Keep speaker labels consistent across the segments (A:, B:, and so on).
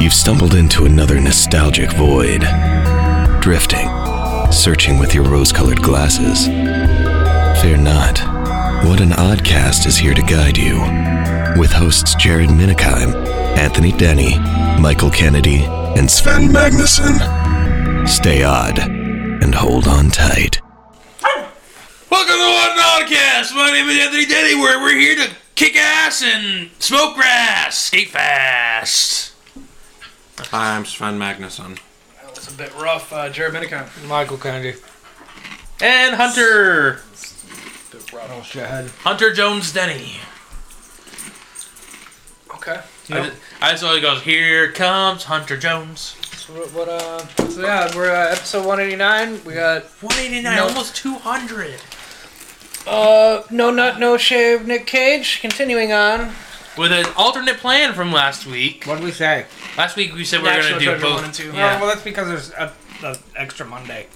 A: You've stumbled into another nostalgic void. Drifting, searching with your rose colored glasses. Fear not. What an Oddcast is here to guide you. With hosts Jared Minikheim, Anthony Denny, Michael Kennedy, and Sven Magnuson. Stay odd and hold on tight.
B: Welcome to the Podcast. My name is Anthony Denny. We're, we're here to kick ass and smoke grass, skate fast.
C: Hi, I'm Sven Magnusson.
B: That was a bit rough. Uh, Jared Minicon.
D: Michael Kennedy.
B: And Hunter.
D: Oh, shithead.
B: Hunter Jones Denny.
D: Okay.
B: I, just, I just always goes, here comes Hunter Jones.
D: So, what, what, uh, so yeah, we're uh, episode 189. We got
B: 189,
D: No.
B: almost 200.
D: uh, No Nut, No Shave Nick Cage continuing on.
B: With an alternate plan from last week.
E: What did we say?
B: Last week we said we were going to
D: National
B: do
D: Treasure
B: both.
D: one and two.
E: Oh,
B: Yeah.
E: well, that's because there's a, a extra Monday.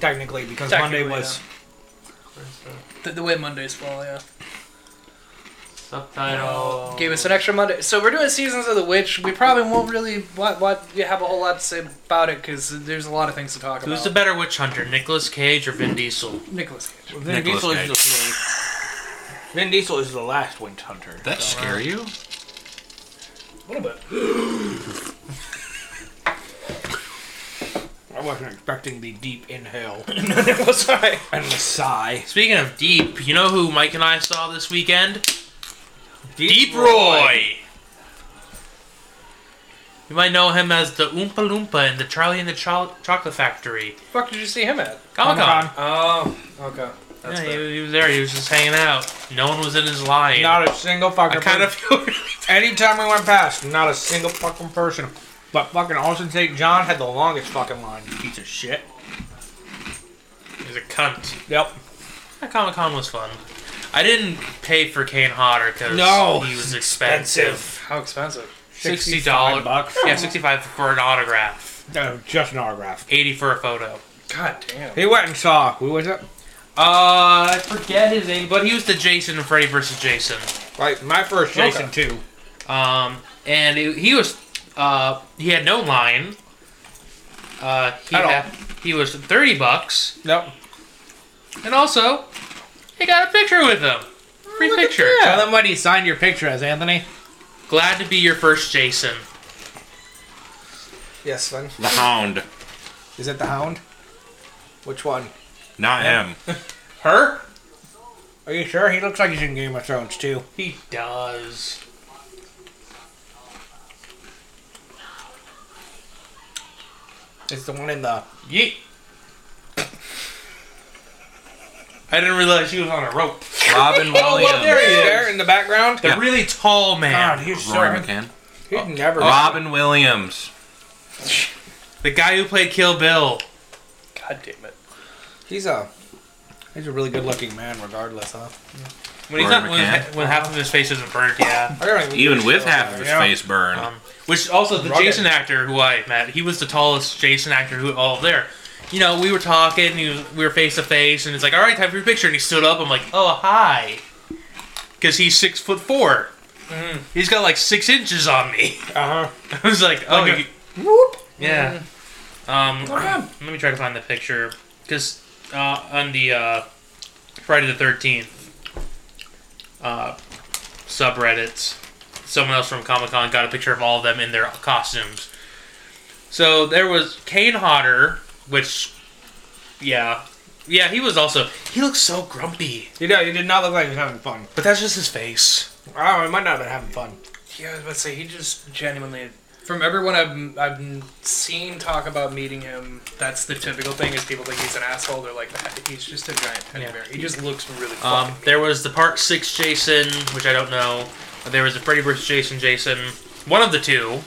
E: Technically, because
D: Technically,
E: Monday was.
D: The, the way Mondays fall, yeah.
B: Subtitle.
D: Um, Gave us an extra Monday. So we're doing Seasons of the Witch. We probably won't really what, what, we have a whole lot to say about it because there's a lot of things to talk
B: Who's the
D: about.
B: better witch hunter, Nicolas Cage or Vin Diesel?
D: Nicholas Cage.
E: Vin
C: Nicolas
E: Diesel, is the, Vin Diesel is the last Witch Hunter. uh,
C: That scare you?
D: A little bit.
E: I wasn't expecting the deep inhale
D: it was alright.
E: and the sigh.
B: Speaking of Deep, you know who Mike and I saw this weekend?
E: Deep,
B: Deep Roy. You might know him as the Oompa Loompa in the Charlie and the Cho- Chocolate Factory.
D: fuck did you see him at?
B: Comic Con.
D: Oh, okay. That's
B: Yeah,
D: fair.
B: he, he was there. He was just hanging out. No one was in his line.
E: Not a single fucking.
B: I kind of
E: person.
B: feel really.
E: Anytime we went past, not a single fucking person. But fucking Austin St. John had the longest fucking line. you Piece of shit.
B: He's a cunt.
E: Yep.
B: Comic Con was fun. I didn't pay for Kane Hodder because
E: No,
B: he was expensive.
D: How expensive?
B: Sixty dollars.
E: bucks.
B: Yeah, sixty-five for an autograph.
E: No, just an autograph.
B: Eighty for a photo.
D: God damn.
E: He went and saw who was it?
B: Uh, I forget his name, but he was the Jason in Freddy vs. Jason.
E: Like my first Jason too.
B: Um, and it- he was, uh, he had no line. Uh, he,
E: At all.
B: had, he was 30 bucks.
E: Nope.
B: And also, he got a picture with him. Free picture.
E: Tell them what he signed your picture as, Anthony.
B: Glad to be your first Jason.
E: Yes, son.
C: The Hound,
E: Is it the Hound? Which one?
C: not him.
B: Her?
E: Are you sure? He looks like he's in Game of Thrones too.
B: He does.
E: It's the one in the.
B: Yeet. I didn't realize he was on a rope.
C: Robin Williams.
E: he is. Oh, There in the background.
B: The
C: Yeah.
B: really tall man.
E: God, he's so.
C: Rory McCann.
E: He'd never.
C: Robin Williams.
B: The guy who played Kill Bill.
D: God damn it.
E: He's a. He's a really good-looking man, regardless, huh?
B: When, he's
C: Rory
B: not, when,
C: McCann.
B: when half of his face isn't burnt, yeah.
E: I don't
C: Even with half of his
E: Yeah.
C: face burned.
B: Um, which also the
E: Rugged.
B: Jason actor who I met, he was the tallest Jason actor who all there. You know, we were talking, and he was, we were face to face, and it's like, all right, time for your picture. And he stood up. I'm like, oh hi, because he's six foot 4
E: Mm-hmm.
B: he He's got like six inches on me.
E: Uh huh.
B: I was like, oh,
E: Like a-
B: you-
E: Whoop. Mm-hmm.
B: yeah. Um,
E: Okay.
B: let me try to find the picture because uh, on the uh, Friday the Thirteenth uh, subreddits, someone else from Comic Con got a picture of all of them in their costumes. So there was Kane Hodder, which, yeah, yeah, he was also. He looks so grumpy,
E: You know, he did not look like he was having fun.
B: but that's just his face.
E: Oh, he might not have been having fun.
D: Yeah, I was about to say, he just genuinely. From everyone I've, I've seen talk about meeting him, that's the typical thing is people think he's an asshole. They're like, he's just a giant teddy
B: Yeah.
D: bear. He just looks really
B: Um,
D: fucking
B: there was the Part Six Jason, which I don't know. There was the Freddy vs. Jason Jason, one of the two.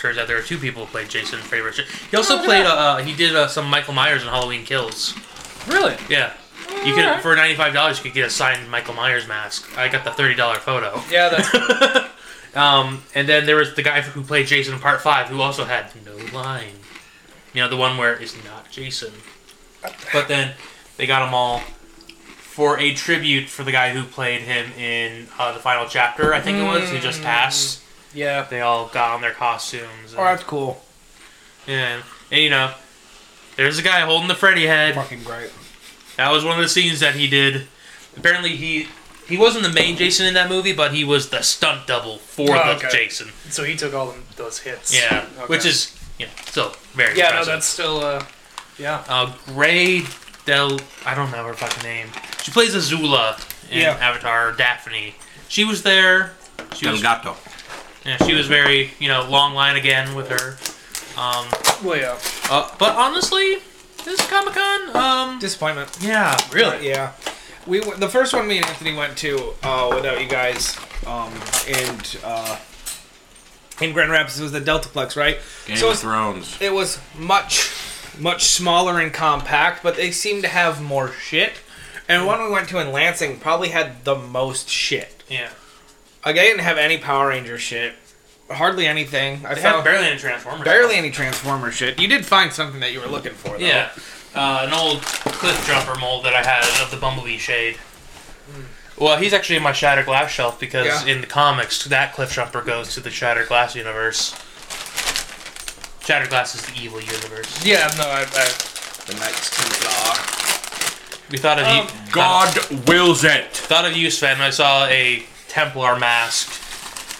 B: Turns out there are two people who played Jason and Freddy vs. Jason. He also
D: Oh, look at
B: played. Uh, he did uh, some Michael Myers in Halloween Kills.
D: Really?
B: Yeah, you could
D: Alright.
B: for ninety five dollars you could get a signed Michael Myers mask. I got the thirty dollar photo.
D: Yeah, that's.
B: Um, and then there was the guy who played Jason in Part Five, who also had no line. You know, the one where it's not Jason. But then they got them all for a
D: Hmm.
B: tribute for the guy who played him in uh, the final chapter. I think it was who just passed.
D: Yeah.
B: They all got on their costumes. And,
E: Oh, that's cool.
B: yeah, and you know, there's a guy holding the Freddy head.
E: Fucking great.
B: That was one of the scenes that he did. Apparently, he he wasn't the main Jason in that movie, but he was the stunt double for
D: Oh,
B: the
D: okay.
B: Jason.
D: So he took all them, those hits.
B: Yeah,
D: Okay.
B: which is you know still very
D: Yeah, no,
B: impressive.
D: that's still. Uh, yeah.
B: uh, Gray Del I don't know her fucking name. She plays Azula in
E: Yeah.
B: Avatar. Daphne. She was there. She was,
C: Delgato.
B: yeah, she was very you know long line again with her. Um,
D: Well, yeah.
B: uh, but honestly, this Comic Con, um,
E: Disappointment.
B: yeah,
D: Really?
E: Yeah. We w- the first one me and Anthony went to uh, without you guys, um, and uh, in Grand Rapids was the Deltaplex, right?
C: Game
E: so
C: of
E: it's-
C: Thrones.
E: it was much, much smaller and compact, but they seemed to have more shit. And one we went to in Lansing probably had the most shit.
B: yeah.
E: Like I didn't have any Power Ranger shit, hardly anything. I
B: They had
E: found barely,
B: barely any Transformers.
E: any Transformer shit. You did find something that you were looking for, though.
B: Yeah, uh, an old cliff jumper mold that I had of the Bumblebee shade. Well, he's actually in my Shattered Glass shelf because
E: Yeah.
B: in the comics, that cliff jumper goes to the Shattered Glass universe. Shattered Glass is the evil universe.
D: Yeah, no, I. I
E: The Knights Templar.
B: We thought of
D: Um,
B: you.
C: God wills it.
B: Thought of you, Sven. I saw a Templar mask,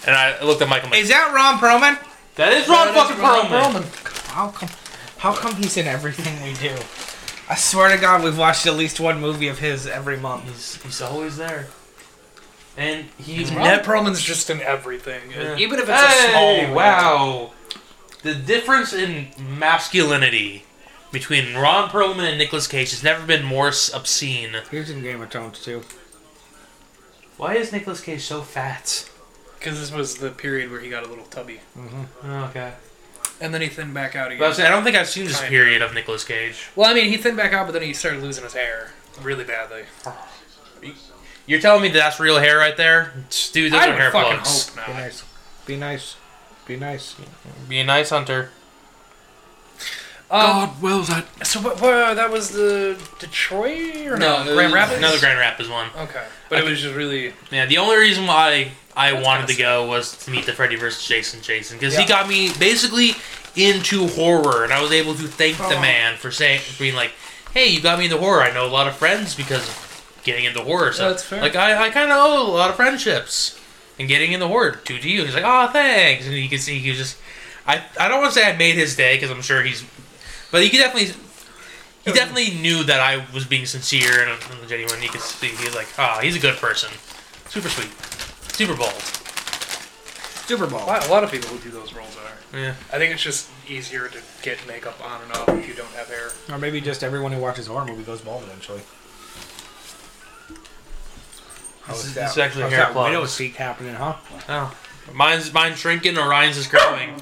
B: and I looked at Michael.
E: Is that Ron Perlman?
B: that is Ron fucking Perlman.
E: How come? How come he's in everything we do? I swear to God, we've watched at least one movie of his every month.
B: He's, he's always there, and he's
D: Ron
B: never.
D: Perlman's just in everything.
B: Yeah.
D: Even if it's
B: Hey,
D: a small.
B: wow. The difference in masculinity between Ron Perlman and Nicolas Cage has never been more s- obscene.
E: He was in Game of Thrones too.
B: Why is Nicolas Cage so fat?
D: Because this was the period where he got a little tubby.
B: Oh, Okay.
D: And then he thinned back out
B: But I
D: again.
B: was saying, I don't think I've seen this
D: Kinda.
B: period of Nicolas Cage.
D: Well, I mean, he thinned back out, but then he started losing his hair really badly.
B: You're telling me that that's real hair right there? Dude, those
D: I
B: are
D: would
B: hair
D: fucking
B: plugs.
D: hope not.
E: Be nice. Be nice.
B: Be a nice hunter.
D: Um,
C: wills it.
D: so what, what, that was the Detroit or no,
B: it was
D: Grand Rapids?
B: uh, Another Grand Rapids one.
D: Okay, but it was just really
B: Yeah, the only reason why I wanted to
D: kinda
B: go was to meet the Freddy vs. Jason Jason because he
D: Yeah.
B: got me basically into horror, and I was able to thank
D: Oh.
B: the man for saying for being like, "Hey, you got me into horror. I know a lot of friends because of getting into horror. So
D: That's fair.
B: like, I, I kind of owe a lot of friendships and getting into horror due to you." He's like, "Oh, thanks," and you can see he was just. I, I don't want to say I made his day because I'm sure he's, but he could definitely, he definitely knew that I was being sincere and, and genuine. You could see he was like, ah, he's a good person, super sweet, super bold.
E: Super
D: a
E: Bowl.
D: lot, a lot of people who do those roles are.
B: Yeah,
D: I think it's just easier to get makeup on and off if you don't have hair.
E: Or maybe just everyone who watches horror movie goes bald eventually. How's
B: is-
E: that-
B: this is actually
E: how's
B: hair
E: that
B: plugs.
E: widow seek happening, huh?
B: oh, mine's mine's shrinking, Orion's is growing.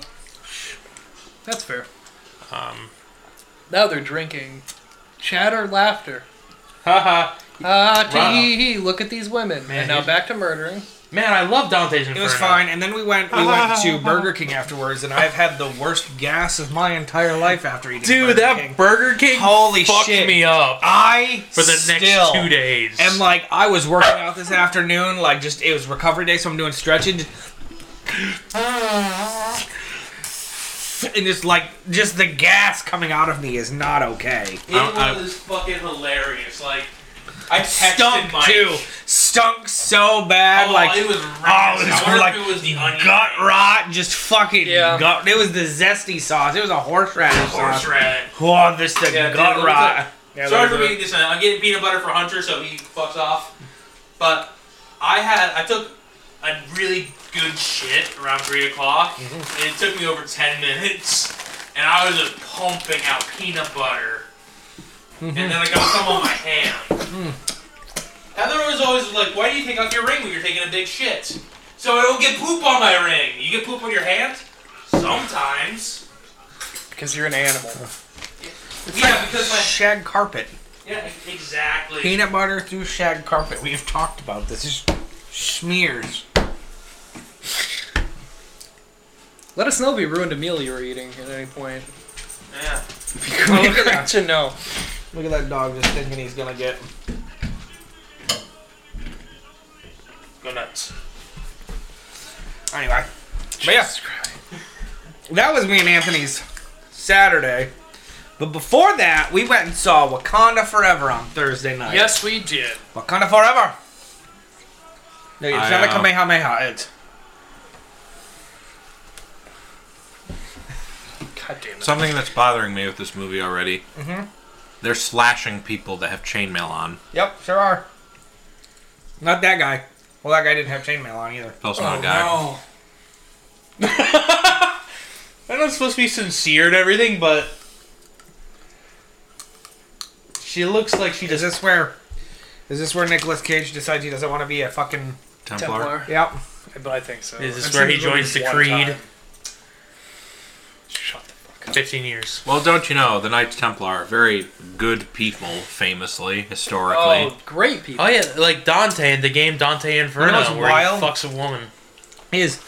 D: That's fair.
B: Um,
D: Now they're drinking chatter laughter.
B: haha.
D: Ah,
B: Wow.
D: tee hee hee, look at these women.
B: Man,
D: and now
B: he's-
D: back to murdering.
B: Man, I love Dante's
E: It
B: Inferno.
E: was fine, and then we went we went to Burger King afterwards, and I've had the worst gas of my entire life after eating. Burger
B: dude. That
E: King.
B: Burger King
E: Holy
B: fucked
E: shit.
B: me up
E: I
B: for the next
E: still
B: two days.
E: And like I was working out this afternoon, like just it was recovery day, so I'm doing stretching. Just, and just like just the gas coming out of me is not okay.
B: it
C: don't- I-
B: was fucking hilarious. Like
E: I
B: texted
E: stunk
B: Mike.
E: too, stunk so bad,
B: oh,
E: like
B: it was.
E: oh,
B: rancid.
E: it
B: I
E: was
B: wonder
E: like
B: if it was the onion
E: gut rot, just fucking
D: Yeah.
E: gut. It was the zesty sauce. It was a horseradish sauce.
B: horseradish.
E: Oh, this the
B: Yeah, dude,
E: gut
B: it looks
E: rot.
B: like-
D: Yeah,
B: Sorry for
D: those are-
B: making this. I'm getting peanut butter for Hunter, so he fucks off. But I had I took a really good shit around three o'clock, and it took me over ten minutes, and I was just pumping out peanut butter, and then I got some on my hand. Heather was always like, "Why do you take off your ring when you're taking a big shit?" So I don't get poop on my ring. You get poop on your hand sometimes.
D: Because you're an animal.
B: Yeah, because my
E: shag carpet.
B: yeah exactly.
E: Peanut butter through shag carpet. We've talked about this. It's smears.
D: Let us know if you ruined a meal you were eating at any point.
B: Yeah.
D: We want to know.
E: Look at that dog just thinking he's gonna get.
B: Go nuts.
E: Anyway, But yeah, that was me and Anthony's Saturday. But before that, we went and saw Wakanda Forever on Thursday night.
D: Yes, we did.
E: Wakanda Forever. No, it's
C: I,
E: not a
C: uh,
E: Kamehameha. It's
D: God damn it.
C: Something that's bothering me with this movie already. Mm-hmm. They're slashing people that have chainmail on.
E: yep, sure are. Not that guy. Well, that guy didn't have chainmail on either.
C: That's not a guy.
B: I know it's supposed to be sincere and everything, but she looks like she
E: Is
B: just.
E: this where? Is this where Nicolas Cage decides he doesn't want to be a fucking?
C: Templar.
D: Templar.
E: Yep.
D: But I think so.
B: Is this
D: I've
B: where
D: seen
B: he
D: the movie
B: joins the
D: one
B: Creed?
D: time. Shut the fuck up.
B: Fifteen years.
C: Well, don't you know the Knights Templar? are Very good people, famously, historically.
D: Oh, great people.
B: Oh yeah, like Dante in the game Dante Inferno,
E: You know what's
B: where
E: wild?
B: he fucks a woman.
E: Is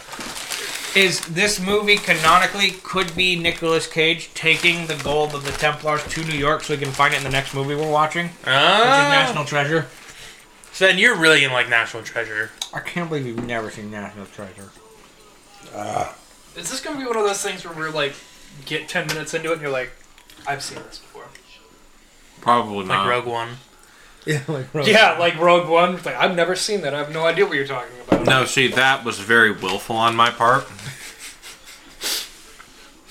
E: is this movie canonically could be Nicolas Cage taking the gold of the Templars to New York so he can find it in the next movie we're watching, which is
B: Ah.
E: National Treasure.
B: So then you're really in like National Treasure.
E: I can't believe you've never seen National Treasure.
D: Is this gonna be one of those things where we're like, get ten minutes into it and you're like, I've seen this before.
C: Probably
B: Like
C: not.
B: Rogue One.
E: Yeah, like
D: Yeah, like Rogue One. Like I've never seen that. I have no idea what you're talking about.
C: No, see, that was very willful on my part.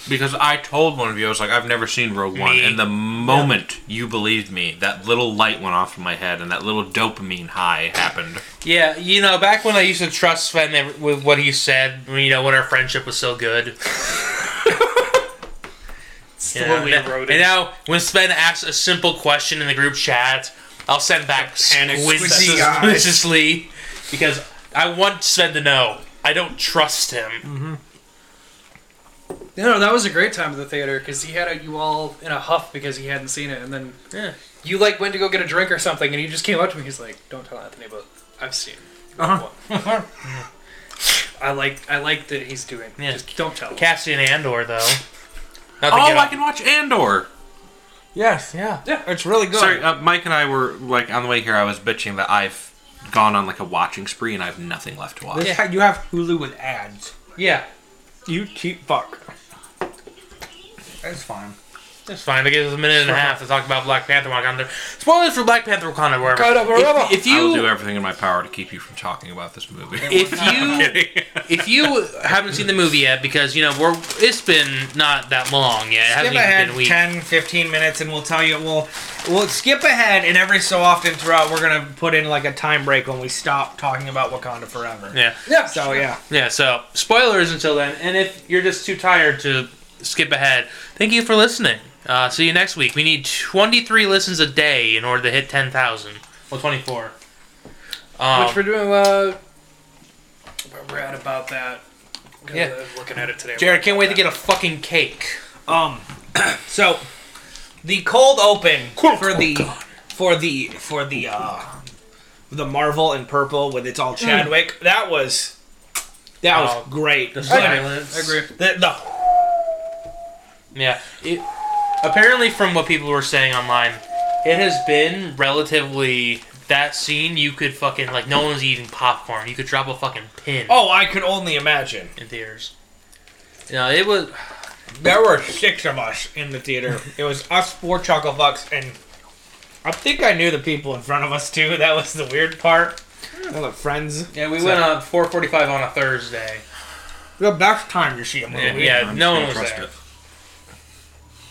C: Because I told one of you, I was like, I've never seen Rogue One.
B: Me.
C: And the moment you believed me, that little light went off in my head and that little dopamine high happened.
B: Yeah, you know, back when I used to trust Sven ev- with what he said, when, you know, when our friendship was so good.
D: Slowly
B: and,
D: eroded.
B: and now, when Sven asks a simple question in the group chat, I'll send back
D: Panic
E: squeezy
B: squizzy-
E: eyes.
B: squizzly because I want Sven to know. I don't trust him.
D: No, no, that was a great time at the theater because he had you all in a huff because he hadn't seen it, and then
B: Yeah.
D: you like went to go get a drink or something, and he just came up to me. He's like, "Don't tell Anthony, but I've seen." Rogue One."
B: Uh-huh.
D: I like I like that he's doing.
B: Yeah.
D: Just don't tell. Him.
B: Cassian Andor, though. Not to
C: Oh,
B: get
C: I
B: off-
C: can watch Andor!
E: Yes, yeah,
D: Yeah.
E: It's really good.
C: Sorry,
B: Oh.
C: uh, Mike and I were, like, on the way here, I was bitching that I've gone on, like, a watching spree and I have nothing left to watch.
E: This- You have Hulu with ads.
B: Yeah,
E: You cheap fuck. That's fine.
B: that's fine. I give us a minute and a half to talk about Black Panther Wakanda. Spoilers for Black Panther Wakanda, wherever.
D: Wakanda,
B: If, if
C: I will do
B: you
C: everything in my power to keep you from talking about this movie.
B: if you if you haven't seen the movie yet, because you know we're it's been not that long yet. It
E: Skip
B: hasn't
E: ahead
B: even been a week.
E: 10, 15 minutes, and we'll tell you. We'll we'll skip ahead, and every so often throughout, we're gonna put in like a time break when we stop talking about Wakanda Forever.
B: Yeah,
D: Yeah.
E: So yeah,
B: yeah. So spoilers until then, and if you're just too tired to skip ahead, thank you for listening. Uh, see you next week. We need 23 listens a day in order to hit 10,000. Well, 24. Um,
D: Which we're doing. Uh, we're at about that. 'cause
B: Yeah.
D: I'm looking at it today.
B: Jared, can't wait to get a fucking cake.
E: um, so the cold open for the for the for the uh the Marvel in purple with it's all Chadwick. That was that
B: Oh,
E: was great.
B: the
E: But
B: silence.
D: I agree.
E: The, the
B: Yeah. It, apparently, from what people were saying online, it has been relatively that scene. You could fucking like no one's eating popcorn. You could drop a fucking pin
E: oh, I could only imagine.
B: in theaters. Yeah, it was.
E: There were six of us in the theater. It was us four Choco Bucks, and I think I knew the people in front of us too. That was the weird part. All the friends.
B: Yeah, we went on 4:45 on a Thursday.
E: The best time to see a
B: Yeah,
E: movie.
B: no
C: I'm just
B: one
C: gonna
B: was
C: trust
B: there.
C: it.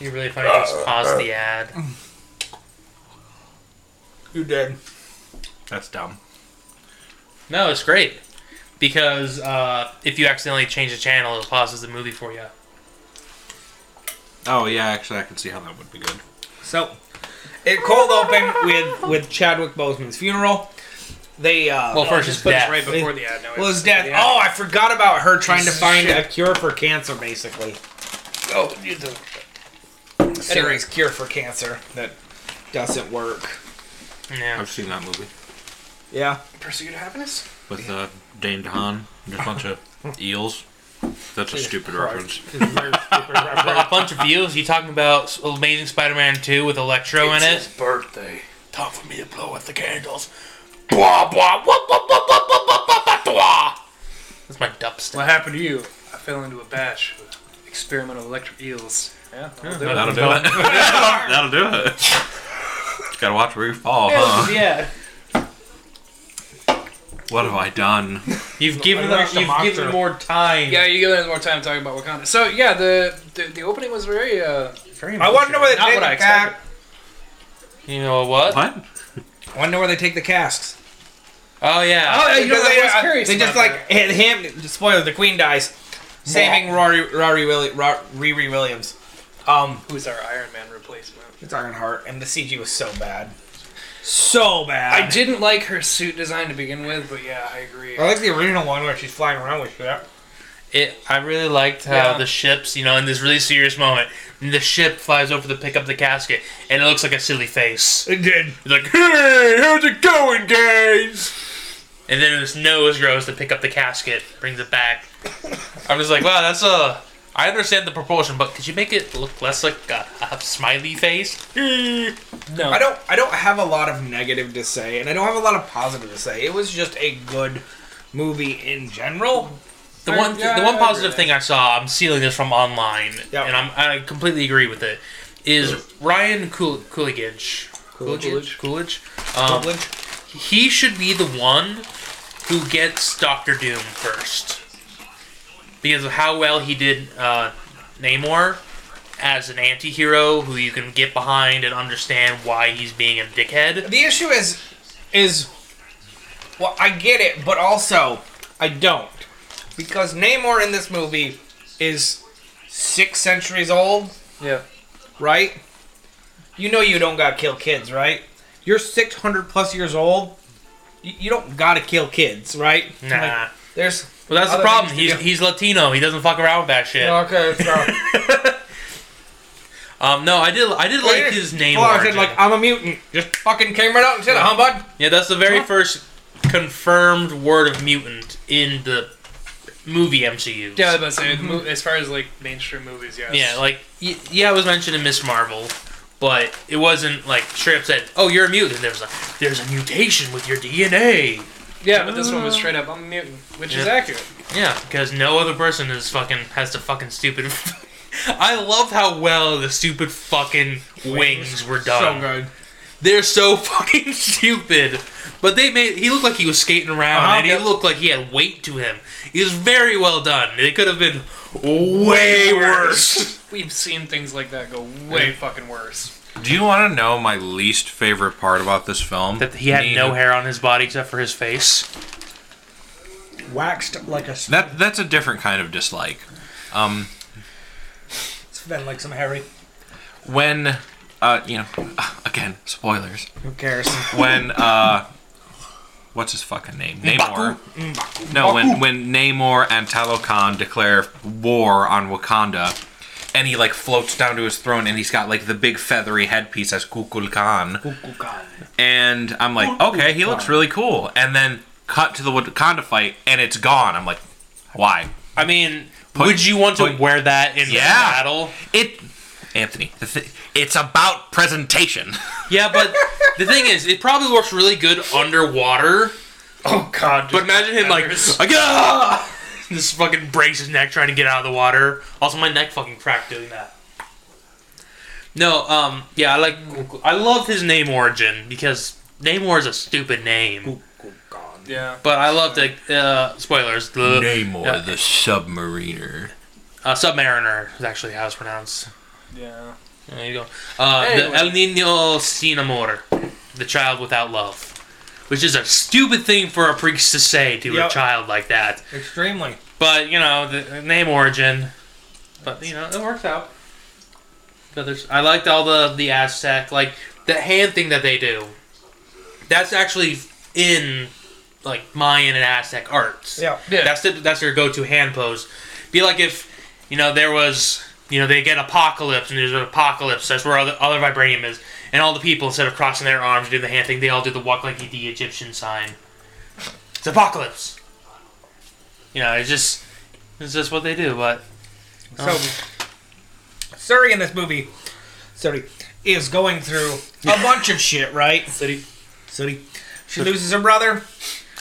B: You really funny. Just pause the ad.
E: You did.
C: That's dumb.
B: No, it's great because uh, if you accidentally change the channel, it pauses the movie for you.
C: Oh, yeah, actually, I can see how that would be good.
E: So it cold opened with with Chadwick Boseman's funeral. They uh,
B: Well, first it's
D: But it's
B: death.
D: right before the ad. No,
E: well,
D: it's-
E: his death.
D: the ad.
E: Oh, I forgot about her trying to
D: Piece of
E: find
D: shit.
E: a cure for cancer, basically.
D: Oh, you do.
E: Serious cure for cancer that doesn't work.
B: Yeah.
C: I've seen that movie.
E: Yeah.
D: Pursuit of happiness.
C: with uh, Dane DeHaan. There's a bunch of eels. That's a stupid reference.
B: a bunch of views. You talking about Amazing Spider-Man 2 with Electro in it?
F: birthday. Time for me to blow out the candles. Blah blah blah blah blah blah blah blah blah.
B: That's my dubstep.
D: What happened to you? I fell into a batch of experimental electric eels. Oh, Yeah, that'll do it.
C: That'll do it. That'll do it. Gotta watch where you fall, huh?
D: Yeah.
C: What have I done?
B: You've given
E: I
B: them,
E: watched a
B: you've given
E: monster.
B: more time.
D: Yeah, you give them more time talking about Wakanda. So yeah, the the, the opening was very uh
E: I want to know where they
D: Not
E: take
D: what I
E: the
D: expected.
E: ca-
B: You know what?
C: What?
E: I want to know where they take the casks.
B: Oh yeah.
D: yeah, you know,
E: Because
D: I
E: they,
D: was
E: uh,
D: curious
E: they just
D: about
E: like hit him. Spoiler: the queen dies, saving Rory, Rory, Willi, Ro- Riri Williams. Um,
D: who's our Iron Man replacement.
E: it's Ironheart, and the CG was so bad, so bad.
D: I didn't like her suit design to begin with, but yeah, I agree.
E: I like the original one where she's flying around with that.
B: It, I really liked how
D: Yeah.
B: the ships, you know, in this really serious moment, the ship flies over to pick up the casket, and it looks like a silly face.
E: It did.
B: It's like, hey, how's it going, guys? And then his nose grows to pick up the casket, brings it back. I'm just like, wow, that's a. I understand the proportion, but could you make it look less like a, a smiley face?
D: No,
E: I don't. I don't have a lot of negative to say, and I don't have a lot of positive to say. It was just a good movie in general.
B: The
D: I-
B: one,
D: yeah,
B: the
D: I
B: one
D: agree
B: positive
D: with
B: thing I saw, I'm stealing this from online,
E: Yeah.
B: and I'm, I completely agree with it, is Ryan Cool, Coolidge. Coolidge. Coolidge. Um, he should be the one who gets Doctor Doom first because of how well he did uh, Namor as an anti-hero who you can get behind and understand why he's being a dickhead.
E: The issue is, is, well, I get it, but also I don't, because Namor in this movie is six centuries old,
D: Yeah,
E: right? You know you don't gotta kill kids, right? You're six hundred plus years old. You, you don't gotta kill kids, right?
B: Nah.
E: Like, there's
B: well, that's the
E: other
B: problem.
E: things to
B: He's,
E: do.
B: he's Latino. He doesn't fuck around with that shit.
E: okay. So.
B: Um, no, I did. I did like his name.
E: Well, I
B: origin.
E: said like I'm a mutant. Just fucking came right out and said it, huh, bud?
B: yeah, that's the very first confirmed word of mutant in the movie MCU.
D: yeah. I was about to say, the mo- as far as like mainstream movies, yes.
B: Yeah, like y- yeah, it was mentioned in Miss Marvel, but it wasn't like straight up said, "Oh, you're a mutant." There was a there's a mutation with your DNA.
D: yeah, but this one was straight up. I'm a mutant, which is
B: Yeah.
D: accurate.
B: Yeah, because no other person is fucking has the fucking stupid. I love how well the stupid fucking wings were done.
E: good.
B: They're so fucking stupid. But they made he looked like he was skating around,
E: Uh-huh,
B: and he
E: yep.
B: looked like he had weight to him. He was very well done. It could have been way worse.
D: We've seen things like that go way fucking worse.
C: Do you want to know my least favorite part about this film?
B: That he had
C: Me-
B: no hair on his body except for his face.
E: Waxed like a.
C: That that's a different kind of dislike. Um,
E: It's been like some hairy.
C: when, uh, you know, again, spoilers.
E: Who cares?
C: When, uh, what's his fucking name? Namor. No, when when Namor and Talokan declare war on Wakanda, and he like floats down to his throne, and he's got like the big feathery headpiece as Kukulkan. and I'm like, okay, he looks really cool. And then cut to the Wakanda fight, and it's gone. I'm like, why?
B: I mean,
C: Put-
B: would you want
C: put-
B: to wear that in
C: Yeah.
B: battle?
C: It, Anthony, the th- it's about presentation.
B: Yeah, but the thing is, it probably looks really good underwater.
D: Oh God!
B: But imagine him like,
D: Feathers.
B: like ah! just fucking breaks his neck trying to get out of the water. Also, my neck fucking cracked doing that. No, um, yeah, I like, I love his name origin because Namor is a stupid name.
D: yeah.
B: But I love the uh, spoilers. The uh,
C: the submariner.
B: uh, Submariner is actually how it's pronounced.
D: Yeah.
B: There you go. Uh,
D: Anyway.
B: The El Nino Sin Amor, the child without love, which is a stupid thing for a priest to say to
E: Yep.
B: a child like that.
E: Extremely.
B: But you know the name origin. But you know it works out. But there's, I liked all the the Aztec like the hand thing that they do. That's actually in like Mayan and Aztec arts.
E: Yeah.
D: Yeah.
B: That's the, that's their go-to hand pose. Be like if you know there was you know they get apocalypse and there's an apocalypse. That's where other other vibranium is, and all the people instead of crossing their arms and doing the hand thing, they all do the walk like the Egyptian sign. It's apocalypse. You know, it's just it's just what they do. But Um,
E: So, Suri in this movie, Suri is going through a bunch of shit, right? Suri, Suri. She loses her brother.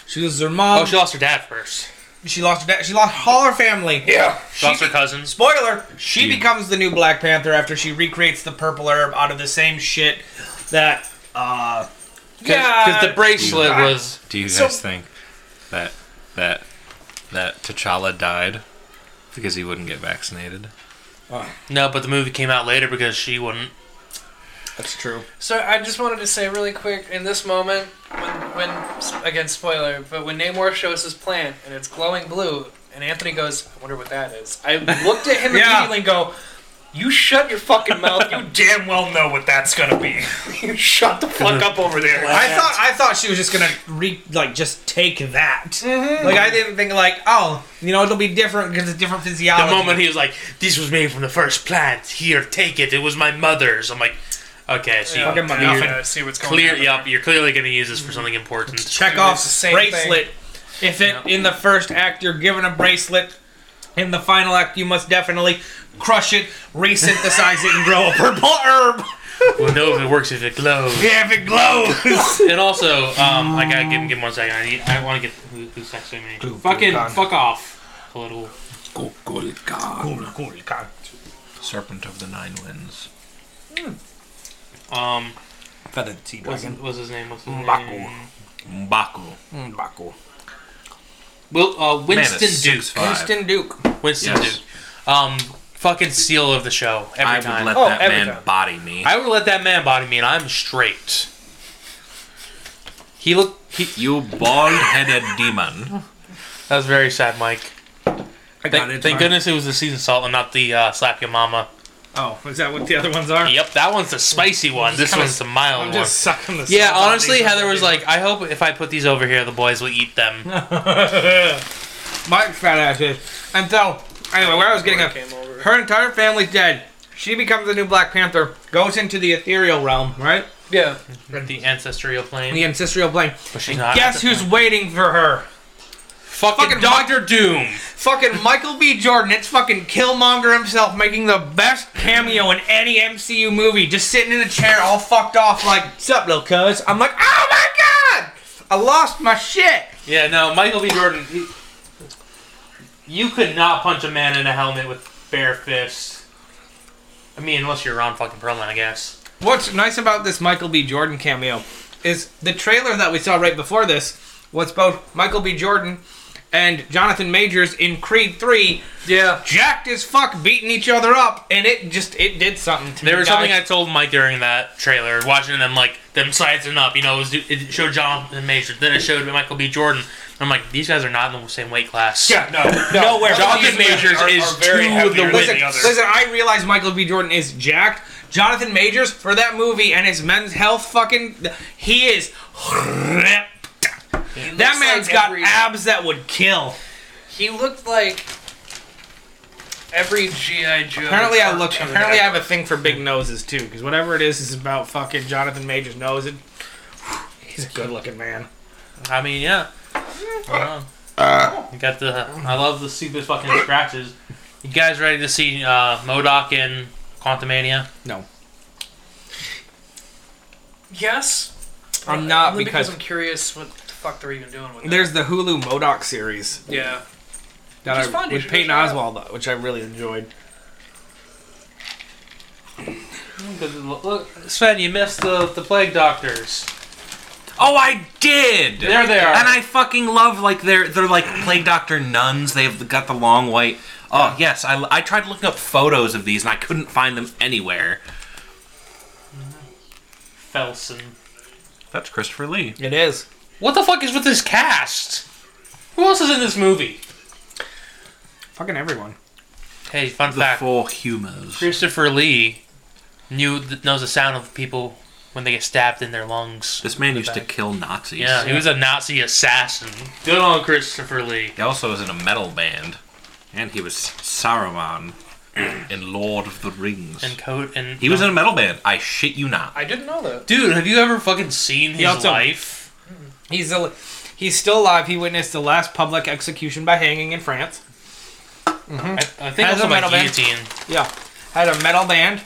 E: She loses her mom.
B: oh, she lost her dad first.
E: She lost her dad. She lost all her family.
F: Yeah.
E: She
B: Lost her
E: be-
B: cousins.
E: Spoiler: She becomes the new Black Panther after she recreates the purple herb out of the same shit that. uh
B: Because the bracelet was.
C: Do you guys
E: So-
C: think that that that T'Challa died because he wouldn't get vaccinated?
B: No, but the movie came out later because she wouldn't.
E: That's true.
D: So I just wanted to say really quick in this moment, when, when again spoiler, but when Namor shows his plant and it's glowing blue, and Anthony goes, "I wonder what that is." I looked at him
E: Yeah.
D: immediately and go, "You shut your fucking mouth! You damn well know what that's gonna be. you shut the fuck up over there."
E: I thought I thought she was just gonna re like just take that.
B: Mm-hmm.
E: Like I didn't think like oh you know it'll be different because it's different
B: The
E: physiology.
C: Oh,
B: moment he was like, "This was made from the first plant. Here, take it. It was my mother's." I'm like, "Okay, so
D: Yeah,
B: you
E: Fucking my
D: I'm
E: mouth.
B: clear,
D: gonna see what's going
B: clear,
D: on.
B: yup, you're clearly gonna use this for something important."
D: It's the
E: Chekhov's
D: same
E: bracelet. If it in the first act you're given a bracelet, in the final act you must definitely crush it, resynthesize it, and grow a purple herb.
B: We'll know if it works if it glows.
E: Yeah, if it glows.
B: And also, um, I gotta give, give me one second. I need. I want to get who, who's next to me. Fucking fuck off, political.
C: Serpent of the Nine Winds.
B: Um,
E: Feathered tea
B: what's, what's his name? What's his
E: M'Baku.
B: name?
C: Mbaku.
B: Mm, Will uh, Winston
C: Man, it's
B: Duke.
C: 6'5".
E: Winston Duke.
B: Winston
C: Yes.
B: Duke. Um, fucking seal of the show every
C: I would
B: time.
C: let
D: Oh,
C: that
D: every
C: man
D: time.
C: body me.
B: I would let that man body me, and I'm straight. He looked. He,
C: you bald-headed demon.
B: that was very sad, Mike.
E: I got
B: Thank,
E: it.
B: thank
E: fine.
B: goodness it was the season salt and not the uh, slap your mama.
E: Oh, is that what the other ones are?
B: Yep, that one's the spicy one. This
E: kinda-
B: one's the mild
E: I'm
B: one.
E: just sucking the.
B: Yeah,
E: salt out of
B: honestly,
E: these.
B: Heather was like, I hope if I put these over here, the boys will eat them.
E: Mike fat asses. And so, anyway, where I was getting at,
D: Came over.
E: her entire family's dead. She becomes the new Black Panther, goes into the ethereal realm, right?
D: Yeah,
B: the ancestral plane.
E: The ancestral plane.
B: But she's not.
E: Guess who's waiting for her?
B: fucking,
E: fucking
B: Doctor Doom?
E: Fucking Michael B. Jordan. It's fucking Killmonger himself making the best cameo in any MCU movie. Just sitting in a chair, all fucked off, like, "Sup, little cuz?" I'm like, "Oh my god, I lost my shit."
B: Yeah, no, Michael B. Jordan. he- you could not punch a man in a helmet with bare fists. I mean, unless you're Ron fucking Perlman, I guess.
E: What's nice about this Michael B. Jordan cameo is the trailer that we saw right before this was both Michael B. Jordan and Jonathan Majors in Creed 3
D: yeah.
E: jacked as fuck beating each other up and it just it did something to
B: There
E: me.
B: was
E: guys.
B: something I told Mike during that trailer, watching them like them sizing up. You know, it, was, it showed Jonathan Major, then it showed Michael B. Jordan. I'm like, these guys are not in the same weight class.
D: Yeah, no, no.
E: nowhere
B: Jonathan Majors
D: are-
B: is
D: are very
B: two of
D: heavier
B: the
D: than
E: Listen,
B: women.
D: the other.
E: listen, I realize Michael B. Jordan is jacked. Jonathan Majors for that movie and his men's health fucking he is ripped. That man's
D: like
E: got
D: every-
E: abs that would kill.
D: He looked like every GI Joe.
E: Apparently, I look.
D: cartoon
E: Apparently, I
D: ever.
E: have a thing for big noses too, because whatever it is, is about fucking Jonathan Major's nose. And he's a good-looking man.
B: I mean, yeah. Uh, you got the. I love the stupid fucking scratches. You guys ready to see uh, Modoc in Quantumania?
E: No,
D: Yes.
E: I'm not
D: Only
E: because
D: I'm curious what the fuck they're even doing with
E: there's the Hulu Modoc series
D: that. Yeah. Which
E: that I
D: is fun, you
E: with
D: should
E: Peyton
D: check it out.
E: Oswald, which I really enjoyed.
B: Look, Sven, you missed the, the plague doctors.
C: Oh, I did.
B: There they are.
C: And I fucking love like they're they're like plague doctor nuns. They've got the long white. Oh yes, I, I tried looking up photos of these and I couldn't find them anywhere.
B: Felsen.
C: That's Christopher Lee.
E: It is.
B: What the fuck is with this cast? Who else is in this movie?
E: Fucking everyone.
B: Hey, fun
C: The
B: fact:
C: four humors.
B: Christopher Lee knew th- knows the sound of people when they get stabbed in their lungs.
C: This man used to kill Nazis.
B: Yeah, he was a Nazi assassin. Good on Christopher Lee.
C: He also was in a metal band, and he was Saruman in Lord of the Rings.
B: And coat and
C: he was in a metal band. I shit you not.
D: I didn't know that.
B: Dude, have you ever fucking seen his
E: also-
B: life?
E: He's al- he's still alive. He witnessed the last public execution by hanging in France. Mm-hmm.
B: I, I think
E: Has
B: also
E: a
B: by
E: metal band.
B: guillotine.
E: Yeah, had a metal band.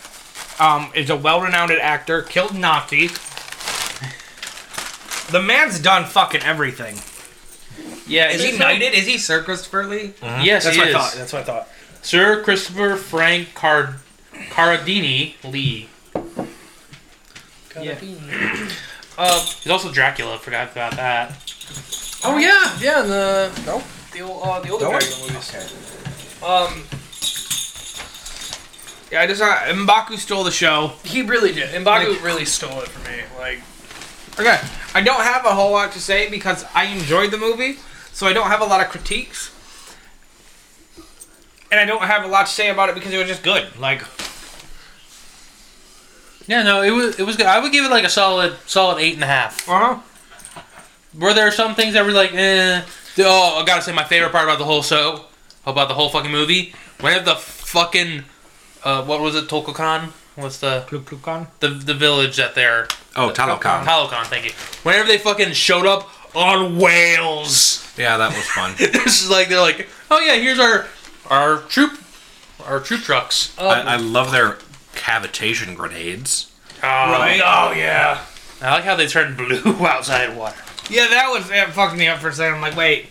E: Um, is a well-renowned actor. Killed Nazi. The man's done fucking everything.
B: Yeah,
E: Is he
B: he's-
E: knighted? Is he Sir Christopher Lee?
B: Yes,
E: That's
B: he
E: what I
B: is.
E: thought. That's what I thought.
B: Sir Christopher Frank Card- Carradini Lee.
D: Yeah.
B: He's also Dracula. Forgot about that.
D: Oh yeah, yeah. and The no, the old uh, the older Dracula movies. Um,
E: Yeah, I just uh, Mbaku stole the show.
D: he really did. Mbaku really stole it from me. Like
E: Okay, I don't have a whole lot to say because I enjoyed the movie, so I don't have a lot of critiques, and I don't have a lot to say about it because it was just good. Like,
B: Yeah, no, it was it was good. I would give it like a solid solid eight and a half.
E: uh huh.
B: Were there some things that were like, eh? Oh, I gotta say my favorite part about the whole show, about the whole fucking movie, whenever the fucking, uh, what was it, Tolkokan? What's the
E: Pluk pluk on.
B: the the village that they're
C: Oh, Talokan.
B: Talokan? Thank you. Whenever they fucking showed up on whales.
C: Yeah, that was fun.
B: this is like they're like, oh yeah, here's our our troop our troop trucks.
C: I, I love their cavitation grenades.
B: right.
E: Oh yeah.
B: I like how they turn blue outside water.
E: Yeah, that was that fucked me up for a second. I'm like, wait,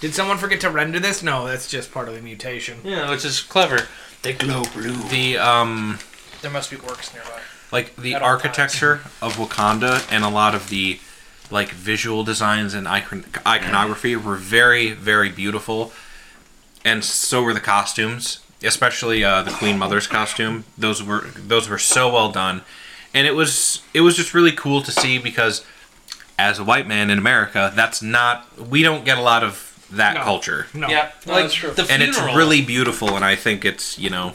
E: did someone forget to render this? No, that's just part of the mutation.
B: Yeah, which is clever.
F: They glow blue.
C: The um,
D: there must be orcs nearby.
C: like the
D: At all
C: architecture of Wakanda and a lot of the like visual designs and icon- iconography were very very beautiful, and so were the costumes, especially uh, the Queen Mother's costume. Those were those were so well done, and it was it was just really cool to see because as a white man in America, that's not we don't get a lot of that
E: No.
C: culture.
E: No.
B: Yeah,
D: No,
B: like
D: that's true.
B: the
C: And
B: funeral.
C: it's really beautiful, and I think it's you know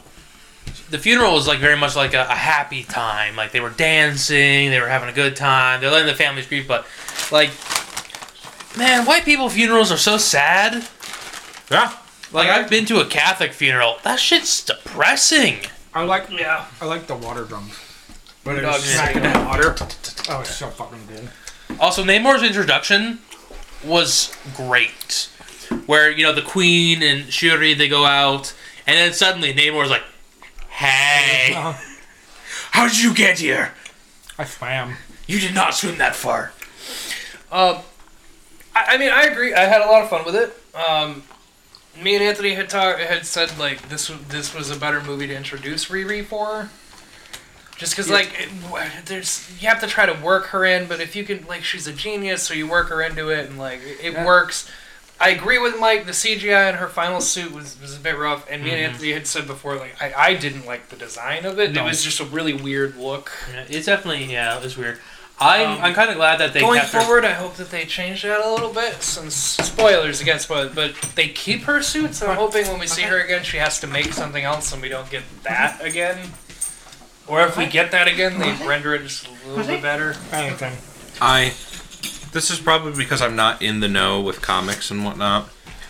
B: the funeral was like very much like a, a happy time. Like they were dancing, they were having a good time. They're letting the families grieve, but like, man, white people funerals are so sad.
C: yeah
B: Like I've been to a Catholic funeral. That shit's depressing.
E: I like yeah. I like the water drums. But it
B: Dog
E: was smacking the water. Oh, it's so fucking good.
B: Also, Namor's introduction was great. Where, you know, the queen and Shuri, they go out, and then suddenly Namor's like, hey,
D: Uh-huh.
F: How did you get here?
E: I swam.
F: You did not swim that far.
D: Um, I, I mean, I agree. I had a lot of fun with it. Um, me and Anthony had talk, had said like this w- this was a better movie to introduce Riri for, just because like it, w- there's you have to try to work her in, but if you can like she's a genius, so you work her into it, and like it, it works. I agree with Mike. The CGI in her final suit was, was a bit rough, and me and Anthony had said before, like I, I didn't like the design of it. It was just a really weird look.
B: Yeah, It's definitely, yeah, it was weird. I'm, I'm kind of glad that they
D: Um, Going
B: kept her-
D: forward, I hope that they change that a little bit. Since spoilers again, spoilers, but they keep her suit. So I'm hoping when we see her again, she has to make something else, and we don't get that
B: Mm-hmm.
D: again. Or if we get that again, they render it just a little
B: Mm-hmm.
D: bit better.
E: Anything.
C: I. This is probably because I'm not in the know with comics and whatnot.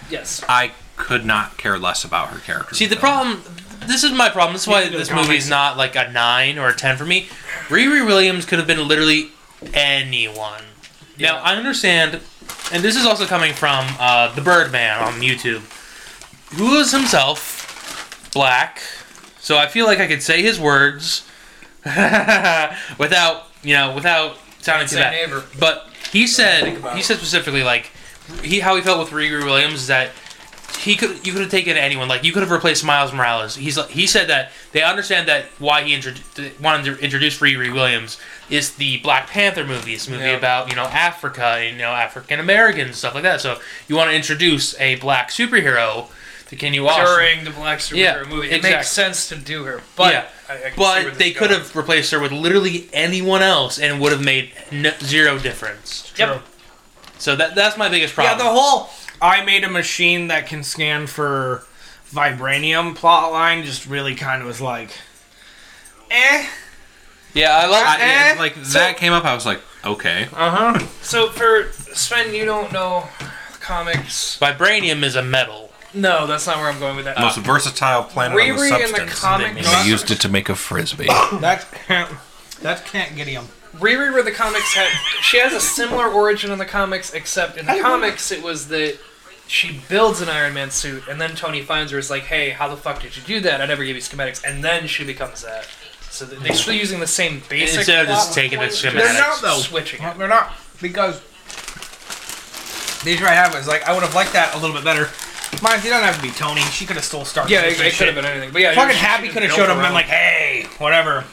D: Yes.
C: I could not care less about her character.
B: See, the problem, this is my problem. This is why
E: can do
B: this
E: the
B: movie
E: comics.
B: is not like a 9 or a 10 for me. Riri Williams could have been literally anyone. Now, I understand, and this is also coming from uh, The Birdman on YouTube, who is himself black, so I feel like I could say his words without, you know, without sounding too
D: Say
B: bad.
D: neighbor.
B: But he said he said specifically like he how he felt with Riri Williams is that he could you could have taken anyone like you could have replaced Miles Morales. He's like- he said that they understand that why he introdu- wanted to introduce Riri Williams is the Black Panther movie. It's a movie
D: Yeah.
B: about you know Africa and you know African Americans stuff like that. So if you want to introduce a black superhero, to can you also
D: During the Black Superhero
B: Yeah,
D: movie, it
B: exactly.
D: makes sense to do her, but
B: Yeah.
D: I, I can see where
B: But
D: this
B: they
D: is
B: could
D: going.
B: have replaced her with literally anyone else, and it would have made n- zero difference.
D: Yep.
B: So that that's my biggest
E: Yeah,
B: problem.
E: the whole I made a machine that can scan for vibranium plot line just really kind of was like, eh.
B: Yeah, I like.
C: I, yeah,
E: Eh,
C: like that came up. I was like, okay.
E: Uh huh.
D: So for Sven, you don't know comics.
B: Vibranium is a metal.
D: No, that's not where I'm going with
B: Uh,
D: that.
C: Most versatile planet on the
D: Riri in the
C: substance.
D: comic
C: and they used it to make a frisbee.
E: That's can't. That can't get him.
D: Riri where the comics had she has a similar origin in the comics, except in the comics it was that she builds an Iron Man suit and then Tony finds her is like, Hey, how the fuck did you do that? I never gave you schematics and then she becomes that. So th- they're still using the same basic
B: Instead of just
D: plot
B: taking the
D: point,
B: schematics.
E: They're not though.
D: switching it.
E: They're not because The issue I had was like I would have liked that a little bit better. Mind you, don't have to be Tony. She could have stole Star.
D: Yeah,
E: Trek
D: it,
E: and
D: could
E: shit.
D: have been anything. But yeah,
E: Fucking
D: she- she
E: Happy
D: just
E: could have
D: built
E: showed up
D: her
E: and been
D: own.
E: like, hey, whatever.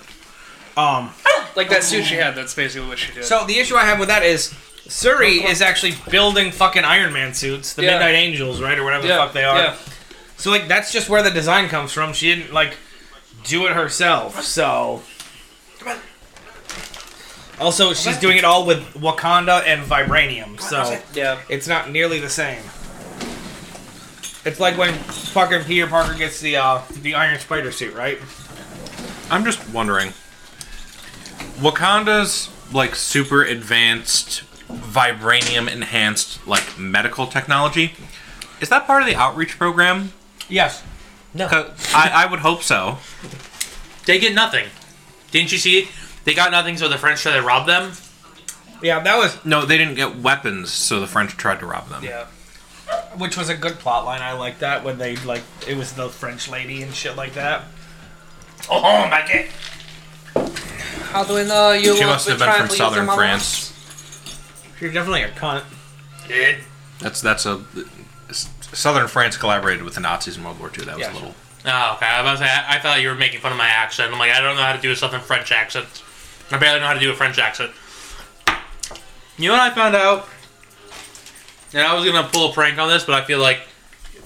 E: Um.
D: like that suit she had. That's basically what she did.
E: So the issue I have with that is Surrey is actually building fucking Iron Man suits, the
D: Yeah.
E: Midnight Angels, right, or whatever
D: yeah,
E: the fuck they are.
D: Yeah.
E: So like that's just where the design comes from. She didn't like do it herself. So also she's doing it all with Wakanda and vibranium. So
D: Yeah.
E: it's not nearly the same. It's like when fucking Peter Parker gets the uh, the Iron Spider suit, right?
C: I'm just wondering. Wakanda's like super advanced vibranium enhanced like medical technology. Is that part of the outreach program?
E: Yes.
C: 'Cause I, I would hope so.
B: They get nothing. Didn't you see? They got nothing, so the French tried to rob them.
E: Yeah, that was
C: No, they didn't get weapons, so the French tried to rob them.
D: Yeah.
E: which was a good plot line. I like that when they like it was the French lady and shit like that.
F: Oh, my God.
D: How do we
E: uh,
D: know you
C: She must have been from southern France.
E: You're definitely a cunt.
B: Did
C: That's that's a s- southern France collaborated with the Nazis in World War II. That was
E: Yeah.
C: a little.
B: Oh, okay. I, was, I, I thought you were making fun of my accent. I'm like, I don't know how to do a Southern French accent. I barely know how to do a French accent. You know what I found out? And I was going to pull a prank on this, but I feel like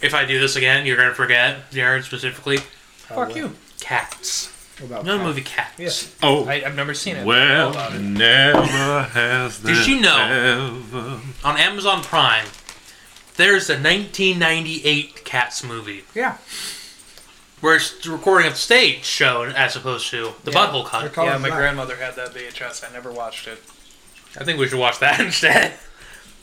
B: if I do this again, you're going to forget, Jared specifically.
E: Fuck you.
B: Cats.
E: About
B: You know the movie Cats?
E: Yes.
C: Oh
D: I, I've never seen it.
C: well, never has.
B: Did this you know-
C: Ever.
B: On Amazon Prime, there's a 1998 Cats movie
E: Yeah.
B: where it's the recording of stage shown as opposed to the butthole
E: They're
B: cut.
E: called
D: Yeah, my
E: black.
D: grandmother had that VHS. I never watched it.
B: I think we should watch that instead.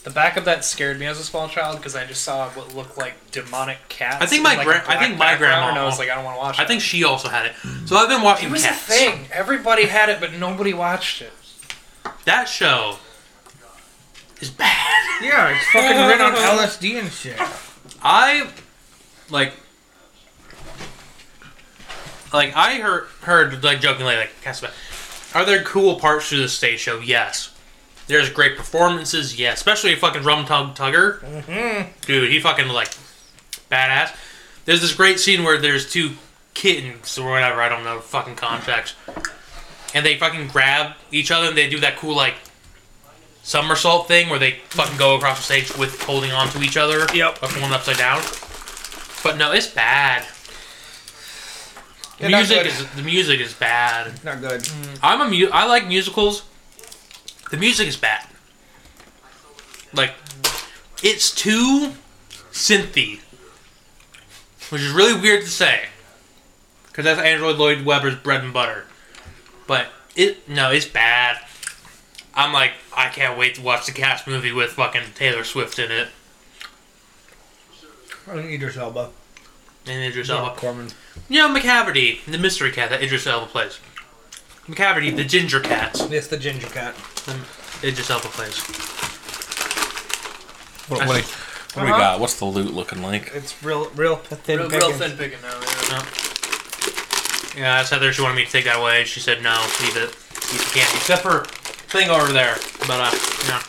D: The back of that scared me as a small child because I just saw what looked like demonic cats.
B: I think
D: in,
B: my
D: like,
B: gra-
D: a
B: I
D: black
B: think my
D: background,
B: grandma-
D: And I was like, I don't want to watch it.
B: I think she also had it. So I've been watching
D: it was a
B: Cats.
D: thing. Everybody had it, but nobody watched it.
B: That show is bad.
E: Yeah, it's fucking written on LSD and shit.
B: I like like I heard heard like jokingly like cast about are there cool parts to the stage show? Yes. There's great performances, yes. Especially fucking Rum Tug Tugger. Mm-hmm. Dude, he fucking like badass. There's this great scene where there's two kittens or whatever, I don't know, fucking context. And they fucking grab each other and they do that cool like somersault thing where they fucking go across the stage with holding on to each other.
E: Yep.
B: Or falling upside down. But no, it's bad. The
E: Yeah, not
B: music
E: good.
B: is the music is bad. Mm.
E: Not good.
B: I'm a mu- I like musicals. The music is bad. Like it's too synthy, which is really weird to say, because that's Android Lloyd Webber's bread and butter. But it no, it's bad. I'm like I can't wait to watch the cast movie with fucking Taylor Swift in it
E: I don't Idris Elba.
B: and Idris
E: Elba
B: Elba.
E: Corman.
B: You know McCavity, the mystery cat that Idris Elba plays. McCavity, the ginger cat.
E: It's the ginger cat.
B: Idris Elba plays. what
C: What,
B: do-
C: do
D: Uh-huh.
C: we got? What's the loot looking like?
E: It's real, real thin.
D: Real, real thin picking now. Yeah.
B: Yeah, I said there she wanted me to take that away. She said no, leave it. You can't. Except for thing over there. But uh yeah.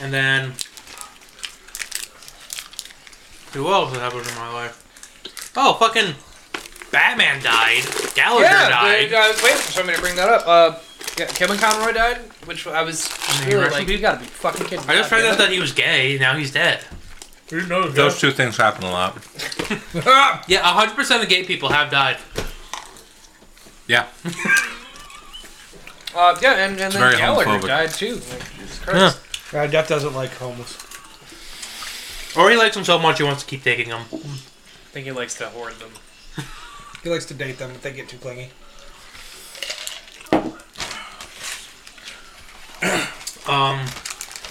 B: And then who else has happened in my life? Oh fucking Batman died. Gallagher died.
D: but I was waiting for somebody to bring that up. Uh, yeah, Kevin Conroy died, which I was
B: mean,
D: really
B: rest in
D: like, you
B: peace.
D: gotta be fucking kidding me.
B: I just found out
D: goddamn
B: that he was gay, now he's dead.
C: Those two things happen a lot.
D: Ah,
B: Yeah, hundred percent of gay people have died.
C: Yeah.
D: it. Uh, yeah, and, and
C: very
D: then Gallagher
C: homophobic.
D: died too. Like, Jesus Christ.
E: God, Death Uh, doesn't like homeless.
B: Or he likes them so much he wants to keep taking them.
D: I think he likes to hoard them.
E: He likes to date them if they get too clingy.
B: Um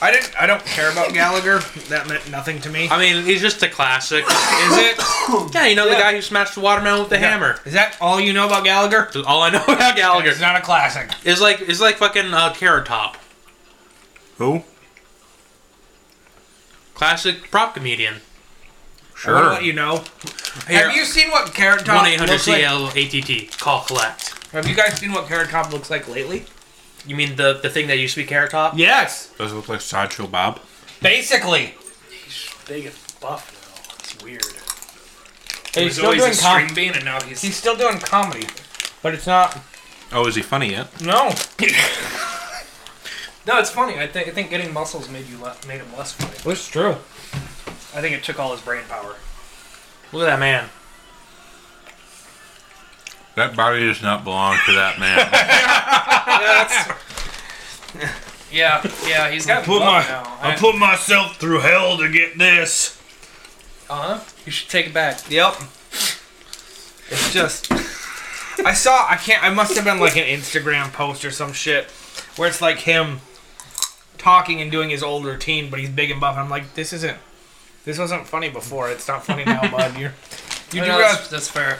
E: I didn't. I don't care about Gallagher. That meant nothing to me.
B: I mean he's just a classic.
E: Is it?
B: yeah, you know the
E: Yeah.
B: guy who smashed the watermelon with the hammer.
E: Is that all you know about Gallagher?
B: All I know about Gallagher
E: It's not a classic.
B: is like is like fucking uh, Carrot Top,
C: Who?
B: classic prop comedian.
E: I want to
C: Sure.
E: let you know.
B: Here,
E: Have you seen what Carrot Top
B: one eight
E: looks
B: hundred
E: like?
B: CL ATT call collect.
E: Have you guys seen what Carrot Top looks like lately?
B: You mean the the thing that used to be Carrot Top?
E: Yes,
C: Does it look like Sideshow Bob?
E: basically.
F: Big and buff now. It's weird.
E: He's,
D: He's
E: still
D: always
E: doing
D: a string
E: com-
D: bean, and now he's.
E: He's still doing comedy, but it's not.
C: Oh, is he funny yet?
E: No,
D: No, it's funny. I think I think getting muscles made you le- made him less funny.
E: it's true.
D: I think it took all his brain power.
B: Look at that man.
C: That body does not belong to that man.
D: Yeah, yeah, he's got
E: Put
D: buff
E: my,
D: now.
E: I put myself through hell to get this.
D: uh huh. You should take it back.
E: Yep. It's just. I saw. I can't. I must have been like an Instagram post or some shit, where it's like him talking and doing his old routine, but he's big and buff. And I'm like, this isn't. This wasn't funny before. It's not funny now, bud. You're. You do,
D: No,
E: realize,
D: that's, that's fair.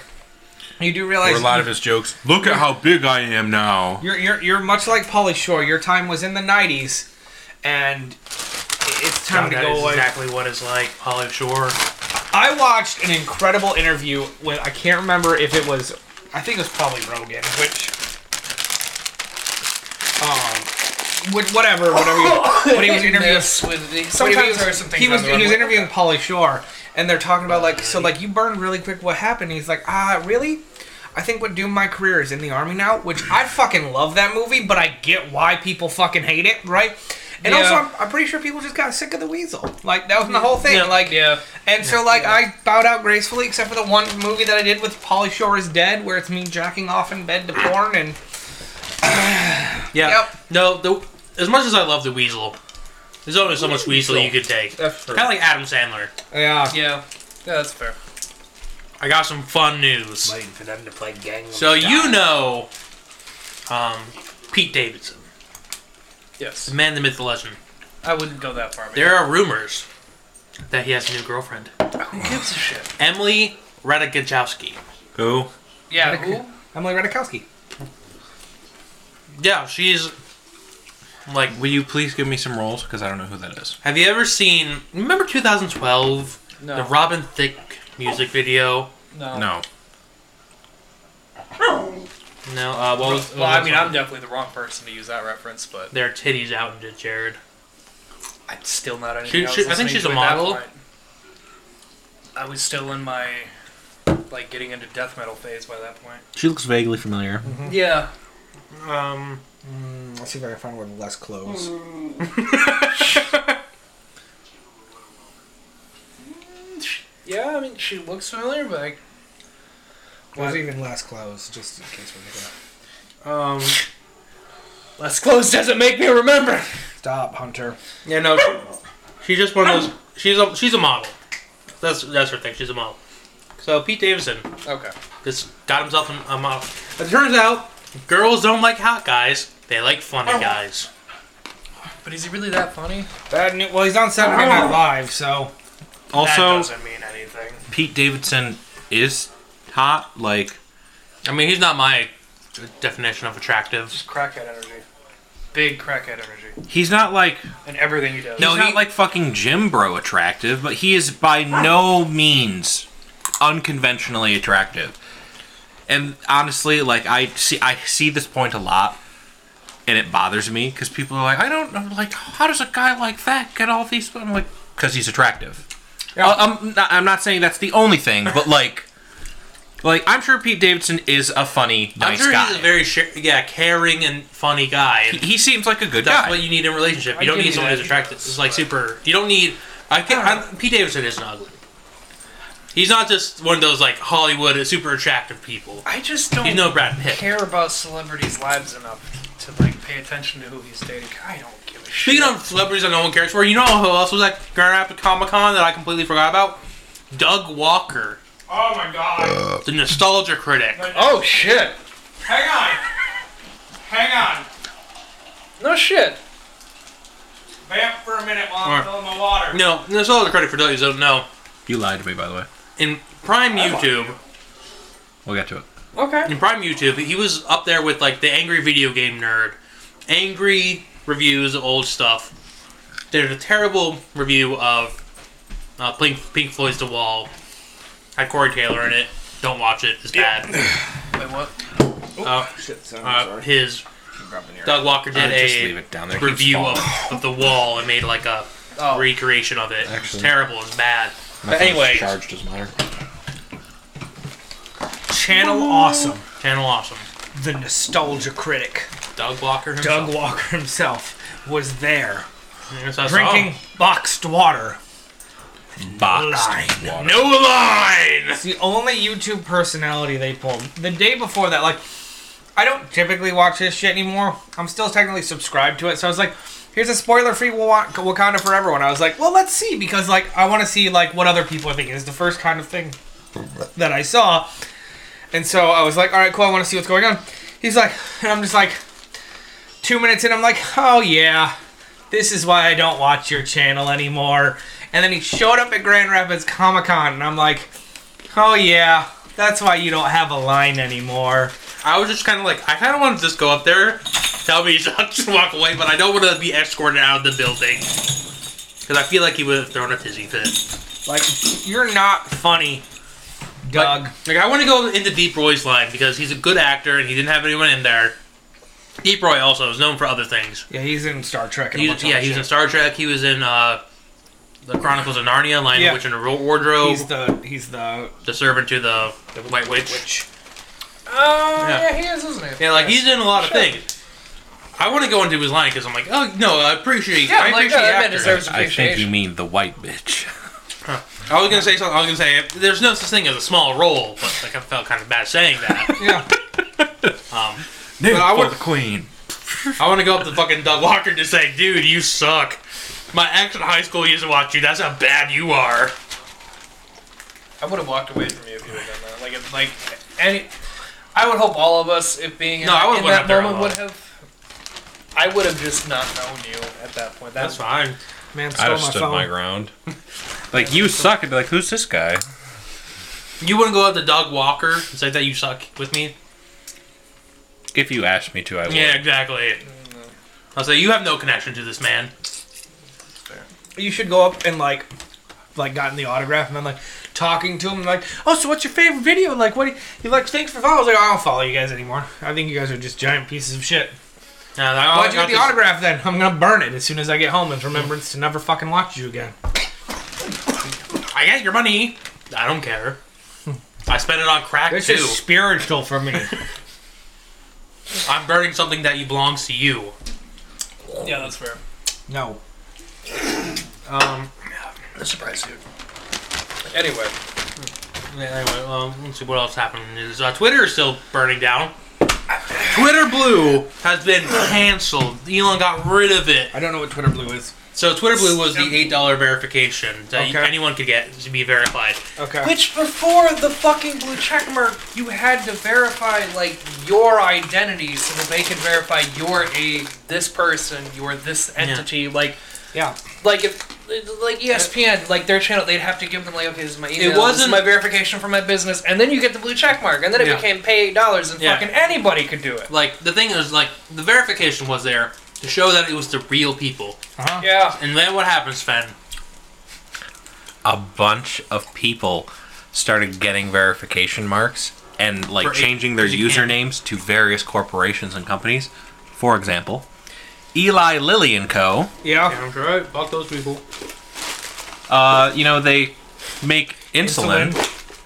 E: you do
C: Or
E: realize
C: a lot of his jokes. Look at how big I am now.
E: You're, you're, you're much like Polly Shore. Your time was in the 90s, and it's
B: God,
E: time to
B: that
E: go
B: is
E: away.
B: exactly what it's like. Holly Shore.
E: I watched an incredible interview with, I can't remember if it was, I think it was probably Rogan, which. Um, wh- whatever, whatever. You, when he was interviewing
D: This with the,
E: when
D: sometimes
E: he was,
D: there are some things.
E: he was,
D: on the
E: he was
D: runway.
E: interviewing Polly Shore, and they're talking about like so like you burn really quick. What happened? He's like, ah, really? I think what doomed my career is in the army now, which I fucking love that movie, but I get why people fucking hate it, right? And also,
D: Yeah.
E: I'm, I'm pretty sure people just got sick of the weasel. Like that was the whole thing.
D: Yeah,
E: Like
D: yeah.
E: and so, like, I bowed out gracefully, except for the one movie that I did with Polly Shore is Dead, where it's me jacking off in bed to porn, and
B: Yeah.
E: Yep.
B: No, the, as much as I love the Weasel, there's only so much Weasel, you could take. Kind
E: that's true.
B: of like Adam Sandler.
E: Yeah,
D: Yeah, yeah, that's fair.
B: I got some fun news.
F: Waiting for them to play gang. of
B: So you know, um, Pete Davidson, the
D: Yes,
B: man, the myth, the legend.
D: I wouldn't go that far. but-
B: There are rumors that he has a new girlfriend,
D: Who gives a shit?
B: Emily Ratajkowski.
C: Who?
D: Yeah, who?
E: Emily Ratajkowski.
B: Yeah, she's like.
C: Will you please give me some roles? Because I don't know who that is.
B: Have you ever seen? Remember 2012,
D: No,
B: the Robin Thicke music video?
D: no,
C: No.
B: No, uh, what was?
D: Well, I mean, I'm definitely the wrong person to use that reference, but
B: their titties out into Jared.
D: I'm still not
B: She-
D: anything. I, was
B: she- I think
D: listening
B: she's
D: to
B: a
D: at that
B: model.
D: point. I was still in my like getting into death metal phase by that point.
C: She looks vaguely familiar.
D: Yeah,
B: Um,
E: Let's see if I can find one less clothes.
D: yeah. I mean, she looks familiar, but I,
E: Was even last clothes, just in case we're gonna
B: um,
D: less clothes doesn't make me remember.
E: stop, Hunter.
B: yeah, no, she's just one of those. She's a she's a model. That's that's her thing. She's a model. So Pete Davidson
D: Okay.
B: just got himself a- a model. It turns out Oh. girls don't like hot guys; they like funny guys.
D: But is he really that funny?
E: Bad new- well, he's on Saturday Night Live, so
D: that
C: Also,
D: doesn't mean anything.
C: Pete Davidson is hot. Like,
B: I mean, he's not my definition of attractive.
D: Just crackhead energy. Big crackhead energy.
C: he's not like
D: And everything he does.
C: no,
B: No,
C: he's
B: he-
C: not like fucking Jim Bro attractive, but he is by no means unconventionally attractive. And honestly, like I see, I see this point a lot, and it bothers me because people are like, I don't know, like, how does a guy like that get all these? I'm like, because he's attractive. I- I'm not, I'm not saying that's the only thing, but like, like I'm sure Pete Davidson is a funny, nice
B: I'm sure
C: guy.
B: he's a very sh- yeah caring and funny guy. and
C: He- he seems like a good
B: That's
C: guy.
B: what you need in a relationship. You
D: I
B: don't
D: give
B: need
D: you
B: someone
D: that.
B: who's attractive. It's like super. You don't need. I can. I'm, Pete Davidson isn't ugly. He's not just one of those like Hollywood uh, super attractive people.
D: I just don't
B: He's no Brad Pitt.
D: care about celebrities' lives enough to like pay attention to who he's dating. I don't give a shit.
B: Speaking of celebrities that no one cares for, you know who else was at Grand Rapids Comic Con that I completely forgot about? Doug Walker,
E: Oh my god.
B: the nostalgia critic.
D: Oh shit!
E: Hang on. Hang on.
D: No shit.
E: Vamp for a minute while
B: Alright.
E: filling my water.
B: No, nostalgia critic for those who don't know.
C: You lied to me, by the way.
B: In Prime YouTube,
C: We'll get to it.
D: Okay.
B: in Prime YouTube, he was up there with like the angry video game nerd, angry reviews of old stuff. There's a terrible review of uh, Pink, Pink Floyd's The Wall. Had Corey Taylor in it. Don't watch it. It's bad.
D: Wait, what?
B: Uh,
E: Shit, son,
B: uh, his
E: Walker up in here.
B: Doug Walker did
C: Uh, just leave
B: a
C: it down there. It keeps
B: review of,
C: falling.
B: of the wall and made like a
D: Oh.
B: recreation of it. It was
C: Actually-
B: terrible. It was bad.
C: My
B: But
C: phone's
B: anyways.
C: charged doesn't matter.
E: Channel Awesome,
B: Channel awesome.
E: the nostalgia critic,
B: Doug Walker himself.
E: Doug Walker himself, was there
B: Yes, I saw
E: drinking
B: him.
E: boxed water. Line.
B: No line.
E: It's the only YouTube personality they pulled. The day before that, like, I don't typically watch this shit anymore. I'm still technically subscribed to it, so I was like, here's a spoiler-free Wa- Wakanda Forever one. I was like, well, let's see because like I want to see like what other people are thinking. It's the first kind of thing that I saw, and so I was like, all right, cool. I want to see what's going on. He's like, and I'm just like, two minutes in, I'm like, oh yeah, this is why I don't watch your channel anymore. And then he showed up at Grand Rapids Comic Con, and I'm like. Oh yeah, that's why you don't have a line anymore.
B: I was just kind of like, I kind of want to just go up there, tell me not to walk away, but I don't want to be escorted out of the building because I feel like he would have thrown a fizzy fit.
E: Like you're not funny, Doug.
B: Like I want to go into Deep Roy's line because he's a good actor and he didn't have anyone in there. Deep Roy also is known for other things.
E: yeah, he's in Star Trek. And
B: He
E: a
B: was,
E: bunch of
B: yeah,
E: other
B: he was in
E: shit.
B: Star Trek. He was in uh, the Chronicles of Narnia, Lion
E: Yeah.
B: the Witch in a Ro- Wardrobe,
E: He's the he's the
B: the servant to the, the White Witch.
D: Oh,
B: Yeah.
D: yeah. he is, isn't he?
B: Yeah, like he's in a lot of things. I want to go into his line because I'm like, oh no, I appreciate.
D: Yeah,
B: I
D: like,
B: appreciate
D: no, that man
B: actors.
D: deserves
C: I think you
D: appreciation.
C: mean the white bitch.
B: I was gonna say something. I was gonna say there's no such thing as a small role, but like I felt kind of bad saying that.
E: yeah.
C: Name
B: I would-
C: the queen.
B: I want to go up to fucking Doug Walker and just say, dude, you suck. My ex in high school used to watch you. That's how bad you are.
D: I would have walked away from you if you would have done that. Like, if, like any, I would hope all of us, if being in,
B: No, I
D: that,
B: wouldn't
D: in
B: went
D: that
B: up there
D: moment, would
B: alone.
D: have. I would have just not known you at that point. That's,
B: That's fine.
E: Man stole
C: I'd
E: my
C: have stood
E: phone.
C: my ground. Like you suck. I'd be like, who's this guy?
B: You wouldn't go up to Doug Walker and say that you suck with me?
C: If you asked me to, I would.
B: Yeah, exactly. I'll say you have no connection to this man.
E: you should go up and like like gotten the autograph and then like talking to him and like oh so what's your favorite video like what do you, you like thanks for following I was like I don't follow you guys anymore I think you guys are just giant pieces of shit
B: Now, I
E: why'd you
B: got
E: get the
B: this-
E: autograph then I'm gonna burn it as soon as I get home as remembrance to never fucking watch you again
B: I got your money. I don't care. I spent it on crack
E: this
B: too.
E: is spiritual for me
B: I'm burning something that you belongs to you.
D: yeah, that's fair.
E: no um
F: The surprise dude.
D: Anyway,
B: Yeah, Anyway, um, let's see what else happened. Is uh, Twitter is still burning down? Twitter Blue has been canceled. Elon got rid of it.
E: I don't know what Twitter Blue is.
B: So Twitter Blue was the eight dollar verification that
E: Okay.
B: anyone could get to be verified.
E: Okay.
D: which before the fucking blue check mark, you had to verify like your identity so that they could verify you're a this person, you're this entity, like.
E: Yeah.
D: like if like E ESPN, like their channel, they'd have to give them like, okay, this is my email, this
B: wasn't-
D: is my verification for my business, and then you get the blue check mark, and then it
B: Yeah.
D: became pay eight dollars, and
B: Yeah.
D: fucking anybody could do it.
B: Like the thing is, like the verification was there to show that it was the real people.
D: Yeah,
B: And then what happens, Fen?
C: a bunch of people started getting verification marks and like
B: For-
C: changing their
B: 'cause you can't-
C: usernames to various corporations and companies. For example, Eli Lilly and Co.
E: Yeah.
B: I'm sure I fuck those people.
C: Uh, you know they make insulin.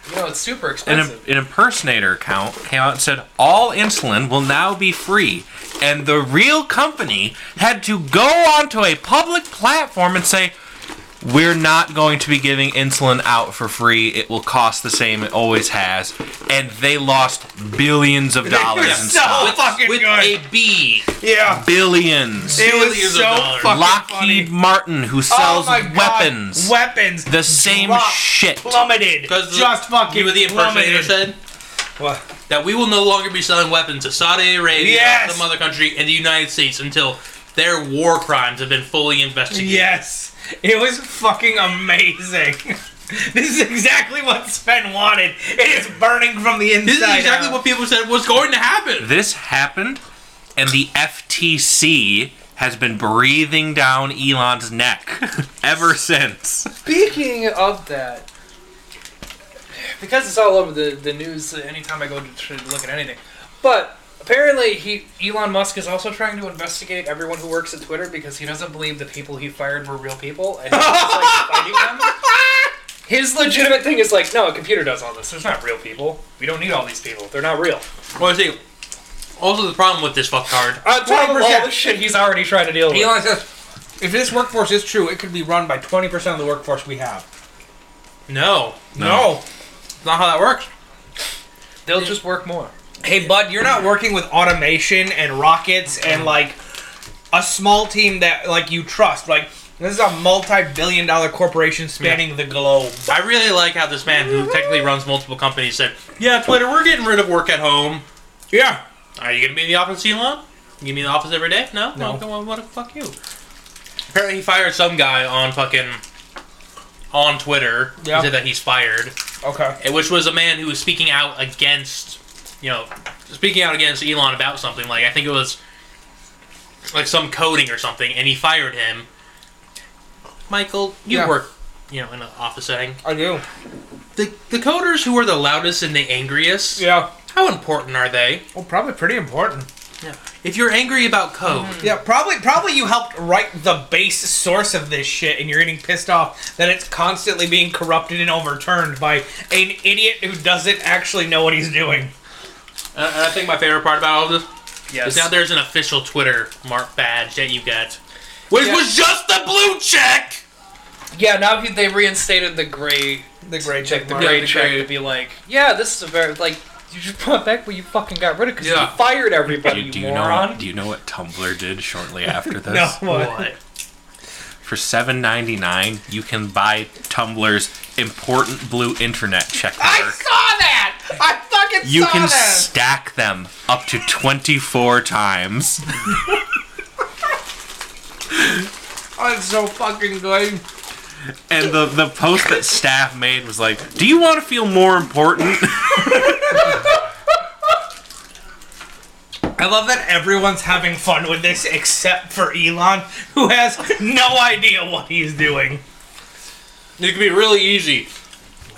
D: you know it's super
C: An,
D: expensive.
C: an impersonator account came out and said all insulin will now be free, and the real company had to go onto a public platform and say, "We're not going to be giving insulin out for free. It will cost the same it always has," and they lost billions of dollars in
E: so
C: stock.
E: fucking
B: With
E: good.
B: a B.
E: yeah.
C: Billions.
E: It was
B: billions
E: so
B: of dollars.
E: fucking
C: Lockheed
E: funny.
C: Martin, who
E: Oh
C: sells
E: my God.
C: weapons,
E: Weapons.
C: the same
E: Drop.
C: shit.
E: plummeted.
B: Because
E: Just fucking
B: You were the impersonator
E: plummeted.
B: said
E: What?
B: that we will no longer be selling weapons to Saudi Arabia,
E: Yes!
B: some other country, and the United States until their war crimes have been fully investigated.
E: Yes. It was fucking amazing. this is exactly what Sven wanted. It is burning from the inside.
B: This is exactly
E: out.
B: what people said was going to happen.
C: This happened, and the FTC has been breathing down Elon's neck ever since.
D: Speaking of that, because it's all over the the news, anytime I go to, to look at anything, but Apparently, he Elon Musk is also trying to investigate everyone who works at Twitter because he doesn't believe the people he fired were real people, and he's just, like fighting them. His legitimate thing is like, no, a computer does all this. There's not real people. We don't need all these people. They're not real.
B: Well, I see. Also, the problem with this fucktard.
D: On top of Uh, all
E: 20%.
D: the shit he's already trying to deal with.
E: Elon says, if this workforce is true, it could be run by 20% of the workforce we have.
B: No.
E: No. It's not how that works.
D: They'll just work more.
E: Hey, bud, you're not working with automation and rockets and like a small team that like you trust. Like this is a multi-billion dollar corporation spanning the globe.
B: I really like how this man, who technically runs multiple companies, said, "Yeah, Twitter, we're getting rid of work at home.
E: Yeah.
B: Are you gonna be in the office, Elon? You gonna be in the office every day? No,
E: No.
B: Well, then what the fuck you? Apparently, he fired some guy on fucking on Twitter.
E: Yeah.
B: He said that he's fired,
E: Okay.
B: and- which was a man who was speaking out against, you know, speaking out against Elon about something. Like I think it was like some coding or something, and he fired him. Michael, you
E: Yeah.
B: work, you know, in an office setting
E: I do.
B: the the coders who are the loudest and the angriest,
E: Yeah.
B: how important are they?
E: Well, probably pretty important.
B: If you're angry about code,
E: Yeah, probably probably you helped write the base source of this shit and you're getting pissed off that it's constantly being corrupted and overturned by an idiot who doesn't actually know what he's doing.
B: uh, and I think my favorite part about all this
D: Yes.
B: is now there's an official Twitter mark badge that you get, which
D: Yeah.
B: was just the blue check.
D: yeah, now he- they reinstated the gray
E: The great
D: check,
E: check
D: the
E: mark.
D: gray
B: the
D: check
B: gray-
D: to be like, yeah, this is a very like you just brought back what you fucking got rid of because
B: Yeah.
D: you fired everybody,
C: You,
D: you,
C: do you know?
D: moron.
C: Do you know what Tumblr did shortly after this?
E: No, what?
B: What?
C: For seven ninety nine, you can buy Tumblr's important blue internet
E: I
C: checkmark.
E: saw that. I fucking
C: You
E: saw
C: can
E: that.
C: stack them up to twenty four times.
E: Oh, it's so fucking good.
C: And the, the post that staff made was like, Do you want to feel more important?
E: I love that everyone's having fun with this except for Elon, who has no idea what he's doing.
B: It could be really easy.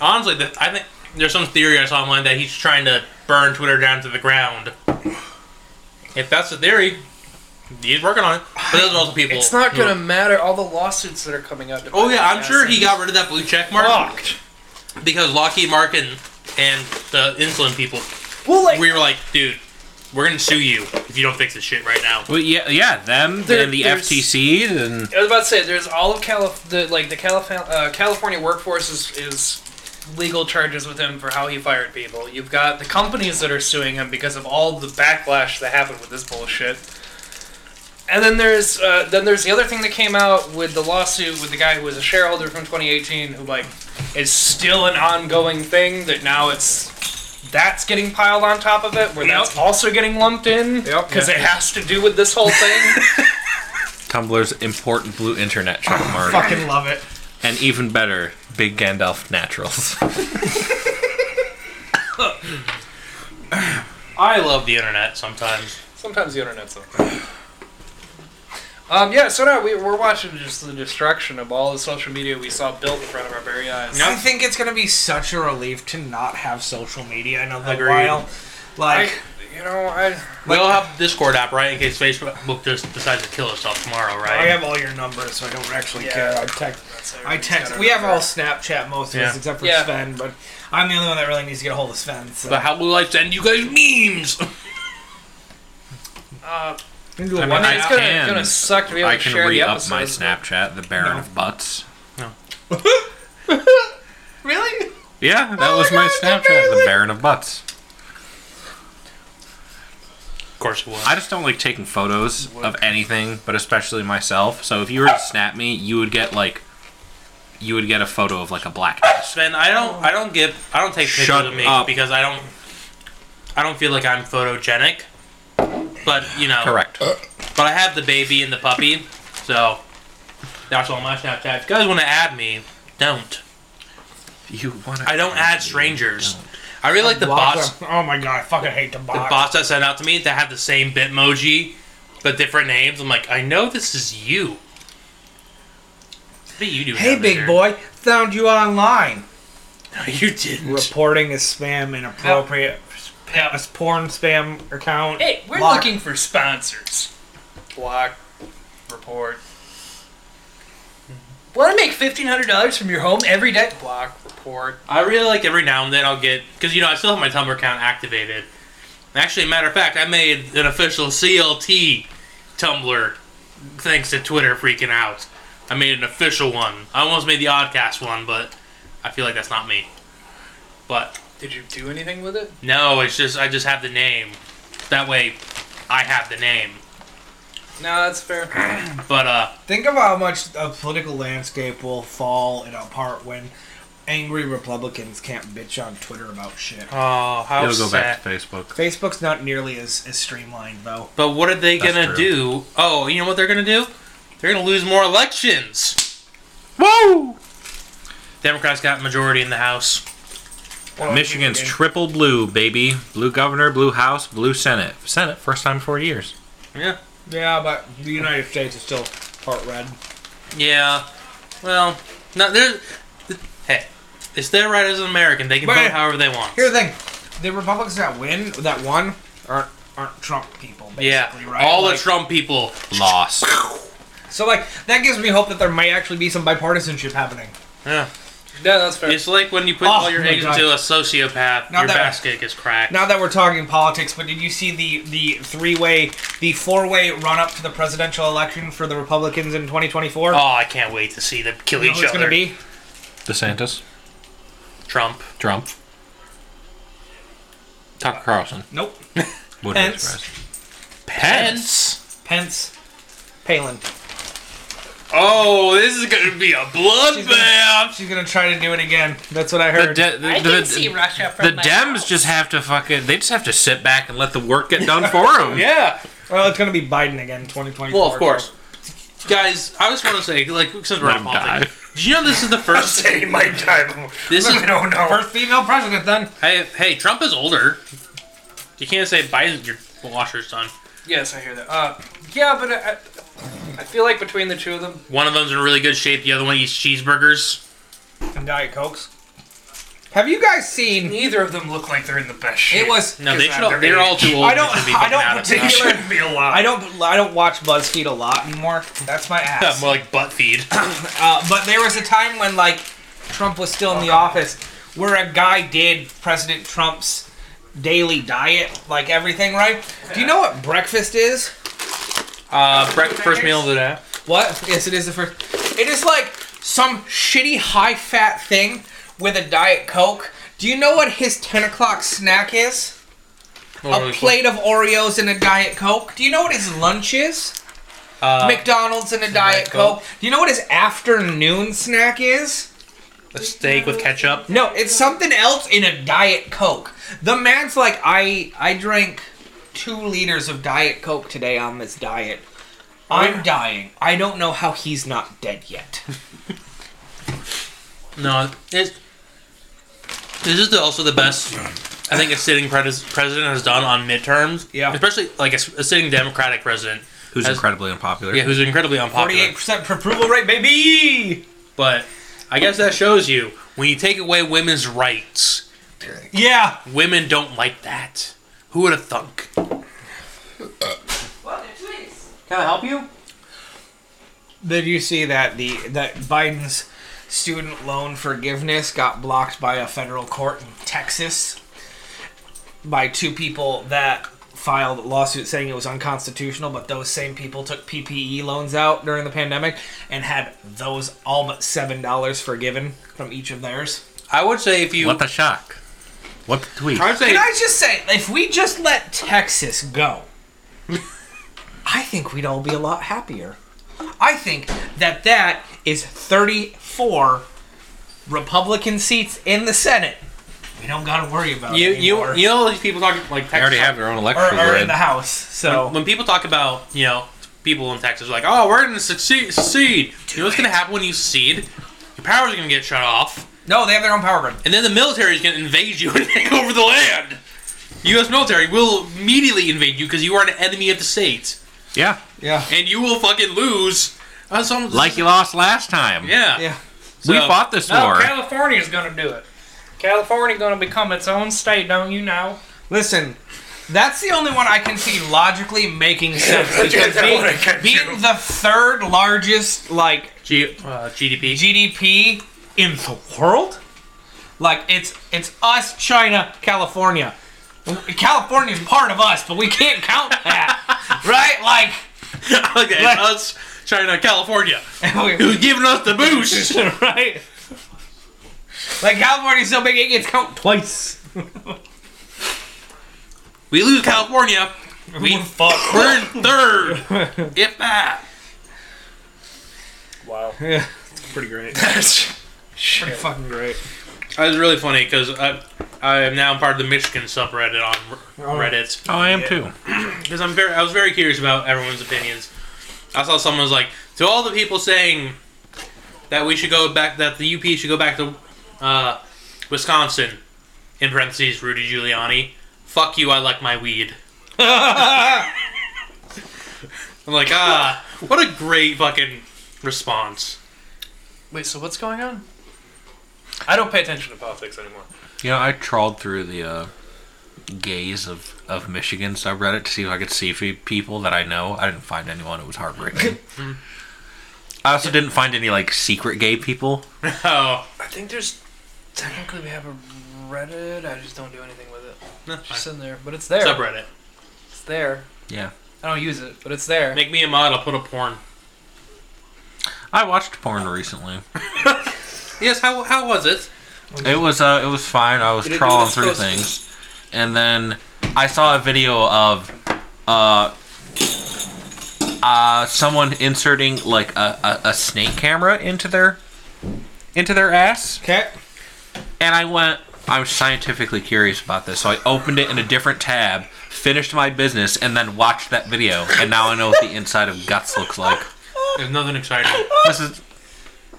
B: Honestly, the, I think there's some theory I saw online that he's trying to burn Twitter down to the ground. If that's the theory, he's working on it. But those are also people.
D: It's not gonna matter. All the lawsuits that are coming out.
B: Oh yeah, I'm sure he got rid of that blue check mark.
D: blocked.
B: because Lockheed Martin and the insulin people,
D: Well, like
B: we were like, dude, we're gonna sue you if you don't fix this shit right now.
C: well, yeah, yeah, them
D: There-
C: and the
D: there's-
C: FTC and
D: I was about to say, there's all of Calif- the like the Calif- uh, California workforce is, is legal charges with him for how he fired people. You've got the companies that are suing him because of all the backlash that happened with this bullshit. And then there's uh, then there's the other thing that came out with the lawsuit with the guy who was a shareholder from 2018 who like is still an ongoing thing that now it's that's getting piled on top of it where that's also getting lumped in because
E: Yep.
D: it has to do with this whole thing.
C: Tumblr's important blue internet checkmark.
E: Fucking love it.
C: And even better, Big Gandalf Naturals.
B: I love the internet sometimes.
D: Sometimes the internet's okay. Um, yeah, so now we, we're watching just the destruction of all the social media we saw built in front of our very eyes.
E: I think it's gonna be such a relief to not have social media in a little
B: Agreed.
E: while.
D: I,
E: Like,
D: you know, I
B: we all have Discord app, right? In case Facebook just decides to kill itself tomorrow,
E: I,
B: right?
E: have all your numbers, so I don't actually
D: Yeah.
E: care. I text. I text. We have all Snapchat, most of
B: Yeah.
E: us, except for
D: Yeah.
E: Sven. But I'm the only one that really needs to get a hold of Sven. So.
B: But how will I send you guys memes?
D: Uh,
E: We can do a
C: I mean,
E: one-
D: I mean, it's
C: I
D: gonna,
C: can-
D: gonna suck to be able
C: I
D: to
C: can
D: share
C: re
D: the
C: up
D: episode.
C: my Snapchat, the Baron of Butts.
E: really?
C: Yeah,
E: Oh
C: that was my Snapchat, the Baron of Butts.
B: Of course it will.
C: I just don't like taking photos of anything, but especially myself. So if you were to snap me, you would get like, you would get a photo of like a black ass.
B: Sven, I don't, I don't give, I don't take pictures
C: Shut
B: of me
C: up.
B: because I don't, I don't feel like I'm photogenic. But you know,
C: Correct.
B: But I have the baby and the puppy, so that's all my Snapchat. If you guys want to add me, don't.
C: You want?
B: I don't add strangers. I really like the bots.
E: Lots of- Oh my god, I fucking hate the
B: The
E: bots.
B: bots that sent out to me that have the same Bitmoji, but different names. I'm like, I know this is you. What are you doing?
E: Hey,
B: down
E: big
B: there?
E: boy, found you online.
B: No, you didn't.
E: Reporting a spam inappropriate
D: Yeah.
E: a porn spam account.
D: Hey, we're
E: Lock.
D: looking for sponsors. Block, report. Want to Hmm. make fifteen hundred dollars from your home every day? Block, report.
B: I really like every now and then I'll get because you know I still have my Tumblr account activated. Actually, matter of fact, I made an official CLT Tumblr thanks to Twitter freaking out. I made an official one. I almost made the Oddcast one, but I feel like that's not me. But
D: Did you do anything with it?
B: no, it's just I just have the name. That way, I have the name.
D: No, that's fair.
B: But uh,
E: Think of how much a political landscape will fall and apart when angry Republicans can't bitch on Twitter about shit.
B: oh, how
C: It'll go
B: sad.
C: back to Facebook.
E: Facebook's not nearly as, as streamlined though.
B: But what are they
C: That's
B: gonna
C: true.
B: do? Oh, you know what they're gonna do? They're gonna lose more elections.
C: Whoa!
B: Democrats got majority in the House.
C: Michigan's triple blue, baby. Blue governor, blue house, blue senate. Senate, first time in 40 years.
B: Yeah.
E: Yeah, but the United States is still part red.
B: Yeah. Well, no, there's. Hey, it's their right as an American. They can
E: But-
B: vote however they want.
E: Here's the thing: the Republicans that win, that won, aren't aren't Trump people. Basically,
B: Yeah.
E: right?
B: All
E: like,
B: the Trump people.
C: Lost.
E: So like that gives me hope that there might actually be some bipartisanship happening.
B: Yeah.
D: No, that's fair.
B: It's like when you put
E: Oh,
B: all your
E: my
B: eggs
E: God.
B: into a sociopath,
E: Not
B: your
E: that-
B: basket gets cracked.
E: Now that we're talking politics, but did you see the the three way, the four way run up to the presidential election for the Republicans in 2024?
B: oh, I can't wait to see them kill
E: You know
B: each
E: who it's
B: other.
E: gonna be
C: DeSantis,
B: Trump.
C: Trump, Tucker Carlson.
E: nope
C: Would
E: Pence.
B: Pence.
E: Pence, Palin.
B: Oh, this is gonna be a
E: She's gonna,
B: bloodbath.
E: she's gonna try to do it again. That's what I
C: The,
E: heard.
C: de- the,
D: I
C: the-
D: can see Russia from
C: the
D: my
C: Dems
D: house.
C: just have to fucking. They just have to sit back and let the work get done for them.
B: Yeah.
E: well, it's gonna be Biden again, 2024.
B: Well, of course. Guys, I just want to say, like, since we're
C: Let
B: on
C: him
B: politics,
C: die.
B: did you know this is the first?
F: Say my time.
B: This is
F: I don't know.
E: First female president, then.
B: Hey, hey, Trump is older. You can't say Biden's your washer's son.
D: Yes, I hear that. Uh, yeah, but I, I feel like between the two of them,
B: One of them's in really good shape. The other one eats cheeseburgers.
E: and Diet Cokes. Have you guys seen?
D: neither of them look like they're in the best shape.
E: It was.
B: No, they
D: Because
B: should.
D: I'm
B: All, they're all too old.
E: I don't.
B: to be
E: I don't
B: fucking out of
E: particular-
B: it.
F: Shouldn't be allowed.
E: I don't. I don't watch BuzzFeed a lot anymore. That's my ass.
B: More like butt feed.
E: Uh, but there was a time when like Trump was still in the office, where a guy did President Trump's daily diet, like everything. Right? Do you know what breakfast is?
B: Uh, breakfast, first meal of the day.
E: What? Yes, it is the first. It is like some shitty high fat thing with a Diet Coke. Do you know what his ten o'clock snack is? a plate of Oreos and a Diet Coke. Do you know what his lunch is?
B: Uh,
E: McDonald's and a Diet Coke. Do you know what his afternoon snack is?
B: a steak with ketchup.
E: No, it's something else in a Diet Coke. The man's like, I I drank two liters of Diet Coke today on this diet. I'm dying. I don't know how he's not dead yet.
B: No, it's this is the, also the best. I think a sitting pres- president has done on midterms.
E: Yeah.
B: especially like a, s- a sitting Democratic president.
C: Who's
B: As-
C: incredibly unpopular.
B: Yeah, who's incredibly unpopular.
E: Forty-eight percent approval rate, baby.
B: But I guess that shows you when you take away women's rights,
E: Yeah.
B: women don't like that. Who would have thunk? Can I help you?
E: Did you see that the that Biden's student loan forgiveness got blocked by a federal court in Texas by two people that filed lawsuits saying it was unconstitutional, but those same people took PPE loans out during the pandemic and had those all but seven dollars forgiven from each of theirs.
B: I would say if you.
C: What the shock? What the tweet?
B: I would say
E: Can I just say, if we just let Texas go, I think we'd all be a lot happier. I think that that is 34 Republican seats in the Senate. We don't got to worry about
B: you
E: it
B: you
E: anymore.
B: you know these people talk like Texas.
C: They already have their own
E: or,
C: electrical
E: or in
C: grid.
E: the House. So
B: When people talk about you know people in Texas are like, oh, we're gonna succeed. succeed. You know what's gonna happen when you secede? Your powers are gonna get shut off,
E: no, they have their own power grid.
B: and then the military is gonna invade you and take over the land. U.S. military will immediately invade you because you are an enemy of the state.
C: yeah.
E: Yeah,
B: and you will fucking lose. Uh, so I'm-
C: Like you lost last time.
B: yeah.
E: yeah.
C: We
B: So-
C: fought this
D: No,
C: war.
D: California's gonna do it. California gonna become its own state, don't you know?
E: Listen, that's the only one I can see logically making sense because
F: that
E: being,
F: one I got you.
E: being the third largest like
B: G- uh, GDP.
E: GDP in the world, like it's it's us, China, California. California's part of us, but we can't count that, right? Like,
B: okay, it's us, China, California. Who's giving us the boost?
E: right? Like California's so big it gets count twice.
B: We lose California. We fuck. We're in third, if that.
F: Wow.
E: Yeah, it's pretty great. pretty fucking great.
B: That was really funny because I, I am now part of the Michigan subreddit on Reddit
C: Oh, I am too.
B: because I'm very I was very curious about everyone's opinions. I saw someone was like to all the people saying that we should go back that the UP should go back to uh, Wisconsin in parentheses Rudy Giuliani. Fuck you, I like my weed. I'm like ah, what a great fucking response.
D: Wait, so what's going on? I don't pay attention to politics anymore.
C: You know, I trawled through the uh, gaze of, of Michigan subreddit to see if I could see fe- people that I know. I didn't find anyone. It was heartbreaking.
B: Hmm.
C: I also didn't find any like secret gay people.
B: Oh,
D: I think there's technically we have a Reddit. I just don't do anything with it. It's just in there, but it's there.
B: subreddit.
D: It's there.
C: Yeah,
D: I don't use it, but it's there.
B: Make me a mod. I'll put a porn.
C: I watched porn recently.
B: Yes, how, how was it?
C: It was uh, it was fine. I was
F: it do
C: trawling
F: this
C: through
F: first?
C: things, and then I saw a video of uh, uh, someone inserting like a, a, a snake camera into their into their ass,
E: Okay.
C: and I went. I'm scientifically curious about this, so I opened it in a different tab, finished my business, and then watched that video, and now I know what the inside of guts looks like.
B: There's nothing exciting.
C: This is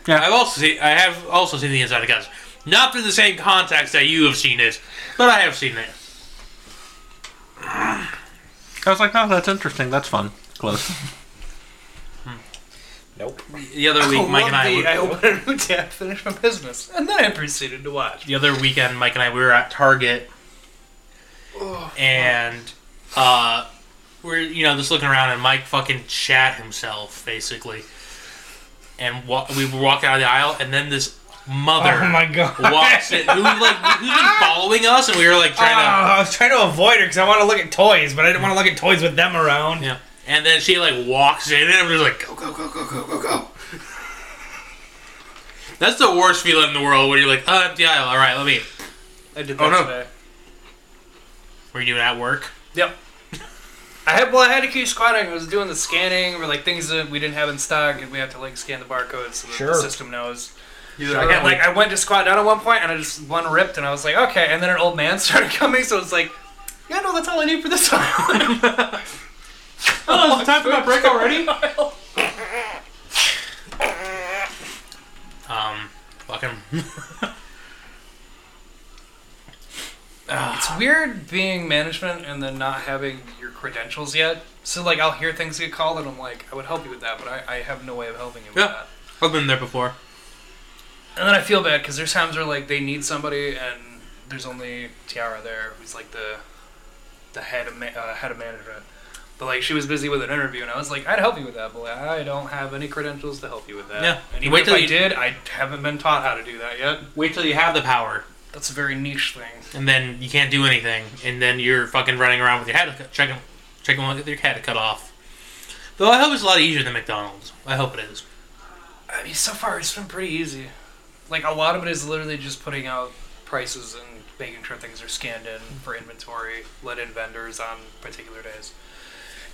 B: I've also seen, I have also seen the inside of guys. Not through the same context that you have seen it, but I have seen it.
C: I was like, oh, that's interesting. That's fun. Close.
B: The other week, Mike and I,
D: Lovely. I
B: were,
D: opened a new tab, finished my business, and then I proceeded to watch.
B: the other weekend, Mike and I, we were at Target, and uh, we're you know just looking around, and Mike fucking shat himself basically, and wa- we walked out of the aisle, and then this mother
E: Oh my god.
B: walks in, who like who's been following us, and we were like trying to.
E: Ah, I was trying to avoid her because I want to look at toys, but I didn't want to look at toys with them around.
B: Yeah. And then she like walks in, and I'm just like, go, go, go, go, go, go, go. That's the worst feeling in the world when you're like, oh, empty aisle. All right, let me.
D: I did that
B: Oh, no.
D: today.
B: Were you doing at work?
D: Yep. I had well, I had to keep squatting. I was doing the scanning or like things that we didn't have in stock, and we have to like scan the barcodes so that
E: Sure.
D: the system knows.
B: You're
D: I got, like I went to squat down at one point, and I just one ripped, and I was like, okay. And then an old man started coming, so it's like, yeah, no, that's all I need for this time.
E: Oh, it's time for my break already?
B: um, fucking.
D: it's weird being management and then not having your credentials yet. So like, I'll hear things get called, and I'm like, I would help you with that, but I, I have no way of helping you with
B: Yeah.
D: that.
B: I've been there before.
D: And then I feel bad because there's times where like they need somebody and there's only Tiara there, who's like the the head of ma- uh, head of management. But like she was busy with an interview, and I was like, I'd help you with that, but like, I don't have any credentials to help you with that.
B: Yeah.
D: And
B: You
D: even
B: wait
D: if
B: till
D: I
B: you-
D: did, I haven't been taught how to do that yet.
B: Wait till you have the power,
D: That's a very niche thing.
B: and then you can't do anything, and then you're fucking running around with your head cut- checking, checking with your head cut off. Though I hope it's a lot easier than McDonald's. I hope it is.
D: I mean, so far it's been pretty easy. Like a lot of it is literally just putting out prices and making sure things are scanned in for inventory, let in vendors on particular days.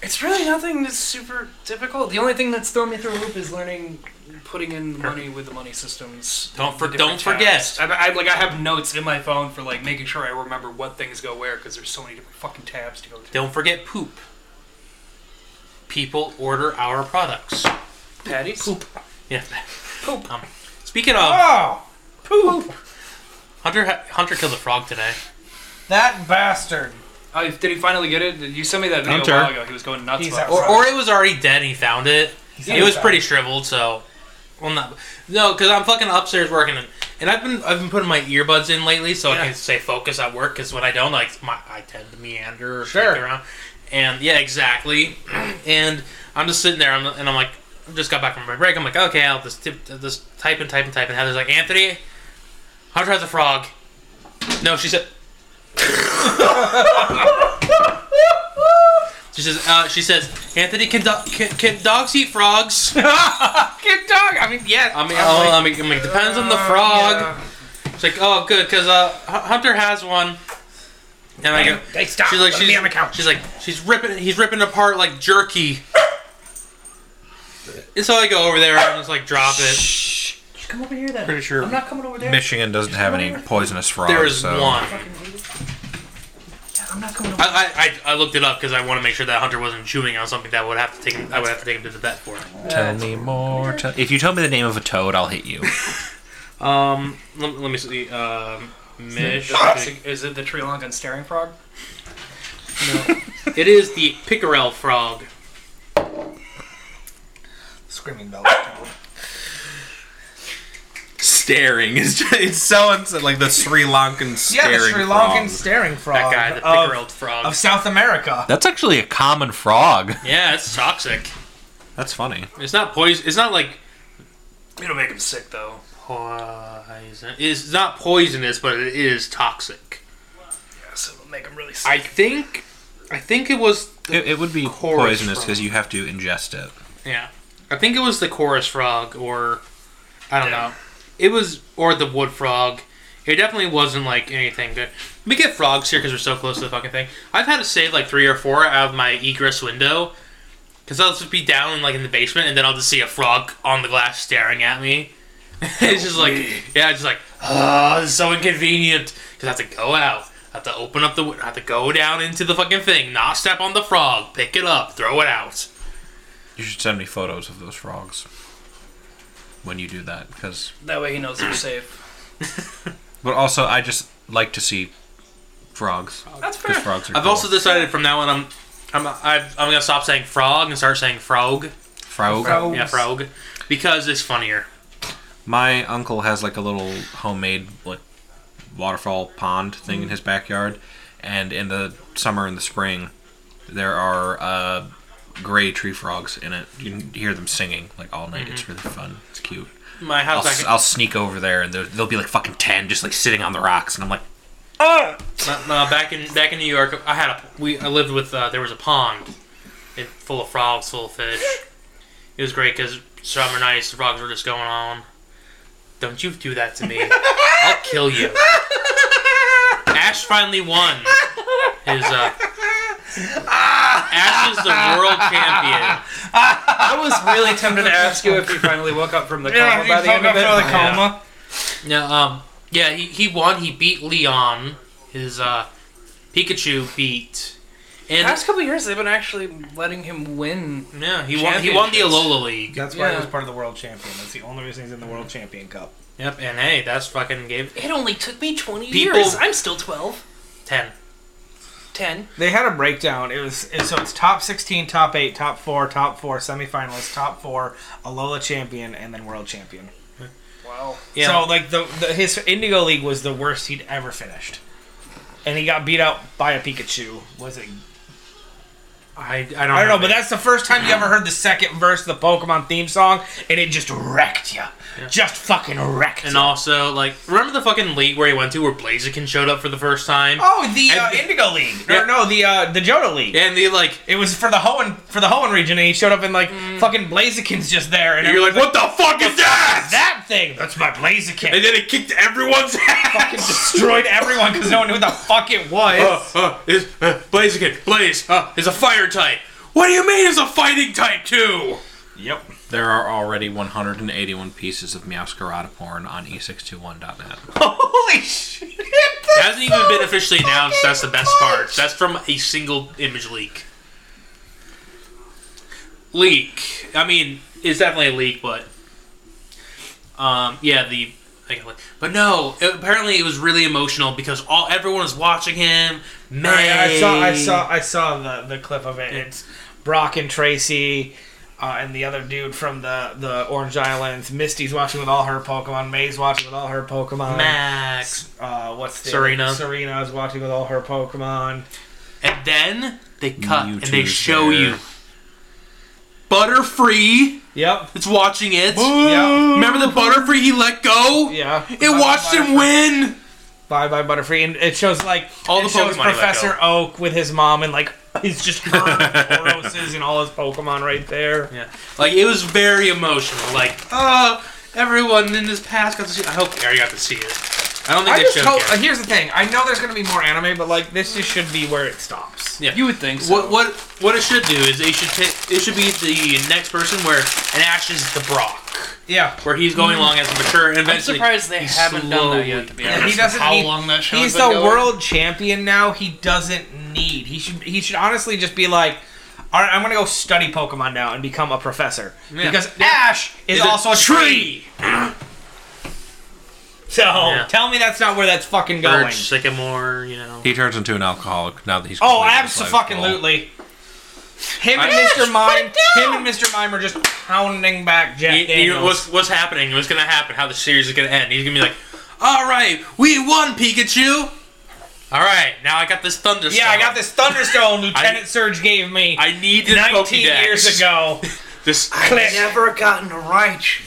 D: It's really nothing that's super difficult. The only thing that's thrown me through a loop is learning putting in money with the money systems.
B: Don't for,
D: the
B: don't
D: different
B: forget.
D: tabs. I, I like I have notes in my phone for like making sure I remember what things go where because there's so many different fucking tabs to go to.
B: Don't forget poop. People order our products.
D: Patties.
B: Yeah.
D: Poop.
B: Um, speaking of
E: Oh, poop.
B: Hunter, ha- Hunter killed a frog today.
E: That bastard.
D: Oh, did he finally get it? Did you send me that video
C: Hunter.
D: a while ago? He was going nuts.
E: He's
D: about
E: a-
D: it.
B: Or, or it was already dead. and He found it.
E: not
B: It was
E: found
B: pretty shriveled. So, well, not no, because I'm fucking upstairs working, and And I've been I've been putting my earbuds in lately so I can stay focused at work. Because when I don't, like my I tend to meander or
E: Sure.
B: sure. around. And yeah, exactly. And I'm just sitting there, I'm, and I'm like, I just got back from my break. I'm like, okay, I'll just tip, just type and type and type. And Heather's like, Anthony, Hunter has a frog. No, she said. She says, uh, she says, Anthony, can, do- can, can dogs eat frogs?
D: Get dog. I mean, yeah.
B: I mean, oh, I mean, I mean, it depends on the frog. She's like, oh, good, because uh, Hu- Hunter has one. And I go,
E: Hey, stop.
B: she's like,
E: Let
B: she's,
E: me on the couch.
B: she's like, she's ripping, he's ripping apart like jerky. and so I go over there and just like drop it.
F: Come over here then.
C: Pretty sure
F: "Oh, I'm not coming over there.
C: Michigan doesn't have any poisonous frogs.
B: There is
C: so-
B: one.
F: Yeah, I'm not coming over
B: I, I, I- I looked it up because I want to make sure that Hunter wasn't chewing on something that would have to take him, I would have to take him to the vet for.
C: Tell me more. Tell- if you tell me the name of a toad, I'll hit you.
B: Um, let, let me see. Um, Mish.
F: Is it the Sri Lankan staring frog?
B: it is the pickerel frog.
D: Screaming bell.
C: staring is just, it's so insane. Like the Sri Lankan
E: Yeah,
C: staring.
E: the Sri Lankan
C: frog.
E: staring
B: That
E: frog.
B: guy, the
E: of-
B: pickerel frog.
E: of South America.
C: That's actually a common frog.
B: Yeah, it's toxic.
C: That's funny.
B: It's not poison. It's not like
F: It'll make him sick though.
B: poison. It's not poisonous, but it is toxic.
F: Yes, it'll make him really sick.
B: I think. I think it was.
C: It, it would be
B: Chorus
C: poisonous
B: frog.
C: because you have to ingest it.
B: Yeah, I think it was the chorus frog, or I don't know. It was or the wood frog. It definitely wasn't like anything good. We get frogs here because we're so close to the fucking thing. I've had to save like three or four out of my egress window because I'll just be down like in the basement, and then I'll just see a frog on the glass staring at me. it's just like yeah, it's just like oh, this is so inconvenient because I have to go out. I have to open up the. wi- I have to go down into the fucking thing, not step on the frog, pick it up, throw it out.
C: You should send me photos of those frogs when you do that, because.
F: That way he knows they're safe.
C: But also, I just like to see frogs.
F: That's
C: Because frogs are
B: I've
C: cool.
B: also decided from now on I'm I'm I've, I'm gonna stop saying frog and start saying frog.
C: frog.
B: Yeah, frog, because it's funnier.
C: My uncle has like a little homemade like waterfall pond thing in his backyard, and in the summer and the spring, there are uh, gray tree frogs in it. You can hear them singing like all night. It's really fun. It's cute.
B: My
C: I'll,
B: house, I
C: s-
B: can,
C: I'll sneak over there, and there- there'll be like fucking ten just like sitting on the rocks, and I'm like,
B: my- my- back in back in New York, I had a we I lived with uh, there was a pond, it, full of frogs, full of fish. It was great because summer nights, the frogs were just going on. Don't you do that to me? I'll kill you. Ash finally won. His uh, Ash is the world champion.
D: I was really tempted to ask you if you finally woke up from the coma by the end of it.
B: Yeah. No, um, yeah, he, he won. He beat Leon. His uh, Pikachu beat, and
D: Past couple years, they've been actually letting him win.
B: yeah, he won. He won the
D: Championships.
B: Alola League.
E: That's why
D: Yeah.
E: he was part of the world champion. That's the only reason he's in the world champion cup.
B: Yep, and hey, that's fucking gave
F: It only took me 20
B: People-
F: years. I'm still 12.
B: ten.
F: 10.
E: They had a breakdown. It was it- so it's top sixteen, top eight, top four, top four, semifinalists, top four, Alola champion, and then world champion.
F: Wow.
B: Yeah,
E: So like the, the his Indigo League was the worst he'd ever finished, and he got beat out by a Pikachu. Was it?
B: I I don't,
E: I don't know,
B: Uh-huh.
E: but that's the first time you ever heard the second verse of the Pokemon theme song, and it just wrecked you. Just fucking wrecked.
B: and
E: you.
B: also like remember the fucking league where he went to where Blaziken showed up for the first time,
E: Oh, the uh,
B: And-
E: Indigo League.
B: Yeah.
E: Or no, the uh, the Johto League.
B: and they like
E: It was for the Hoenn for the Hoenn region, and he showed up in like fucking Blaziken's just there, and
B: Mm. you're like,
E: everyone's
B: what the fuck is that?
E: that thing? That's my Blaziken.
B: And then it kicked everyone's ass.
E: fucking destroyed everyone because no one knew what the fuck it was.
B: uh, uh, is uh, Blaziken Blaze uh, is a fire type. What do you mean is a fighting type too?
E: Yep.
C: there are already 181 pieces of Meowscarada porn on e e621.net.
E: Holy shit!
B: It hasn't even been officially announced. That's the best part. That's from a single image leak. Leak. I mean, it's definitely a leak, but um, yeah, the. I can't look. But no, it- apparently it was really emotional because all everyone was watching him. May.
E: I, I saw, I saw, I saw the the clip of it. It's Brock and Tracy. uh, and the other dude from the the Orange Islands. Misty's watching with all her Pokemon. May's watching with all her Pokemon.
B: Max.
E: Uh, what's the
B: Serena.
E: Serena is watching with all her Pokemon.
B: And then they cut and they
C: Mewtwo's
B: show
C: there.
B: you Butterfree.
E: Yep.
B: It's watching it.
E: Yep.
B: Remember the Butterfree he let go?
E: Yeah.
B: It watched him win.
E: Bye bye Butterfree, and it shows like
B: All
E: it
B: the
E: shows
B: Pokemon he let
E: Professor Oak with his mom, and like he's just curved Tauroses and all his Pokemon right there.
B: Yeah, like it was very emotional. Like, oh, everyone in this past got to see. I hope Gary got to see it. I don't think
E: I
B: they
E: just
B: showed
E: hope. uh,
B: Gary.
E: here's the thing. I know there's gonna be more anime, but like this just should be where it stops.
B: Yeah.
D: You would think so.
B: What what what it should do is it should take it should be the next person where an Ash is the Brock,
E: Yeah.
B: where he's going along as a mature and
F: I'm
B: eventually.
F: surprised they haven't done that yet. To be
B: slowly-
F: honest.
E: He doesn't
D: How
E: need-
D: long that show
E: He's
D: has been
E: the
D: going?
E: world champion now. He doesn't need. He should. He should honestly just be like, all right, I'm gonna go study Pokemon now and become a professor because Ash is,
B: Is a
E: also a tree. So
B: Yeah.
E: tell me that's not where that's fucking going.
B: Birch, sycamore, you know.
C: He turns into an alcoholic now that he's.
E: Oh,
C: completed his life goal.
E: absolutely. Him and
C: I-
E: Mr. Mime, him and Mr. Mime are just pounding back Jack
B: You- you-
E: Daniels.
B: what's what's happening? What's gonna happen? How the series is gonna end? He's gonna be like, "All right, we won, Pikachu. All right, now I got this thunderstorm.
E: yeah, I got this Thunderstone Lieutenant Surge gave me
B: I need this
E: 19
B: Pokédex.
E: years ago.
B: This
E: Click.
F: Never gotten a Raichu.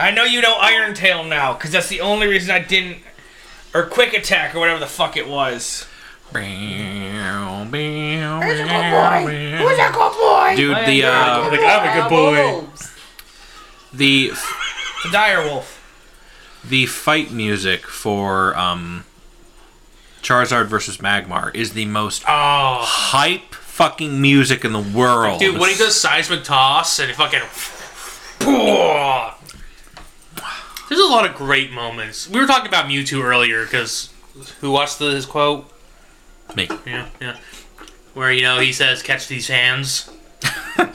E: I know you know Iron Tail now, because that's the only reason I didn't. Or Quick Attack, or whatever the fuck it was.
C: Dude,
F: a good boy?
C: the uh,
B: Like, I'm a good boy.
C: the
E: The Dire Wolf.
C: the fight music for um, Charizard versus Magmar is the most
B: Oh.
C: hype fucking music in the world.
B: Dude, when he does seismic toss and he fucking. There's a lot of great moments. We were talking about Mewtwo earlier because who watched the, his quote?
C: me,
B: Yeah, yeah. Where you know he says, "Catch these hands." I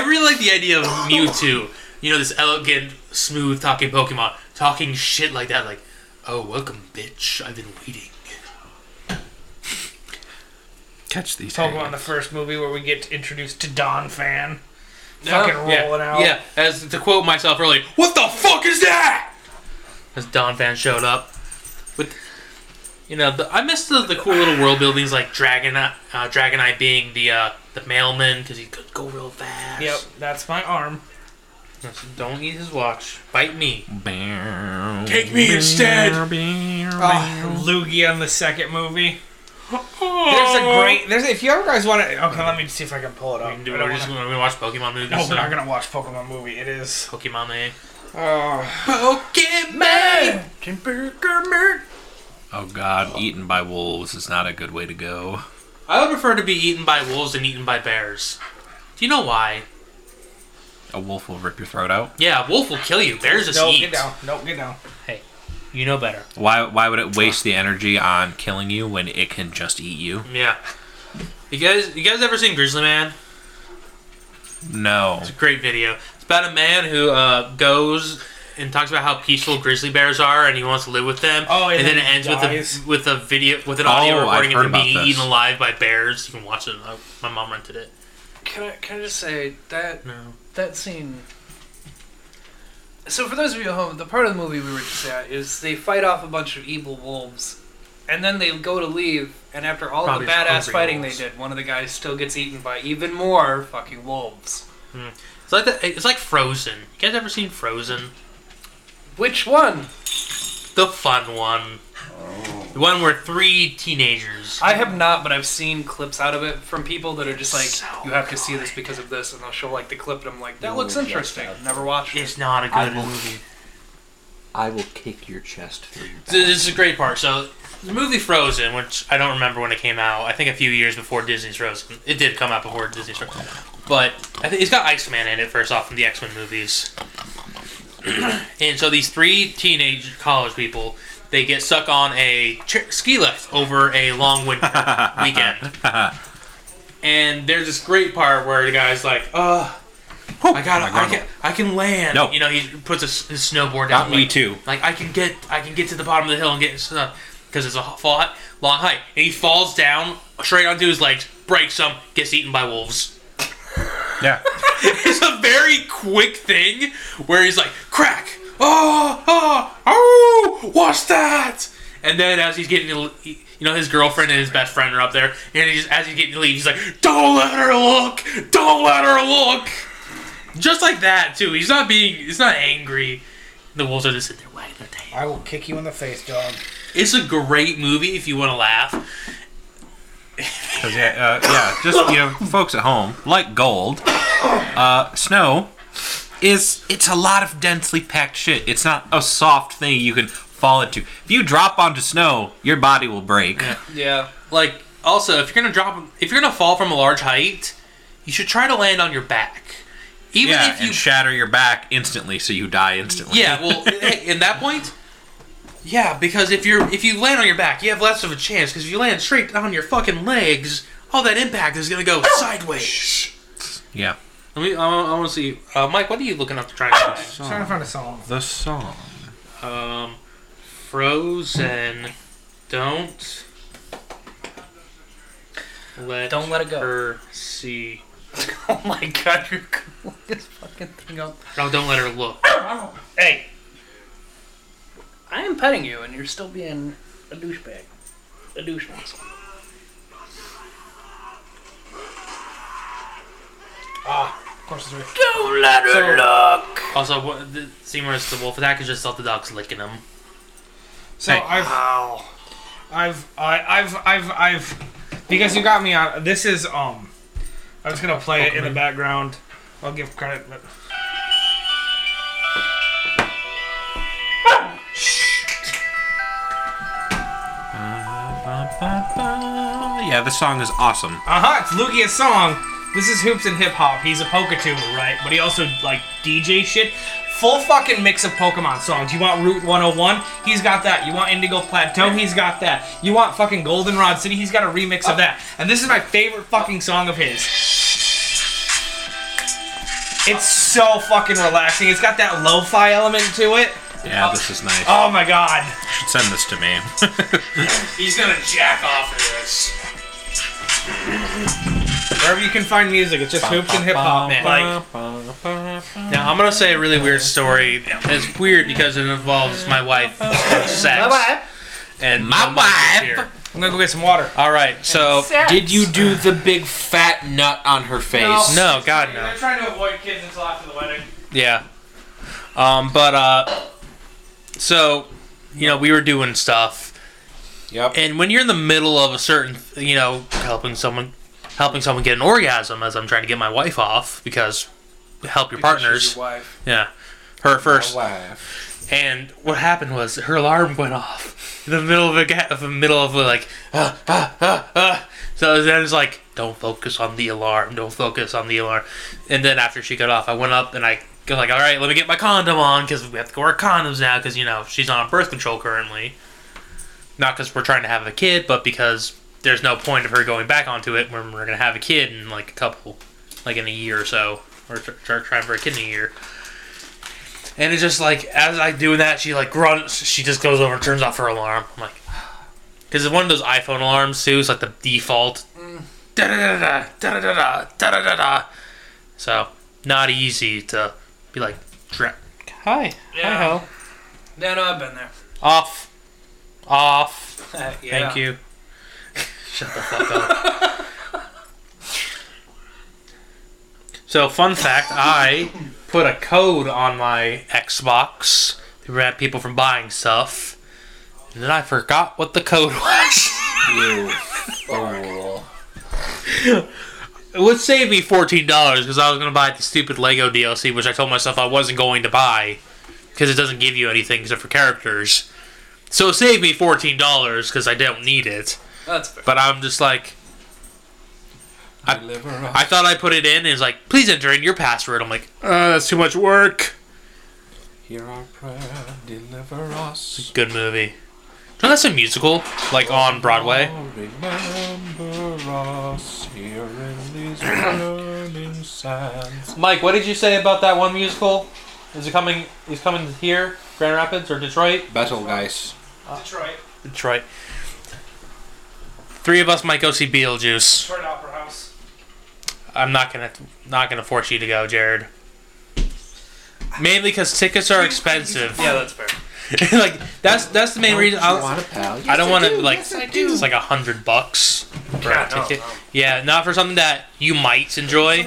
B: really like the idea of Mewtwo. You know this elegant, smooth talking Pokemon talking shit like that. Like, oh, welcome, bitch. I've been waiting.
C: catch these.
E: Pokemon,
C: hands.
E: the first movie where we get introduced to Don Fan. Fucking rolling
B: yeah,
E: out.
B: Yeah, as to quote myself earlier, what the fuck is that? As Don Van showed up. But, you know, the, I miss the, the cool little world buildings like Dragon, uh, Dragonite being the uh, the mailman because he could go real fast.
E: Yep, that's my arm.
B: Don't eat his watch. Bite me.
C: Take me instead.
E: Oh, Lugia in the second movie. There's a great. There's if you ever guys want to. Okay, let me see if I can pull it up.
B: We can do
E: I
B: it.
E: don't
B: We're just
E: wanna-
B: going to watch Pokemon movies.
E: no, we're
B: now.
E: not gonna watch Pokemon movie. It is.
B: Pokemon man.
E: Oh,
B: Pokemon!
C: Oh God, eaten by wolves is not a good way to go.
B: I would prefer to be eaten by wolves than eaten by bears. Do you know why?
C: A wolf will rip your throat out.
B: Yeah, wolf will kill you. Bears just
E: no,
B: eat.
E: get down. No, get down.
B: You know better.
C: Why? Why would it waste the energy on killing you when it can just eat you?
B: Yeah. You guys, you guys ever seen Grizzly Man?
C: No.
B: It's a great video. It's about a man who uh, goes and talks about how peaceful grizzly bears are, and he wants to live with them.
E: Oh, and
B: then,
E: then
B: it ends
E: he dies.
B: with a with a video with an audio
C: Oh, I've
B: recording of
C: heard
B: him being
C: about this.
B: eaten alive by bears. You can watch it. I, my mom rented it.
F: Can I, can I just say that
B: No.
F: that scene? So for those of you at home, the part of the movie we were just at is they fight off a bunch of evil wolves, and then they go to leave. And after all
B: Probably
F: the badass
B: hungry
F: fighting
B: wolves.
F: they did, one of the guys still gets eaten by even more fucking wolves.
B: It's like the, it's like Frozen. You guys ever seen Frozen?
F: Which one?
B: The fun one. The one where three teenagers.
F: I have not, but I've seen clips out of it from people that are just like, "You have to see this because of this," and they'll show like the clip, and I'm like, "That looks interesting." Never watched it.
B: It's not a good movie.
G: I will kick your chest through your
B: Th- This is a great part. So, the movie Frozen, which I don't remember when it came out, I think a few years before Disney's Frozen. It did come out before Disney's Frozen. But I think it's got Iceman in it, first off, from the X Men movies. and so, these three teenage college people. They get stuck on a ch- ski lift over a long winter weekend. And there's this great part where the guy's like, uh, I got,
C: my
B: I can, I can land.
C: No.
B: You know, he puts his, his snowboard down.
C: Not me
B: like,
C: too.
B: like I can get I can get to the bottom of the hill and get stuff because it's a h- fall, long hike. And he falls down straight onto his legs, breaks them, gets eaten by wolves.
C: Yeah.
B: It's a very quick thing where he's like, crack, oh, oh, oh, what's that? And then as he's getting, to, he- you know, his girlfriend and his best friend are up there, and he just, as he's getting to leave, he's like, don't let her look, don't let her look. Just like that too. He's not being, he's not angry. The wolves are just sitting there wagging their tail.
E: I will kick you in the face, dog.
B: It's a great movie if you want to laugh.
C: 'Cause, yeah, uh, yeah, just you know, folks at home, like gold, uh, snow is it's a lot of densely packed shit. It's not a soft thing you can fall into. If you drop onto snow, your body will break.
H: Yeah.
B: Like, also, if you're gonna drop, if you're gonna fall from a large height, you should try to land on your back. Even
C: Yeah,
B: if you
C: and shatter your back instantly, so you die instantly.
B: Yeah, well, hey, in that point, yeah, because if you're if you land on your back, you have less of a chance. Because if you land straight on your fucking legs, all that impact is gonna go sideways.
C: yeah.
B: Let me. I, want to see, uh, Mike. What are you looking up to try to
E: I'm trying to find a song.
C: The song.
B: Um, Frozen. Don't let
H: Don't let it go.
B: her see.
H: Oh my god, you're cooling this fucking thing up.
B: No, don't let her look.
H: Hey,
D: I am petting you, and you're still being a douchebag. A douche nozzle.
E: Of course, it's right.
D: Don't let her look!
B: Also, what, the scene where it's the wolf attack is just all the dogs licking him.
E: So
C: Hey.
E: I've, I've, I, I've, I've, I've, because you got me on. This is um, I'm just gonna play it in the background. I'll give credit, but
C: Yeah, this song is awesome.
E: uh huh, it's Lugia's song. This is hoops and hip hop. He's a Pokatuber, right? But he also like DJ shit. Full fucking mix of Pokemon songs. You want Route 101? He's got that. You want Indigo Plateau? He's got that. You want fucking Goldenrod City? He's got a remix of that. And this is my favorite fucking song of his. It's so fucking relaxing. It's got that lo-fi element to it.
C: Yeah, this is nice.
E: Oh my god.
C: You should send this to me.
B: He's gonna jack off of this.
E: Wherever you can find music, it's just hoops and hip hop, man.
B: Like,
E: Mm.
B: now I'm gonna say a really weird story. It's weird because it involves my wife, sex, and my wife. Here.
E: I'm gonna go get some water.
B: All right, so
I: Did you do the big fat nut on her face?
B: no, God no,
E: trying to avoid kids until after the wedding.
B: yeah. Um, but uh, so you know we were doing stuff,
I: Yep.
B: and when you're in the middle of a certain, you know, helping someone, helping someone get an orgasm, as I'm trying to get my wife off because help your partners,
H: Your wife.
B: yeah, her first.
I: Laugh.
B: And what happened was her alarm went off in the middle of a ga- of the middle of like ah, ah, ah, ah. so then it's like don't focus on the alarm, don't focus on the alarm. And then after she got off, I went up and I was like, all right, let me get my condom on because we have to wear condoms now because you know she's on birth control currently. Not because we're trying to have a kid, but because there's no point of her going back onto it when we're gonna have a kid in like a couple, like in a year or so, or tr- tr- trying for a kid in a year. And it's just like as I do that, she like grunts. She just goes over and turns off her alarm. I'm like, because it's one of those iPhone alarms too. It's like the default. Da da da da da da da da da da. So not easy to be like, dra- hi, hi ho,
H: Yeah, no, I've been there.
B: off, off.
H: yeah.
B: Thank you. Shut the fuck up. so fun fact, I put a code on my Xbox to prevent people from buying stuff. And then I forgot what the code was.
I: Oh.
B: It would save me fourteen dollars because I was gonna buy the stupid Lego DLC, which I told myself I wasn't going to buy because it doesn't give you anything except for characters. So it saved me fourteen dollars because I don't need it.
H: That's fair.
B: But I'm just like, I, I thought I put it in. And it's like, please enter in your password. I'm like, uh, that's too much work.
I: Hear our prayer, deliver us.
B: Good movie. No, that's a musical, like on Broadway.
I: Oh, remember us here in these burning sands.
B: Mike, what did you say about that one musical? Is it coming? Is coming here, Grand Rapids or Detroit?
I: Battle, guys.
E: Detroit,
B: Detroit. Three of us might go see Beetlejuice.
E: Detroit Opera House.
B: I'm not gonna not gonna force you to go, Jared. Mainly because tickets are expensive.
D: Yeah, that's fair.
B: like that's that's the main reason. I'll,
G: a pal?
B: I don't want to like it's like a hundred bucks for
D: Yeah,
B: a
D: no,
B: ticket.
D: no.
B: Yeah, not for something that you might enjoy.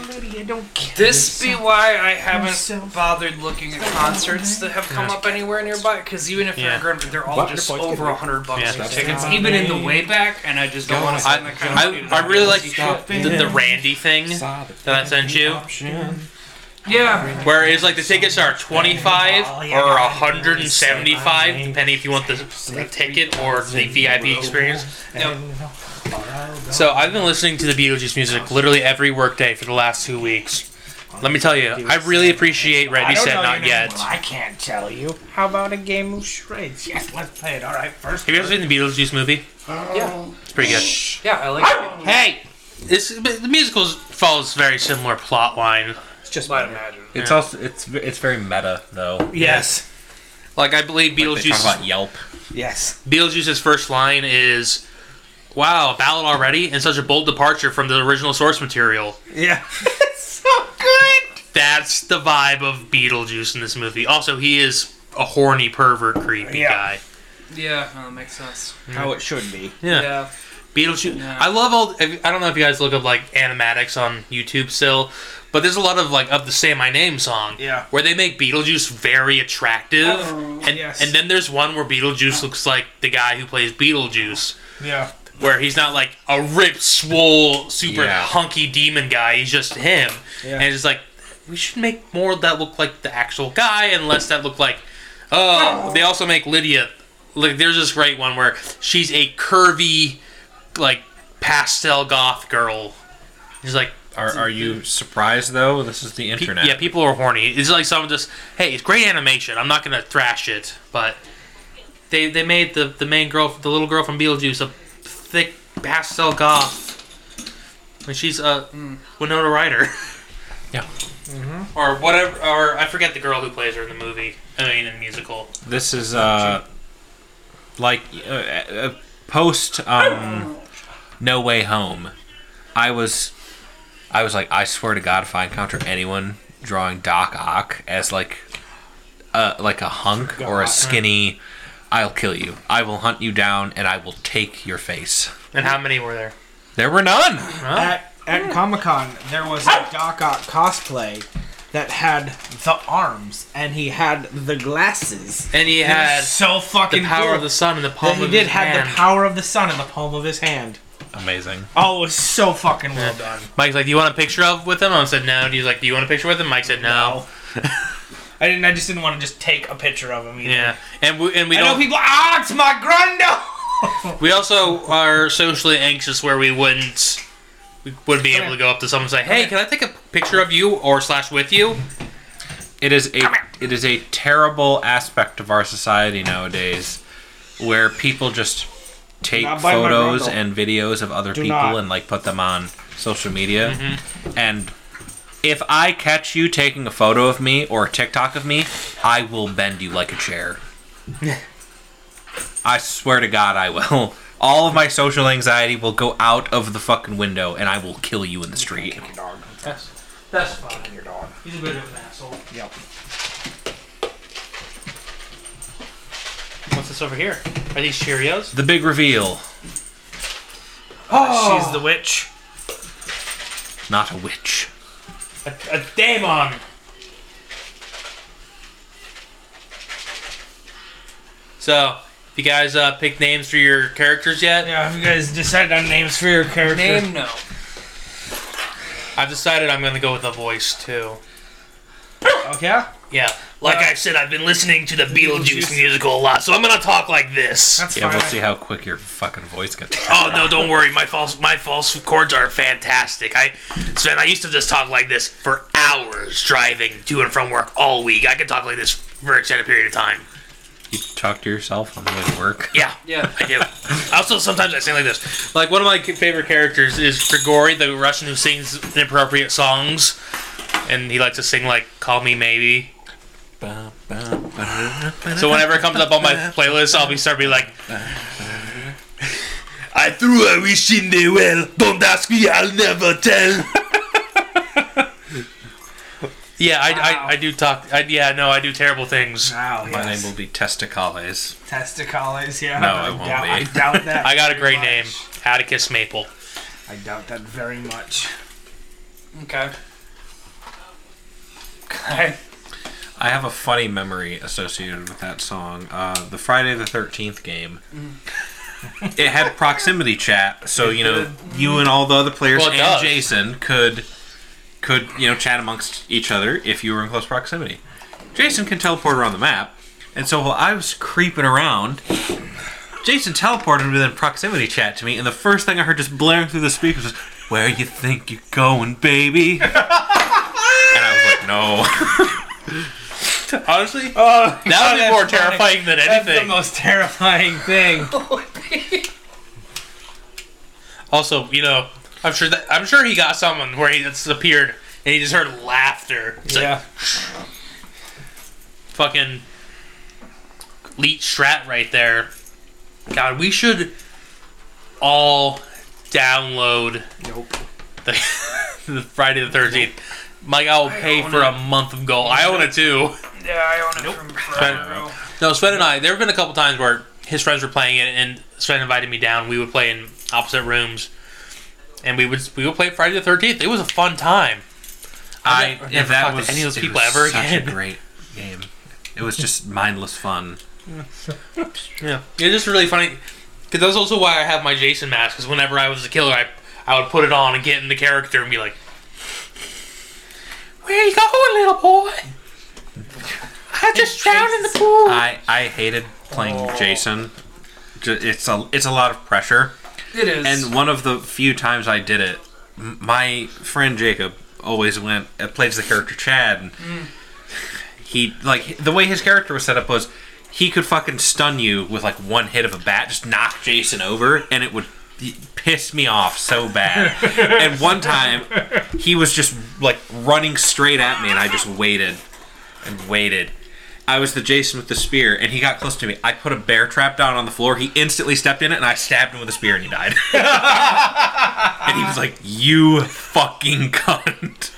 D: This be why I haven't bothered looking at concerts that have come up anywhere nearby. Because even if
B: Yeah.
D: they're grand, they're all just over a hundred bucks
B: Yeah.
D: for tickets, even in the way back. And I just don't want to spend that kind of money.
B: I, I really like the, the
G: Stop.
B: Randy thing that I sent you,
D: Yeah,
B: where it's like the tickets are twenty five or hundred and seventy five, depending if you want the, the ticket or the VIP experience.
D: Yep.
B: So I've been listening to the Beetlejuice music literally every workday for the last two weeks. Let me tell you, I really appreciate Randy said not yet.
J: I can't tell you. How about a game of charades? Yes, let's play it. All right, first.
B: Have you ever seen the Beetlejuice movie?
D: Yeah.
B: It's pretty good.
D: yeah, I like it.
B: Hey! This, the musical follows very similar plot line.
E: It's just
D: But imagine.
C: It's also it's it's very meta though.
E: Yes.
B: Like I believe
C: They talk
B: Beetlejuice
C: about Yelp.
E: Yes.
B: Beetlejuice's first line is Wow, a ballad already? And such a bold departure from the original source material.
E: Yeah. it's so good.
B: That's the vibe of Beetlejuice in this movie. Also, he is a horny pervert creepy
E: Yeah.
B: guy.
D: Yeah, no, that makes sense.
E: How it should be.
B: Yeah.
D: Yeah,
B: Beetlejuice.
D: Yeah.
B: I love all. I don't know if you guys look up like animatics on YouTube still, but there's a lot of like of the "Say My Name" song.
E: Yeah. Oh,
B: Where they make Beetlejuice very attractive, and
E: yes.
B: and then there's one where Beetlejuice looks like the guy who plays Beetlejuice,
E: Yeah.
B: where he's not like a ripped, swole, super
C: Yeah.
B: hunky demon guy. He's just him,
E: Yeah.
B: and it's like we should make more that look like the actual guy, and less that look like. Oh, they also make Lydia. Like, there's this great one where she's a curvy, like pastel goth girl. It's like,
C: Are, are you surprised though? This is the
B: pe-
C: internet.
B: yeah, people are horny. It's like someone just, hey, it's great animation. I'm not gonna thrash it, but they they made the the main girl, the little girl from Beetlejuice, a thick pastel goth, and she's a
E: Hmm.
B: Winona Ryder.
C: Yeah.
E: Mm-hmm.
B: Or whatever, or I forget the girl who plays her in the movie. I mean, in the musical.
C: This is uh like uh, uh, post um No Way Home. I was I was like I swear to god if I encounter anyone drawing Doc Ock as like uh like a hunk or a skinny I'll kill you. I will hunt you down and I will take your face.
B: And how many were there?
C: There were none.
E: At, at
B: Hmm.
E: Comic Con, there was a Doc Ock cosplay that had the arms and he had the glasses.
B: And he had
E: so
B: the
E: fucking
B: power
E: cool.
B: of the sun in the
E: That
B: palm
E: he
B: of
E: did
B: his
E: have
B: hand.
E: the power of the sun in the palm of his hand.
C: Amazing.
E: Oh, it was so fucking well done.
B: Mike's like, "Do you want a picture of with him?" I said, "No." And he's like, "Do you want a picture with him?" Mike said, "No."
E: I didn't. I just didn't want to just take a picture of him. Either.
B: Yeah, and we and we
E: I know
B: don't.
E: people. Ah, it's my grundo.
B: we also are socially anxious where we wouldn't we wouldn't be able to go up to someone and say, "Hey, can I take a picture of you or slash with you?"
C: It is a it is a terrible aspect of our society nowadays, where people just take
E: Not by my
C: photos
E: grundle.
C: and videos of other people
E: not.
C: and like put them on social media. And if I catch you taking a photo of me or a TikTok of me, I will bend you like a chair. I swear to God, I will. All of my social anxiety will go out of the fucking window, and I will kill you in the street.
B: That's fine.
E: Your dog.
B: He's a bit of an asshole.
E: Yep.
B: What's this over here? Are these Cheerios?
C: The big reveal.
E: She's the witch.
C: Not a witch.
B: A, a daemon. So, you guys uh, pick names for your characters yet?
E: Yeah. Have you guys decided on names for your character?
D: name no.
B: I've decided I'm gonna go with a voice too.
E: Oh, yeah.
B: Yeah, like I said, I've been listening to the Beetlejuice musical a lot, so I'm gonna talk like this.
E: That's
C: Yeah,
E: fine.
C: we'll see how quick your fucking voice gets.
B: oh no, don't worry, my false my false chords are fantastic. I Sven, I used to just talk like this for hours driving to and from work all week. I could talk like this for an extended period of time.
C: You talk to yourself on the way to work.
B: Yeah,
D: Yeah.
B: I do. also, sometimes I sing like this. Like one of my favorite characters is Grigori, the Russian who sings inappropriate songs, and he likes to sing like "Call Me Maybe." So whenever it comes up on my playlist, I'll be start be like, I threw a wish in the well. Don't ask me, I'll never tell. Yeah, I, I, I do talk. I, yeah, no, I do terrible things.
E: Wow,
C: My
E: yes.
C: name will be Testicales.
E: Testicles, yeah.
C: No, it
E: I
C: won't
E: doubt,
C: be.
E: I doubt that.
B: I got a
E: very
B: great name,
E: much.
B: Atticus Maple.
E: I doubt that very much.
D: Okay.
C: I have a funny memory associated with that song. Uh, the Friday the Thirteenth game. it had proximity chat, so you know you and all the other players
B: Well, it
C: and
B: does.
C: Jason could could you know chat amongst each other if you were in close proximity. Jason can teleport around the map, and so while I was creeping around. Jason teleported within proximity chat to me, and the first thing I heard just blaring through the speakers was, "Where you think you're going, baby?" and I was like, "No."
B: Honestly,
E: Oh,
B: that would be more terrifying than
J: That's the
B: anything.
J: most terrifying thing.
B: Also, you know, I'm sure that I'm sure he got someone where he just appeared and he just heard laughter. It's like
J: yeah.
B: fucking Leet Strat right there. God, we should all download the, the Friday the Thirteenth. Mike, I will pay for a month of gold. I own it too.
D: Yeah, I own it from
B: Sven-
D: forever.
B: No, Sven and I. There have been a couple times where his friends were playing it, and Sven invited me down. We would play in opposite rooms, and we would we would play Friday the Thirteenth. It was a fun time.
C: I
B: I've
C: if
B: never
C: that
B: talked
C: was
B: to any of those
C: it
B: people
C: was
B: ever
C: such
B: again.
C: a great game. It was just mindless fun.
B: Yeah, it's just really funny. Cause that's also why I have my Jason mask. Cause whenever I was a killer, I I would put it on and get in the character and be like, "Where you going, little boy? I just drowned in the pool."
C: I I hated playing Jason. Ju- It's a it's a lot of pressure.
D: It is.
C: And one of the few times I did it, m- my friend Jacob always went uh, plays the character Chad, and he like the way his character was set up was he could fucking stun you with like one hit of a bat, just knock Jason over, and it would he- piss me off so bad. and one time he was just like running straight at me, and I just waited and waited. I was the Jason with the spear, and he got close to me. I put a bear trap down on the floor. He instantly stepped in it, and I stabbed him with a spear, and he died. and he was like, "You fucking cunt."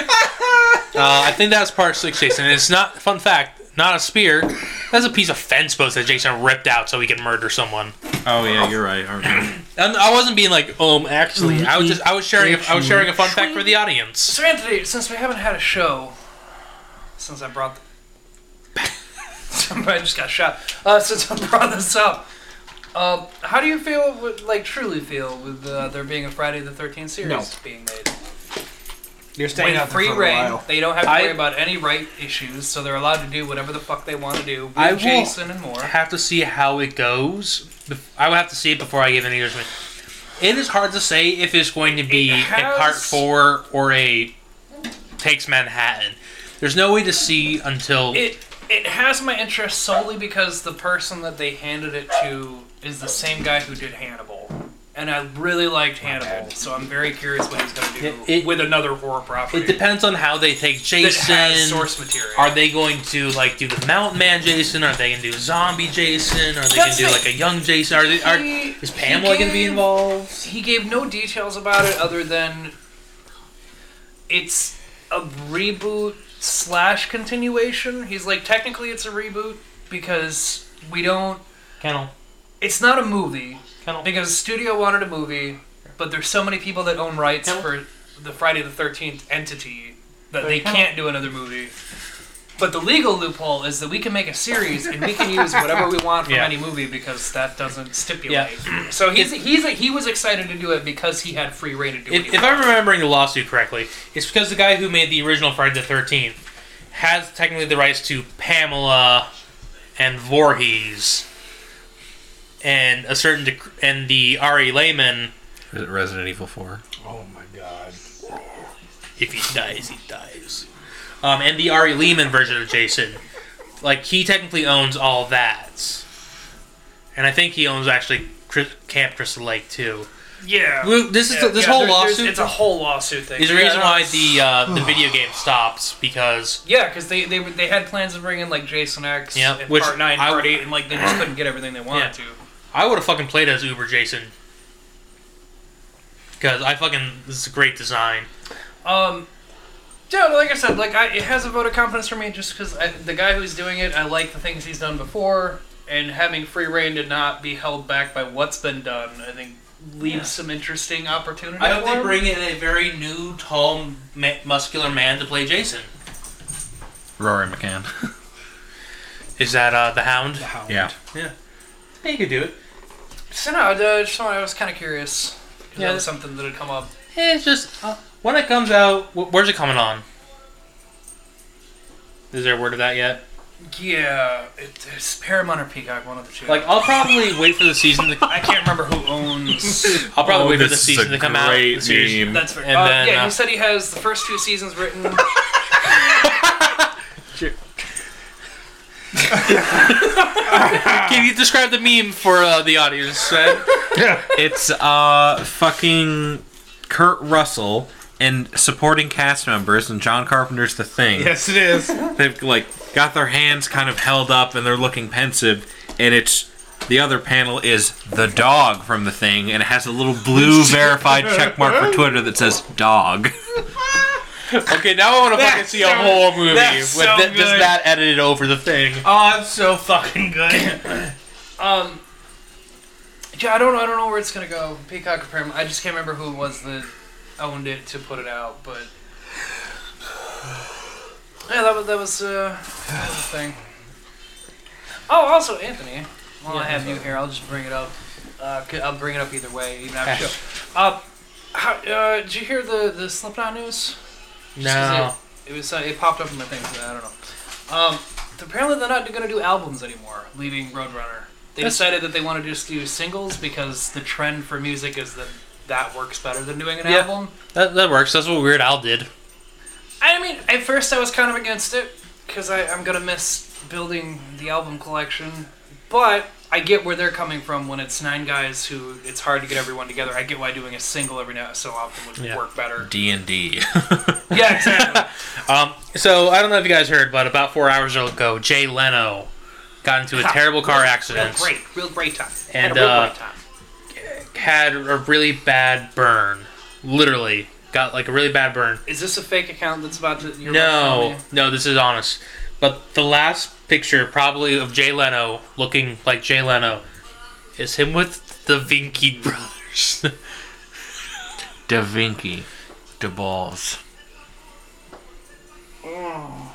B: Uh, I think that's part six, Jason. And it's not fun fact, not a spear. That's a piece of fence post that Jason ripped out so he could murder someone.
C: Oh yeah, you're right.
B: And I wasn't being like, um, actually, I was just I was sharing a, I was sharing a fun fact for the audience.
D: So Anthony, since we haven't had a show since I brought somebody just got shot. Uh, since I brought this up, uh, how do you feel? With, like truly feel with uh, there being a Friday the Thirteenth series
E: No.
D: being made?
E: You're staying
D: When
E: out
D: free
E: for a
D: reign,
E: while.
D: they don't have to
B: I-
D: worry about any right issues, so they're allowed to do whatever the fuck they want to do with
B: I will-
D: Jason and more.
B: I have to see how it goes. Bef- I would have to see it before I give any judgment. It is hard to say if it's going to be
D: It
B: a part
D: has-
B: four or a takes Manhattan. There's no way to see until
D: It it has my interest solely because the person that they handed it to is the same guy who did Hannibal. And I really liked Hannibal, so I'm very curious what he's going to do
B: It- it-
D: with another horror property
B: It depends on how they take
D: that
B: Jason.
D: has source material.
B: Are they going to like do the mountain man Jason? Are they gonna do zombie Jason? Are they gonna
D: That's
B: do
D: the-
B: like a young Jason? Are they? Are,
D: He-
B: is Pamela
D: he
B: gonna be
D: gave-
B: involved?
D: He gave no details about it other than it's a reboot slash continuation. He's like, technically, it's a reboot because we don't
B: Kennel,
D: It's not a movie
B: Kennel.
D: because the studio wanted a movie, but there's so many people that own rights
B: Kennel.
D: for the Friday the Thirteenth entity that they
B: Kennel.
D: can't do another movie. But the legal loophole is that we can make a series and we can use whatever we want from
B: Yeah.
D: any movie because that doesn't stipulate. So he's he's he was excited to do it because he had free reign to do
B: If,
D: it.
B: if I'm remembering the lawsuit correctly, it's because the guy who made the original Friday the Thirteenth has technically the rights to Pamela and Voorhees, and a certain dec- and the Ari Lehman.
C: Is it Resident Evil Four?
B: if he dies, he dies. Um, and the Ari Lehman version of Jason, like he technically owns all that, and I think he owns actually Chris, Camp Crystal Lake too.
D: yeah.
B: Well, This is
D: Yeah,
B: this
D: yeah,
B: whole
D: there- there's-
B: lawsuit
D: It's a whole lawsuit thing.
B: is the
D: Yeah,
B: reason
D: no,
B: why the uh, the video game stops because
D: Yeah, because they, they were- they had plans of bringing like Jason X
B: Yeah,
D: and
B: which
D: Part Nine,
B: I-
D: Part Eight, and like they just couldn't get everything they wanted to.
B: I would have fucking played as Uber Jason. Because I fucking this is a great design.
D: Um, Yeah, no, like I said, like I, it has a vote of confidence for me just because the guy who's doing it, I like the things he's done before, and having free reign to not be held back by what's been done, I think leaves some interesting opportunity.
B: I hope
D: for
B: they
D: him.
B: bring in a very new, tall, ma- muscular man to play Jason.
C: Rory McCann.
B: Is that uh, the Hound?
C: yeah.
B: He could do it.
D: So no, I uh, just wanted- I was kind of curious. 'cause
B: Yeah.
D: that was something that had come up.
B: Eh, it's just uh, when it comes out. Wh- where's it coming on? Is there a word of that yet?
D: Yeah, it, it's Paramount or Peacock, one of the two.
B: Like, I'll probably wait for the season. To,
D: I can't remember who owns.
B: I'll probably
C: Oh,
B: wait for the
C: this is
B: season
C: a
B: to come out.
C: great
B: the series.
C: meme.
D: That's fair.
B: And
D: Uh,
B: then,
D: yeah,
B: uh,
D: he said he has the first two seasons written.
B: Can you describe the meme for uh, the audience? Uh,
C: It's uh fucking Kurt Russell and supporting cast members and John Carpenter's The Thing.
E: Yes, it is.
C: They've like got their hands kind of held up and they're looking pensive and it's the other panel is the dog from the thing and it has a little blue verified check mark for Twitter that says dog.
B: okay, now I want to fucking see a whole movie with
E: that's so
B: th- just
E: good.
B: that edited over the thing.
E: Oh, it's so fucking good.
D: Um, yeah, I don't, I don't know where it's gonna go. Peacock or Paramount. I just can't remember who it was that owned it to put it out, but yeah, that was that was, uh, that was a thing. Oh, also Anthony, while I have you here, I'll just bring it up. Uh, c- I'll bring it up either way, even after. show. Uh, how, uh, did you hear the the Slipknot news? Just 'cause
B: No.
D: It, it was uh, it popped up in my thing. So I don't know. Um, apparently they're not going to do albums anymore. Leaving Roadrunner, they decided that they want to just do singles because the trend for music is that that works better than doing an
B: Yeah.
D: album.
B: That, that works. That's what Weird Al did.
D: I mean, at first I was kind of against it because I'm gonna miss building the album collection, but I get where they're coming from when it's nine guys who it's hard to get everyone together. I get why doing a single every now so often would
B: Yeah.
D: work better.
C: D&D.
D: Yeah, exactly.
B: Um, so I don't know if you guys heard, but about four hours ago, Jay Leno got into a terrible car accident.
D: Real great, real great time.
B: And,
D: Had a real
B: uh,
D: great time.
B: Had a really bad burn. Literally, got like a really bad burn.
D: Is this a fake account that's about to? You're about to
B: No,
D: tell me?
B: no, this is honest. But the last picture, probably of Jay Leno looking like Jay Leno, is him with the Vinky brothers.
C: Da Vinci. Da Balls.
E: Oh.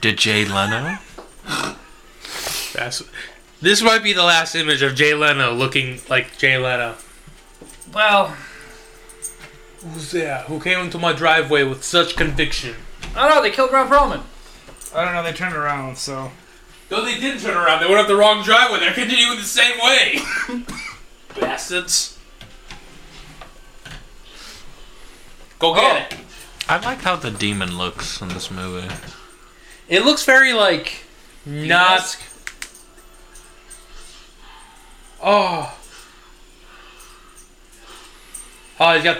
C: Da Jay Leno?
B: That's, this might be the last image of Jay Leno looking like Jay Leno.
D: Well,
B: Who's there? Who came into my driveway with such conviction?
D: I don't know. They killed Rob Roman.
E: I don't know. They turned around, so
B: No, they didn't turn around. They went up the wrong driveway. They're continuing the same way. Bastards. Go get it.
C: I like how the demon looks in this movie.
B: It looks very like not. Oh. Oh, he's got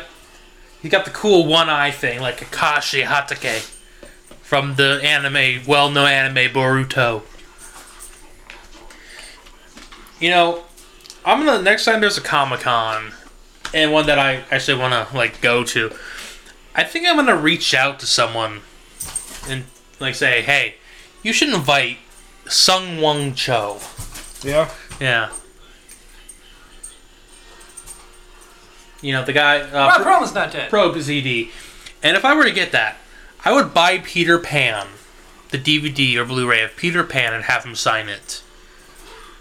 B: he's got the cool one eye thing, like Kakashi Hatake from the anime, well-known anime Boruto. You know, I'm gonna next time there's a Comic Con, and one that I actually wanna like go to. I think I'm gonna reach out to someone and like say, hey, you should invite Sung Wong Cho.
E: yeah.
B: Yeah. You know, the guy,
D: Rob
B: uh,
D: Roman's not dead.
B: Probe ZD. And if I were to get that, I would buy Peter Pan, the DVD or Blu ray of Peter Pan, and have him sign it.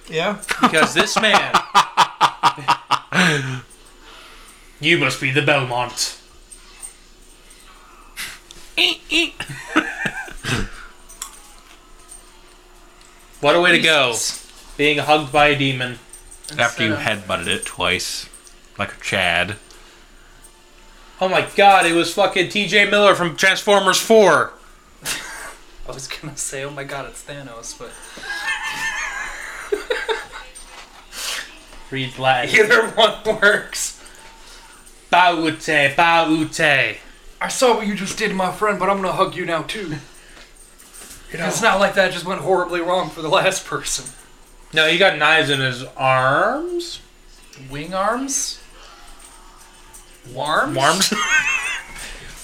E: Yeah.
B: Because this man. you must be the Belmont. what a way to go. Being hugged by a demon.
C: After you headbutted it twice. Like a Chad.
B: Oh my god, it was fucking TJ Miller from Transformers 4.
D: I was gonna say, oh my god, it's Thanos, but
B: Reads Latin.
D: either one works.
B: Baute, baute.
D: I saw what you just did, to my friend, but I'm gonna hug you now too. It's not like that just went horribly wrong for the last person.
B: No, he got knives in his arms?
D: Wing arms. Warms.
B: Arms?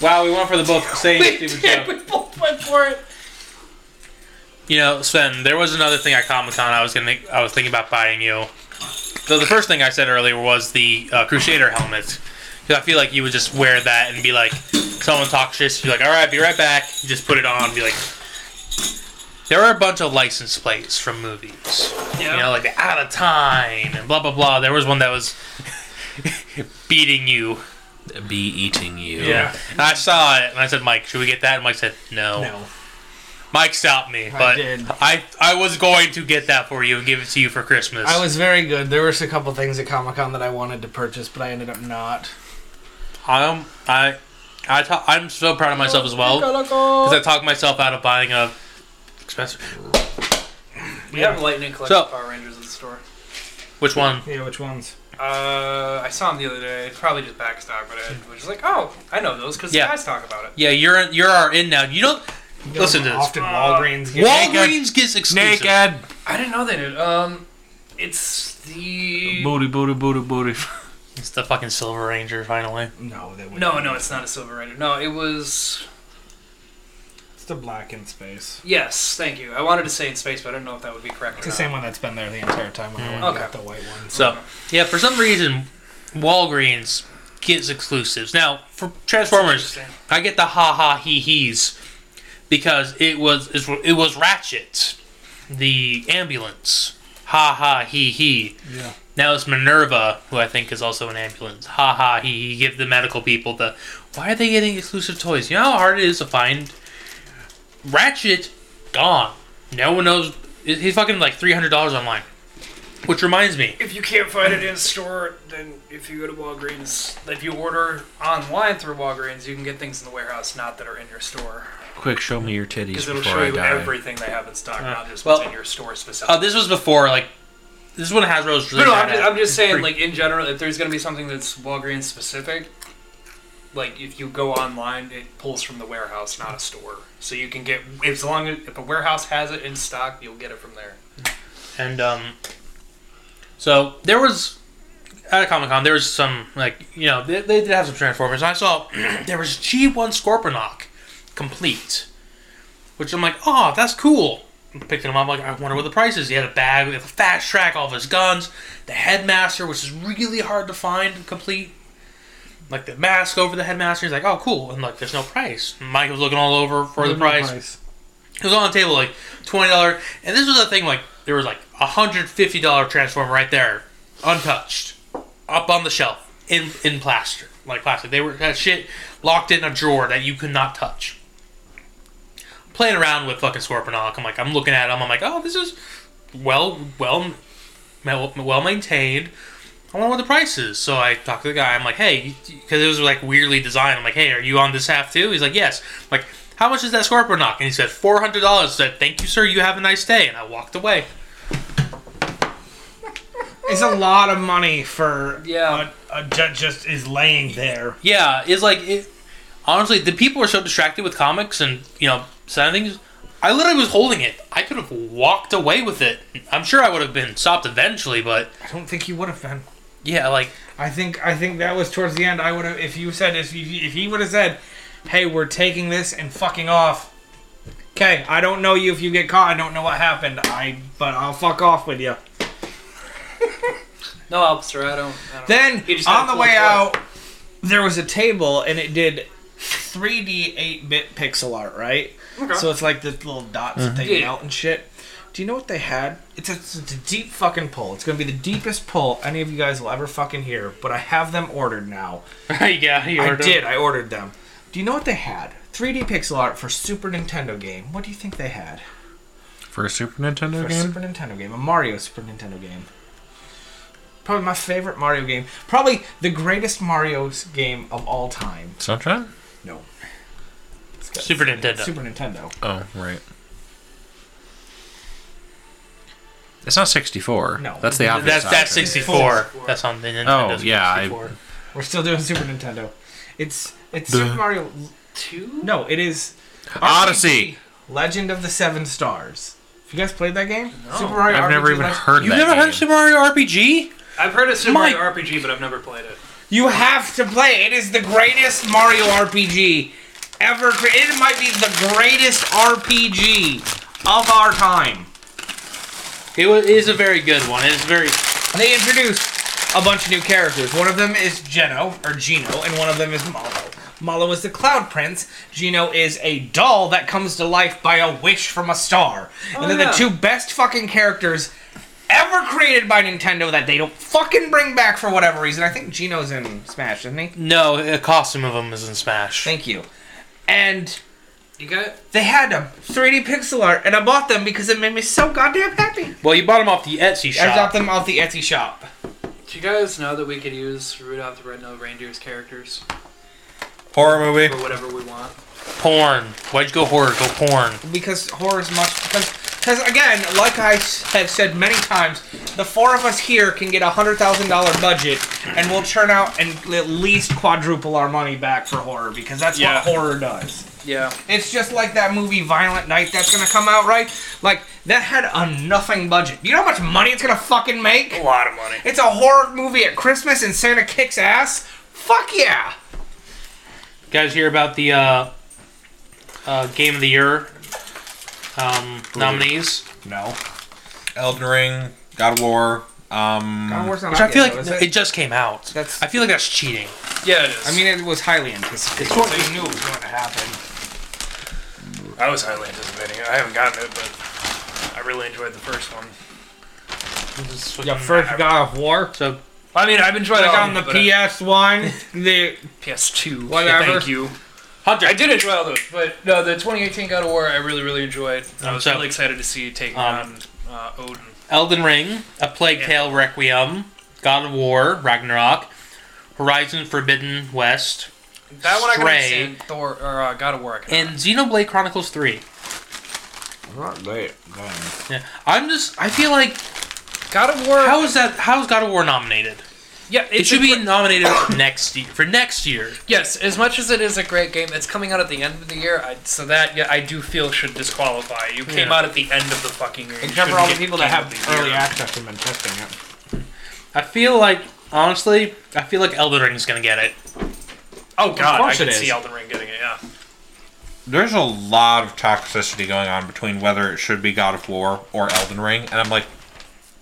B: Wow, we went for the both same stupid joke.
F: we both went for it.
B: You know, Sven, there was another thing at Comic Con I was gonna I was thinking about buying you. So the first thing I said earlier was the uh, Crusader helmet, because I feel like you would just wear that and be like, someone talks shit, you're like, all right, be right back. You just put it on, and be like. There are a bunch of license plates from movies. You know, like the Out of Time and blah blah blah. There was one that was beating you.
C: Be eating you.
B: Yeah. And I saw it and I said, Mike, should we get that? And Mike said, No.
E: No.
B: Mike stopped me, but I,
E: did.
B: I was going to get that for you and give it to you for Christmas.
E: I was very good. There was a couple things at Comic Con that I wanted to purchase, but I ended up not.
B: I'm I I ta- I'm so proud of myself as well because I talked myself out of buying a expensive.
F: We have lightning collector
B: So-
F: Power Rangers at the store.
B: Which one?
E: Yeah, which ones?
F: Uh, I saw him the other day. It's probably just back stock, but I was just like, oh, I know those because
B: Yeah.
F: the guys talk about it.
B: Yeah, you're in, you're our in now. You don't listen to this.
E: Often Walgreens. Get
B: Walgreens gets exclusive.
C: Naked.
F: I didn't know they did. Um, it's the
C: Booty, booty, booty, booty.
B: It's the fucking Silver Ranger finally.
E: no, that would
F: no, no, it's not a Silver Ranger. No, it was
E: It's the black in space.
F: yes. Thank you. I wanted to say in space, but I don't know if that would be correct.
E: It's
F: Or
E: the
F: not.
E: same one that's been there the entire time when I went
F: Okay.
E: and got the white one.
B: So yeah, for some reason, Walgreens gets exclusives. Now for Transformers,
F: Interesting.
B: I get the ha ha he he's because it was it was Ratchet, the ambulance. Ha ha he he.
E: Yeah.
B: Now it's Minerva, who I think is also an ambulance. Ha ha he he. Give the medical people the. Why are they getting exclusive toys? You know how hard it is to find. Ratchet, gone. No one knows. he- He's fucking like three hundred dollars online. Which reminds me,
F: If you can't find it in store, then if you go to Walgreens, if you order online through Walgreens, you can get things in the warehouse, not that are in your store,
C: Quick, show me your titties
F: because it'll
C: before
F: show
C: I
F: you
C: die.
F: everything they have in stock, not just
B: well-
F: what's in your store specifically.
B: Oh, this was before like this is when Hasbro's really
F: No, no, I'm
B: bad
F: just,
B: at
F: I'm just saying,
B: free-
F: like in general, if there's gonna be something that's Walgreens specific, like if you go online, it pulls from the warehouse, not a store. So you can get as long as if a warehouse has it in stock, you'll get it from there.
B: and um so there was at a Comic Con there was some like you know they, they did have some Transformers and I saw there was G one Scorponok complete. Which I'm like, oh, that's cool. I'm Picking him up, like I wonder what the price is. He had a bag with a fast track, all of his guns, the headmaster, which is really hard to find and complete. Like the mask over the headmaster, he's like, oh, cool, and like there's no price. Mike was looking all over for the price. It was on the table like twenty dollar, and this was a thing like there was like a hundred fifty dollar transformer right there, untouched, up on the shelf in in plaster, like plastic. They were that shit locked in a drawer that you could not touch. Playing around with fucking Scorponok, I'm like I'm looking at them. I'm like, oh, this is well well well, well maintained. I wonder what the price is. So I talked to the guy. I'm like, hey, because it was like weirdly designed. I'm like, hey, are you on this half too? He's like, yes. I'm like, how much is that Scorpio knock? And he said, four hundred dollars. Said, thank you, sir. You have a nice day. And I walked away.
E: It's a lot of money for
F: Yeah.
E: a jet just is laying there.
B: Yeah, it's like it. Honestly, the people are so distracted with comics and you know signing things. I literally was holding it. I could have walked away with it. I'm sure I would have been stopped eventually, but
E: I don't think you would have been.
B: yeah, like
E: I think I think that was towards the end. I would have if you said if you, if he would have said, "Hey, we're taking this and fucking off." Okay, I don't know you if you get caught. I don't know what happened. I but I'll fuck off with you.
F: No, officer, I don't. I don't
E: Then
F: You just had
E: on
F: a
E: the
F: cool
E: way
F: toy.
E: out, there was a table and it did 3D 8-bit pixel art, right? So it's like the little dots taken
F: Yeah.
E: out and shit. Do you know what they had? It's a, it's a deep fucking pull. It's gonna be the deepest pull any of you guys will ever fucking hear. But I have them ordered now.
B: yeah, you
E: I
B: heard him.
E: did. I ordered them. Do you know what they had? 3D pixel art for Super Nintendo game. What do you think they had
C: For a Super Nintendo
E: for a
C: game?
E: Super Nintendo game? A Mario Super Nintendo game. Probably my favorite Mario game. Probably the greatest Mario's game of all time.
C: Sunshine?
E: No. It's got-
B: Super Nintendo.
E: Super Nintendo.
C: Oh, right. It's not 64.
E: No.
C: That's the obvious
B: That's that's
C: option.
B: 64. That's on the Nintendo.
C: Oh, yeah, I-
B: 64.
E: We're still doing Super Nintendo. It's it's
C: Duh.
E: Super Mario 2? No, it is
C: Odyssey.
E: Legend of the Seven Stars. Have you guys played that game? Super Mario
C: I've never
E: RPG
C: even
E: Legend-
C: heard of
B: You've
C: that
B: never heard
C: game.
B: of Super Mario RPG?
F: I've heard of Super
E: My-
F: Mario RPG, but I've never played it.
E: You have to play. It is the greatest Mario RPG ever. cre- It might be the greatest RPG of our time.
B: It wa- is a very good one. It's very
E: They introduced a bunch of new characters. One of them is Geno or Gino, and one of them is Malo. Malo is the Cloud Prince. Gino is a doll that comes to life by a wish from a star. and they're
F: yeah.
E: the two best fucking characters ever created by Nintendo that they don't fucking bring back for whatever reason. I think Gino's in Smash, isn't he?
B: no. A costume of him is in Smash.
E: Thank you. And
F: You got it?
E: they had a 3D pixel art, and I bought them because it made me so goddamn happy.
B: Well, you bought him off the Etsy
E: I got
B: shop.
E: them off the Etsy shop.
F: Do you guys know that we could use Rudolph the Red-Nosed Reindeer's characters
C: Horror movie.
F: for whatever we want?
B: porn. Why'd you go horror? Go porn.
E: because horror is much because because again, like I s- have said many times, the four of us here can get a hundred thousand dollar budget, and we'll churn out and at least quadruple our money back for horror because that's
F: Yeah.
E: what horror does.
F: Yeah.
E: It's just like that movie Violent Night that's gonna come out, right? Like that had a nothing budget. You know how much money it's gonna fucking make? A lot of money. It's a horror movie at Christmas and Santa kicks ass. Fuck yeah!
B: You guys hear about the uh, uh, game of the year um, nominees?
E: No.
C: Elden Ring. God of War. Um,
E: God, War's not
B: Mm. Which
E: out
B: I feel
E: yet,
B: like
E: though, is
B: it? just came out.
E: That's-
B: I feel like that's cheating.
F: Yeah, it is.
E: I mean, it was highly anticipated.
F: It's what
E: knew it was going to happen.
F: I was highly anticipating it. I haven't gotten it, but I really enjoyed the first one.
B: This is
E: Your
B: fucking-
E: first God of War.
B: So
F: I mean, I've enjoyed
E: Like
F: all
E: on
F: of
E: the
F: them, but I-
E: PS1, the
F: PS2.
E: Whatever.
F: Thank you. I did enjoy all those, but no, the 2018 God of War I really, really enjoyed. I
B: Um,
F: was
B: so-
F: really excited to see you take
B: Um,
F: on uh, Odin.
B: Elden Ring, A Plague Tale Requiem, God of War, Ragnarok, Horizon Forbidden West,
F: That one I can
B: Stray.
F: understand. Thor or uh, God of War. I can
B: and Xenoblade Chronicles 3.
G: Not late.
B: Yeah. I'm just I feel like
F: God of War.
B: how is that how is God of War nominated?
F: yeah,
B: It
F: it's
B: should
F: a
B: be
F: gr-
B: nominated next year for next year.
F: Yes, as much as it is a great game, it's coming out at the end of the year. I, so that yeah, I do feel should disqualify. You came
B: Yeah.
F: out at the end of the fucking year. You
E: except for
F: shouldn't
E: all the
F: get
E: people that
F: Game
E: have
F: of the
E: early
F: Year.
E: access and been testing it.
B: I feel like honestly, I feel like Elden Ring is gonna get it.
F: Oh god, I
E: course
F: can
E: it is.
F: see Elden Ring getting it. Yeah.
C: there's a lot of toxicity going on between whether it should be God of War or Elden Ring, and I'm like,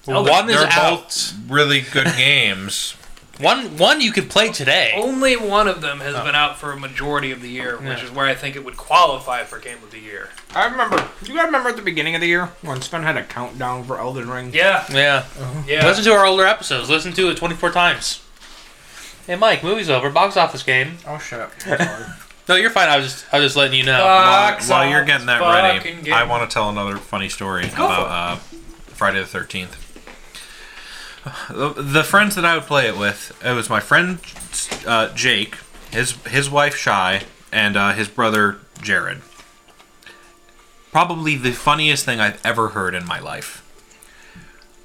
B: one is
C: they're
B: out.
C: both really good games.
B: One one you could play today.
F: Only one of them
E: Oh.
F: has been out for a majority of the year, which is where I think it would qualify for Game of the Year.
E: I remember. You guys remember at the beginning of the year when Spun had a countdown for Elden Ring?
F: Yeah,
B: Yeah.
F: yeah.
B: Listen to our older episodes. Listen to it 24 times. Hey Mike, movie's over. Box office game.
E: Oh shut up.
B: No, you're fine. I was just I was just letting you know.
F: Uh,
C: while,
F: Box
C: while you're getting that ready,
F: fucking game.
C: I want to tell another funny story about uh, Friday the Thirteenth. The, the friends that I would play it with, it was my friend uh, Jake, his his wife Shy, and uh, his brother Jared. Probably the funniest thing I've ever heard in my life.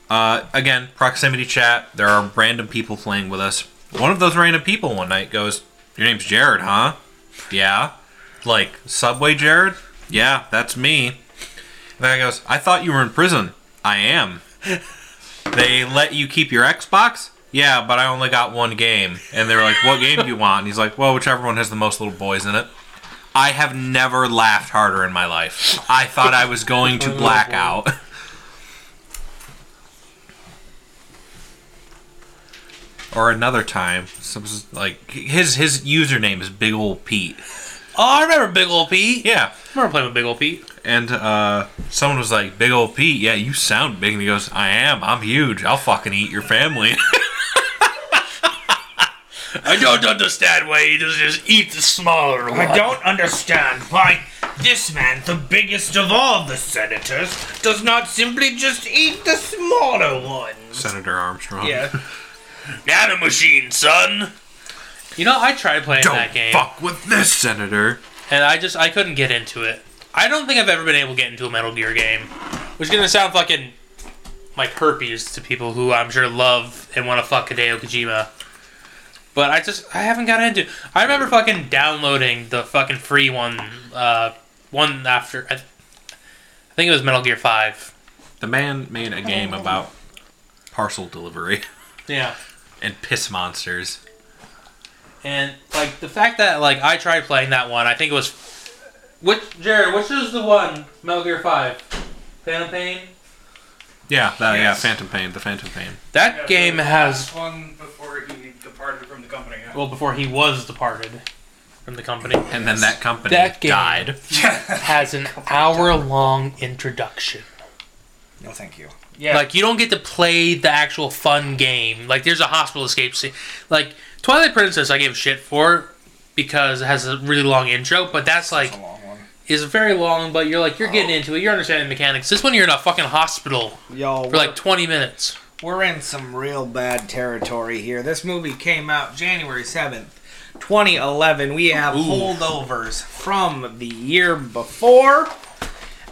C: Uh, again, proximity chat. There are random people playing with us. One of those random people one night goes, "Your name's Jared, huh?" Yeah. Like Subway Jared? Yeah, that's me. And the guy goes, I thought you were in prison. I am. they let you keep your Xbox? Yeah, but I only got one game. And they were like, What game do you want? And he's like, Well, whichever one has the most little boys in it. I have never laughed harder in my life. I thought I was going to black out. Or another time, some, like his his username is Big Ol' Pete.
B: Oh, I remember Big Ol' Pete.
C: Yeah.
B: I remember playing with Big Ol' Pete.
C: And uh, someone was like, Big old Pete, yeah, you sound big. And he goes, I am. I'm huge. I'll fucking eat your family.
B: I don't understand why he doesn't just eat the smaller one.
J: I don't understand why this man, the biggest of all the senators, does not simply just eat the smaller ones.
C: Senator Armstrong.
B: Nanomachine, son. You know, I tried playing
C: Don't
B: that game,
C: fuck with this, Senator.
B: and I just I couldn't get into it. I don't think I've ever been able to get into a Metal Gear game, which is gonna sound fucking like herpes to people who I'm sure love and want to fuck Hideo Kojima. But I just I haven't got into. I remember fucking downloading the fucking free one, uh, one after I, I think it was Metal Gear Five.
C: The man made a game about parcel delivery.
B: Yeah.
C: and piss monsters.
B: And like the fact that like I tried playing that one, I think it was which Jared, which is the one Metal Gear Five, Phantom Pain.
C: Yeah, that,
F: Yes.
C: yeah, Phantom Pain, the Phantom Pain.
B: That game has
F: This one before he departed from the company. Yeah.
B: well before he was departed from the company
C: And then that company
B: That game.
C: died.
B: has an hour long introduction.
E: No, thank you.
F: Yeah.
B: Like you don't get to play the actual fun game. Like there's a hospital escape scene. Like Twilight Princess, I give shit for because it has a really long intro, but that's like
E: It's a long one.
B: is very long. But you're like you're getting into it. You're understanding the mechanics. This one you're in a fucking hospital
E: Y'all,
B: for like 20 minutes.
E: We're in some real bad territory here. This movie came out January 7th, 2011. We have holdovers from the year before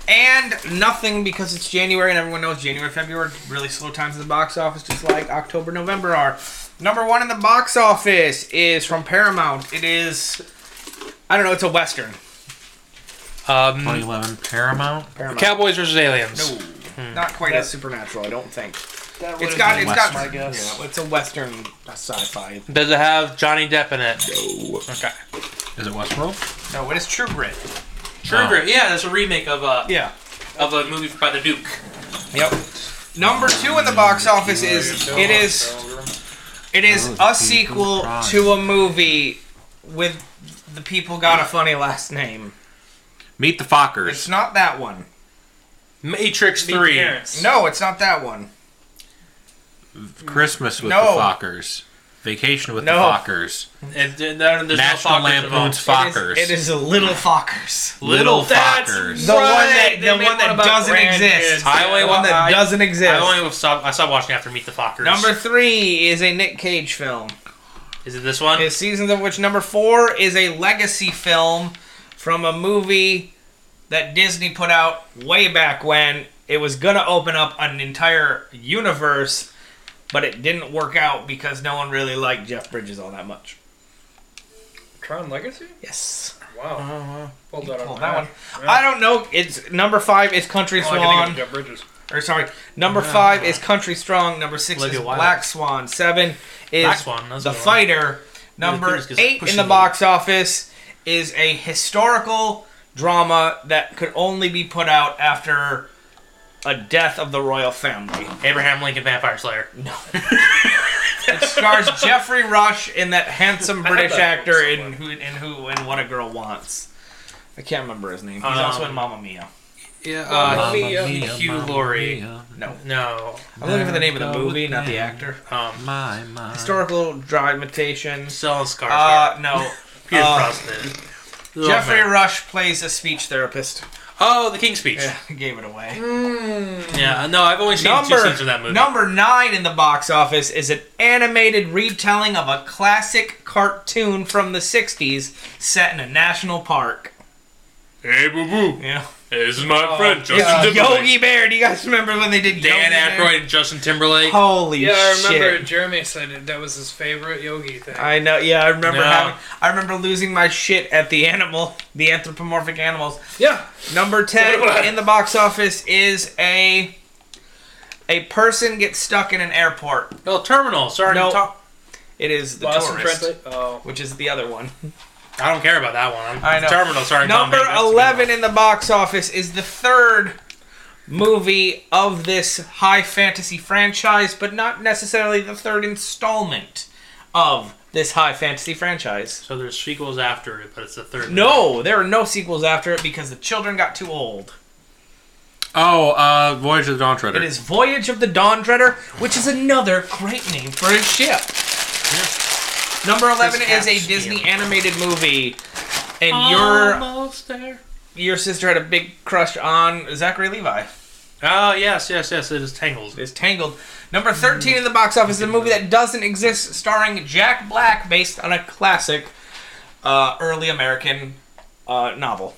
E: and nothing because it's January and everyone knows January, February are really slow times in the box office, just like October, November are. Number one in the box office is from Paramount. It is, I don't know, it's a Western.
B: Um,
C: 2011 Paramount.
E: Paramount.
B: Cowboys versus aliens.
E: No, Hmm. not quite as supernatural, I don't think.
F: That
E: It's
F: would've
E: got,
F: been
E: it's
F: Western, I
E: got,
F: guess.
E: yeah, it's a Western sci-fi.
B: Does it have Johnny Depp in it? Okay.
C: Is it Westworld?
E: No, it is True Grit.
B: True Grit. Yeah, that's a remake of a
E: Yeah.
B: of a movie by the Duke.
E: Yep. Number two in the box office is it is it is a sequel to a movie with the people got a funny last name.
C: Meet the Fockers.
E: It's not that one.
B: Matrix Three.
E: No, it's not that one.
C: Christmas with
E: No.
C: the Fockers. Vacation with
E: No.
C: the Fockers.
B: And, th- there- there's no
C: National
B: Fockers
C: Lampoon's
B: involved.
C: Fockers.
E: It is, it is a Little Fockers.
C: Little
B: That's
C: Fockers.
E: The
F: Right,
E: one
F: they
E: that the
F: made
E: one that
F: one about
E: doesn't exist.
F: grandkids.
B: I only
E: The one that
B: I-
E: doesn't exist.
B: I only stopped. I stopped watching after Meet the Fockers.
E: Number three is a Nick Cage film.
B: is it this one?
E: His seasons of which number four is a legacy film from a movie that Disney put out way back when. It was gonna open up an entire universe, but it didn't work out because no one really liked Jeff Bridges all that much.
D: Tron Legacy?
E: Yes,
D: Wow. Well done on
E: Well, Uh-huh. that
D: that
E: one. I don't know. It's number five is Country
D: All Oh, I can think of
E: Swan,
D: is Jeff Bridges.
E: or sorry, number five is Country Strong. Number six
B: Olivia
E: is
B: Wilde.
E: Black Swan. Seven is
B: Black Swan, that's
E: The
B: a good one.
E: Fighter.
B: Yeah,
E: Number
B: the thing is 'cause
E: eight in
B: pushing
E: the
B: it.
E: box office is a historical drama that could only be put out after a death of the royal family.
B: Abraham Lincoln Vampire Slayer.
E: It stars Jeffrey Rush and that handsome British
D: that
E: actor in who in who and What a Girl Wants. I can't remember his name. He's also
B: Um,
E: in Mamma Mia.
B: Yeah, uh,
D: Mamma Mia,
B: Hugh Laurie.
E: No.
B: No,
E: I'm looking for the name of the movie, not the actor.
B: um,
C: My, my.
E: Historical dramatization.
B: selling scars.
E: Uh no.
B: Peter
E: uh,
B: Prosper. Little
E: Jeffrey
B: man.
E: Rush plays a speech therapist.
B: Oh, The King's Speech.
E: Yeah,
B: Yeah.
E: gave it away.
B: no, I've only seen two scenes of that movie.
E: Number nine in the box office is an animated retelling of a classic cartoon from the 60s set in a national park.
B: Hey, boo boo.
E: Yeah.
B: This
E: uh,
B: is my friend Justin
E: Yogi Bear. Do you guys remember when they did
B: Dan
E: Yogi Bear?
B: Aykroyd and Justin Timberlake.
E: Holy
D: Yeah, I remember
E: shit.
D: Jeremy said it, that was his favorite yogi thing.
E: I know. Yeah, I remember
B: No.
E: having, I remember losing my shit at the animal, the anthropomorphic animals.
D: yeah.
E: Number
D: What?
E: 10 in the box office is a a person gets stuck in an airport.
B: No, Terminal. Sorry,
E: No.
B: to talk-
E: It is the
D: Lost in
E: tourist,
D: Translate. Oh.
E: which is the other one.
B: I don't care about that one. I'm,
E: I know.
B: Terminal. Sorry, to
E: Number
B: Tom Hanks. That's a good
E: 11
B: one.
E: in the box office is the third movie of this high fantasy franchise, but not necessarily the third installment of this high fantasy franchise.
B: So there's sequels after it, but it's the third.
E: No, there are no sequels after it because the children got too old.
C: Oh, uh, Voyage of the Dawn Treader.
E: It is Voyage of the Dawn Treader, which is another great name for a ship. Number 11 is a Disney animated movie, and your
B: Almost there.
E: your sister had a big crush on Zachary Levi.
B: Oh yes, yes, yes. It is Tangled.
E: is Tangled. Number 13 in the box office is a movie that doesn't exist, starring Jack Black, based on a classic uh, early American uh, novel.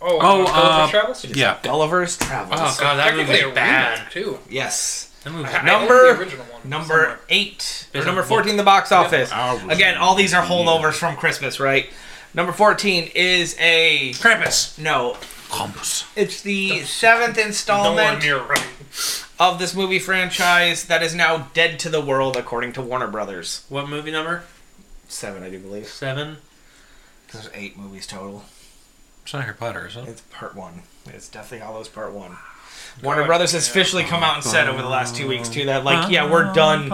D: Oh,
C: Oh,
D: Gulliver's
C: uh,
D: Travels?
C: yeah.
E: Gulliver's Travels.
B: Oh god, that movie
D: Technically a
B: is bad.
D: remake, too.
E: Yes.
B: That movie
D: I own
E: Number-
D: the original one
E: Number
D: somewhere.
E: 8. Or
B: Is it
E: number
B: book?
E: 14 in the box office.
C: Ours.
E: Again, all these are holdovers from Christmas, right? Number 14 is a.
B: Krampus.
E: No.
C: Compass.
E: It's the seventh installment of this movie franchise that is now dead to the world, according to Warner Brothers.
B: What movie number?
E: Seven, I do believe.
B: Seven.
E: There's eight movies total.
C: It's not Harry Potter, is it?
E: It's part one. It's Deathly Hollows part one. Warner Brothers has officially come out and said over the last two weeks too that like yeah we're done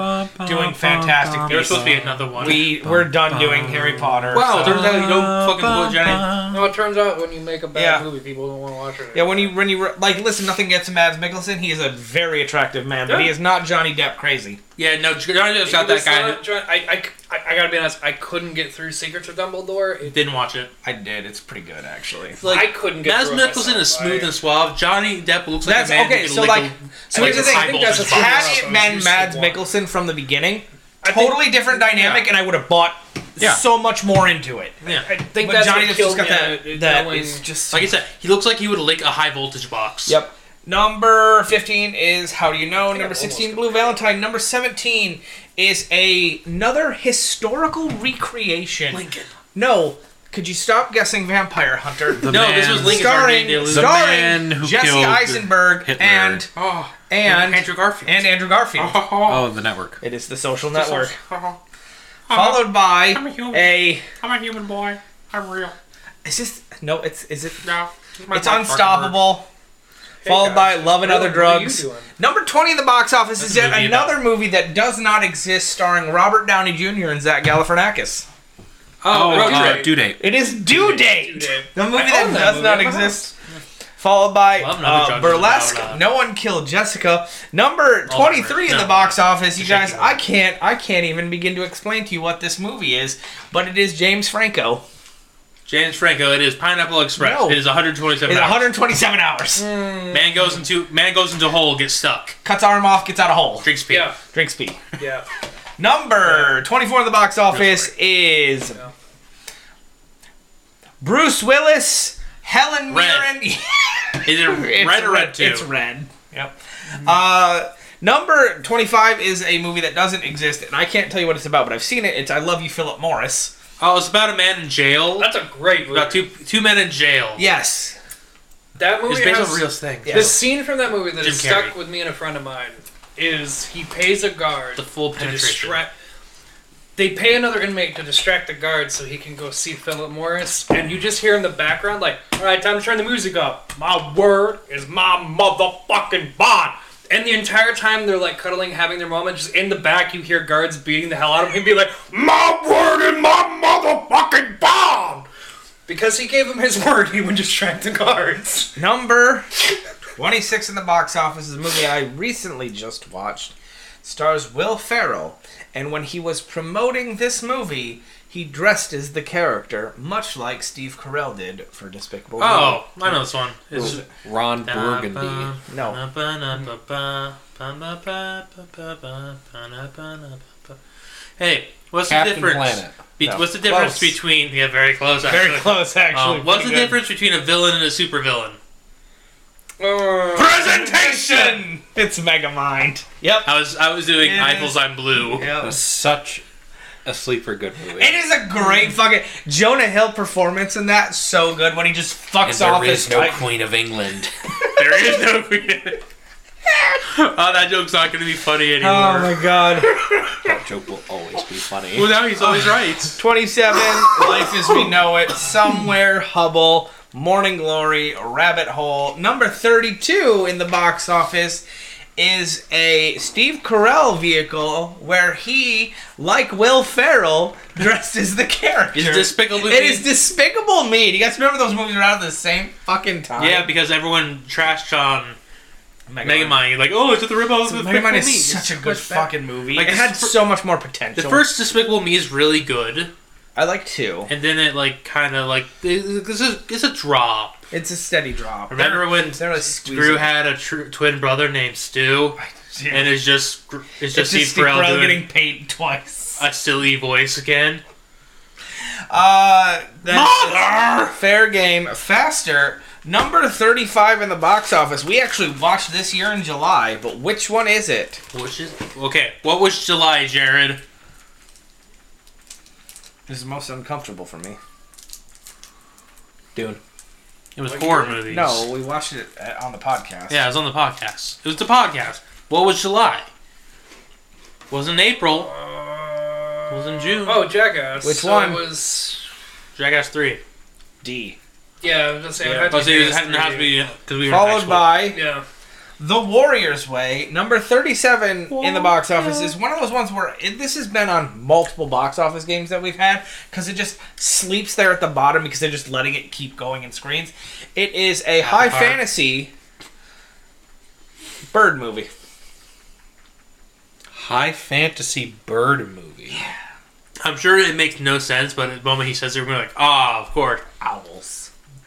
E: doing Fantastic
B: There's supposed to be
E: Beasts.
B: another one.
E: We we're done doing Harry Potter.
D: Wow,
E: so-
D: turns out you don't fucking put Jenny.
F: No, it turns out when you make a bad
E: Yeah.
F: movie, people don't want to watch it.
E: Yeah, when you when you re- like listen, nothing gets to Mads Mikkelsen. He is a very attractive man, but he is not Johnny Depp crazy.
D: Yeah, no, Johnny Depp's not that
F: It's
D: guy.
F: not John- I, I, I, I gotta be honest. I couldn't get through Secrets of Dumbledore. It,
B: Didn't watch it.
E: I did. It's pretty good actually.
B: Like,
F: I couldn't get
B: Mads
F: through it
B: Mikkelsen is
F: myself.
B: smooth
F: I-
B: and suave. Johnny Depp looks like
E: That's-
B: a man
E: okay,
B: who can
E: so,
B: lick
E: like-
B: a-
E: So here's the
B: his
E: thing. I
B: eyeballs
E: think that's
B: just
E: a
B: pop out.
E: had it been Mads Mikkelsen from the beginning,
F: think-
E: totally different dynamic, and I would have bought
C: Yeah.
E: so much more into it.
F: I think
E: But
F: that's
E: Johnny
F: what
E: Depp's
F: killed
E: just
F: me.
E: got
F: on it,
E: that.
F: is
E: that
F: knowing-
E: it's just
B: Like I said, he looks like he would lick a high voltage box.
E: Yep. Number 15 is How Do You Know? Number
F: almost
E: 16, Blue Valentine. Number 17 is a, another historical recreation.
B: Lincoln.
E: No, could you stop guessing Vampire Hunter?
C: The
B: No, this was Lincoln's
E: starring
B: Army Day Lewis.
E: starring
C: man who
E: Jesse
C: killed
E: Eisenberg
C: Hitler.
E: and
D: Oh,
E: and
D: Andrew Garfield.
E: and Andrew Garfield.
C: Oh, the network.
E: It is the social network.
D: I'm
E: Followed by
D: a human.
E: a
D: Uh-huh. a human boy. I'm real.
E: is this no, it's is it
D: No,
E: It's unstoppable. Followed by Love and Other Drugs. Number 20 in the box office is yet
B: movie about-
E: another movie that does not exist starring Robert Downey Jr. and Zach Galifianakis.
C: Oh,
D: Road
C: uh,
D: Trip.
C: due date.
E: It is Due Date. Oh, The movie that,
D: own that
E: does
D: movie
E: not
D: at my
E: exist. Followed by
B: Love and Other
E: uh,
B: Drugs is
E: Burlesque.
B: about, uh,
E: no One Killed Jessica. Number
B: All over.
E: 23 in
B: No.
E: the box office. You
B: It's a shaky
E: guys,
B: one.
E: I can't I can't even begin to explain to you what this movie is, but it is James Franco.
B: James Franco. It is Pineapple Express.
E: No.
B: It is 127.
E: It's
B: hours.
E: 127 hours.
B: Man goes into man goes into a hole, gets stuck,
E: Cuts arm off, gets out of hole.
B: drinks pee.
F: Yeah.
E: Drinks pee.
F: Yeah.
E: Number 24 in the box office is Bruce Willis, Helen
B: Red.
E: Mirren.
B: Is it
E: It's
B: red or red two?
E: It's red. Yep. Uh, number 25 is a movie that doesn't exist, and I can't tell you what it's about, but I've seen it. It's I Love You, Philip Morris.
B: Oh, it's about a man in jail.
D: Uh,
F: That's a great movie.
B: about two two men in jail.
E: Yes.
F: That movie
B: It's based
F: has
B: on real thing.
E: Yeah.
F: the scene from that movie that
B: Jim
F: has
B: Carrey.
F: stuck with me and a friend of mine is he pays a guard
B: The full
F: to
B: penetration.
F: distract. They pay another inmate to distract the guard so he can go see Philip Morris, and you just hear in the background like, "All right, time to turn the music up." My word is my motherfucking bond. And the entire time they're like cuddling, having their moment, just in the back you hear guards beating the hell out of him, and be like, "My word is my motherfucking bond," because he gave him his word, he would distract the guards.
E: Number 26 in the box office is a movie I recently just watched. Stars Will Ferrell, and when he was promoting this movie, he dressed as the character, much like Steve Carell did for Despicable Me.
B: Oh, I know this one. It's
C: Ron Burgundy.
E: no,
B: Hey, what's the
C: Captain
B: difference?
C: Planet.
B: Be-
E: No.
B: What's the difference
E: Close.
B: between yeah, very close, actually.
E: very close actually.
B: Um, what's the
E: Pretty good.
B: difference between a villain and a supervillain?
E: Presentation. It's Megamind. Yep.
B: I was I was doing
E: Yeah.
B: Eiffel's I'm Blue.
E: Yep.
C: That's such a sleeper good movie.
E: It is a great fucking Jonah Hill performance in that. So good when he just
C: And
E: fucks off
C: there
E: his
C: is no
E: wife.
C: Queen of England.
B: There is no queen. oh, that joke's not gonna be funny anymore.
E: Oh my god.
C: that joke will always be funny.
B: well, now he's always right.
E: 27, Life as We Know It, Somewhere, Hubble, Morning Glory, Rabbit Hole. Number 32 in the box office is a Steve Carell vehicle where he, like Will Ferrell, dressed as the character.
B: Is Despicable
E: It
B: Me-
E: is Despicable Me. Do you guys remember those movies were out at the same fucking time?
B: Yeah, because everyone trashed on
E: Megamind.
B: Megamind. You're like, oh, it's at the ripoff of Despicable
E: Megamind
B: Me.
E: is such a good fucking movie.
B: Like,
E: it
B: the
E: had
B: fir-
E: so much more potential.
B: The first Despicable Me is really good,
E: I like two.
B: and then it like kind of like it- this is it's a drop.
E: It's a steady drop.
B: Remember when
E: They're
B: Drew
E: like squeezing.
B: had a tr- twin brother named Stu, and it's just it's just, Steve, Carell doing
E: getting paid twice.
B: a silly voice again.
E: Uh, Mother! Fair game. Faster. Number 35 in the box office. We actually watched this year in July, but which one is it?
B: Which is okay. What was July, Jared?
E: This is most uncomfortable for me.
C: Dune.
B: It was horror movies.
E: No, we watched it uh, on the podcast.
B: Yeah, it was on the podcast. It was the podcast. What was July? Wasn't April. Wasn't June.
D: Oh, Jackass.
E: Which
D: so
E: one?
D: It was
B: Jackass 3.
E: D.
D: yeah. I was gonna say it had to
B: Oh, so
D: be
B: it was
D: this
B: had it has to
D: three.
B: be because we were in high
E: Followed
B: school.
E: by
D: Yeah.
E: The Warrior's Way, number 37 in the box office, is one of those ones where it, this has been on multiple box office games that we've had because it just sleeps there at the bottom because they're just letting it keep going in screens. It is a high fantasy bird movie.
C: High fantasy bird movie.
B: I'm sure it makes no sense, but at the moment he says it, we're like, ah, of course.
E: Owls.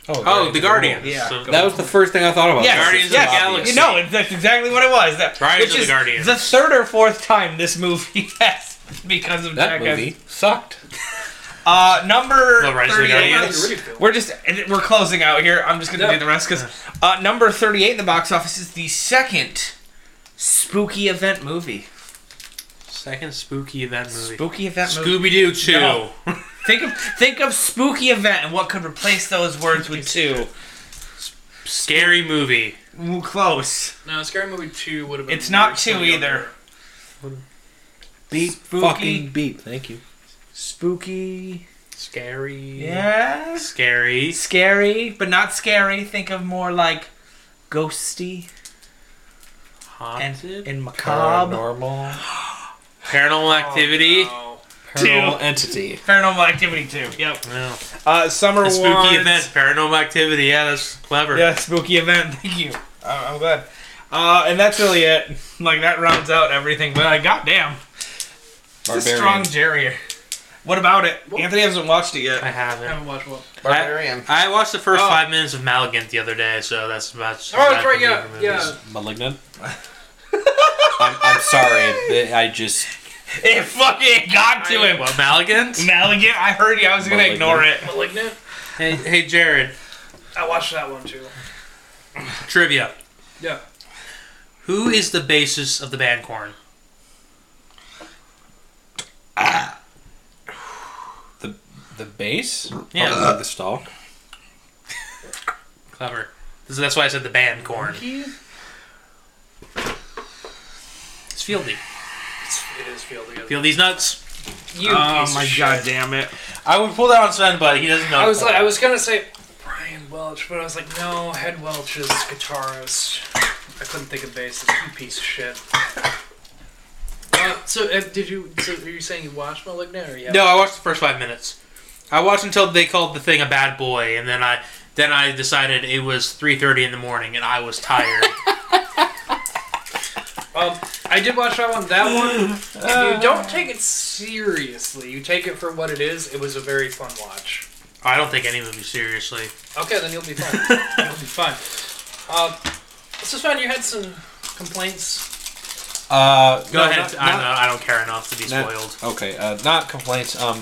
B: Oh, the Guardians.
E: Yeah.
B: So-
C: That was the first thing I thought about.
E: Yes,
B: Guardians of the
E: yes.
B: Galaxy.
E: You know, it- that's exactly what it was. That,
B: Guardians
E: which
B: of the
E: is
B: Guardians.
E: The third or fourth time this movie passed because of
C: That
E: Jackass.
C: movie sucked.
E: Uh, number
B: The Rise of the
E: 38.
B: Guardians.
E: We're just and we're closing out here. I'm just gonna do the rest because uh, number 38 in the box office is the second spooky event movie.
B: second spooky event movie.
E: Spooky event movie.
B: Scooby Doo 2.
E: No. Think of think of spooky event and what could replace those words with two.
B: Scary movie.
E: Ooh, close.
D: No, Scary Movie Two would have been.
E: It's not
D: worse
E: two
D: than the
E: either.
D: other.
C: Beep,
E: Spooky.
C: fucking beep. Thank you.
E: Spooky.
B: Scary.
E: Yeah.
B: Scary.
E: Scary, but not scary. Think of more like ghosty and,
B: Haunted.
E: and macabre.
C: Normal.
B: Paranormal
D: Oh.
B: activity.
C: Paranormal entity.
E: Paranormal Activity too. Yep.
B: No.
E: Uh, summer
B: A spooky
E: Wars.
B: event. Paranormal activity. Yeah, that's clever.
E: Yeah, spooky event. Thank you. I- I'm glad. Uh, and that's really it. Like that rounds out everything. But I goddamn, it's a strong Jerry. What about it? Anthony hasn't watched it
B: I
E: yet.
D: I
B: haven't.
D: haven't watched one.
B: Barbarian. I watched the first five minutes of Malignant the other day, so that's about.
D: Oh, that's right. Yeah, yeah.
C: Malignant. I'm, I'm sorry. th- I just.
E: It fucking got to him.
B: What, Malignant?
E: Malignant, I heard you. I was gonna
C: Malignant.
E: ignore it.
D: Malignant.
B: Hey, hey, Jared.
D: I watched that one too.
B: Trivia.
D: Yeah.
B: Who is the bassist of the band Corn?
C: The base?
B: Yeah.
C: Probably the stalk.
B: Clever. So that's why I said the band Corn. It's Fieldy.
D: It's, it is Fieldy. isn't it?
B: Fieldy's nuts.
D: You
B: Oh
D: piece of shit.
E: damn it!
B: I would pull that on Sven, but he doesn't know.
D: I was like, I was gonna say Brian Welch, but I was like, no, Head Welch is guitarist. I couldn't think of bassist. You piece of shit. Uh, so uh, did you? So are you saying you watched Malignant or yeah?
B: No, I watched the first five minutes. I watched until they called the thing a bad boy, and then I then I decided it was three thirty in the morning, and I was tired.
D: Um, I did watch that one. That one. you don't take it seriously. You take it for what it is. It was a very fun watch.
B: I don't take any movie seriously.
D: Okay, then you'll be fine. you'll be fine. Uh, so Sven, you had some complaints.
C: Uh,
B: Go ahead. I, don't, know, I don't care enough to be spoiled.
C: Okay, uh, not complaints. Um,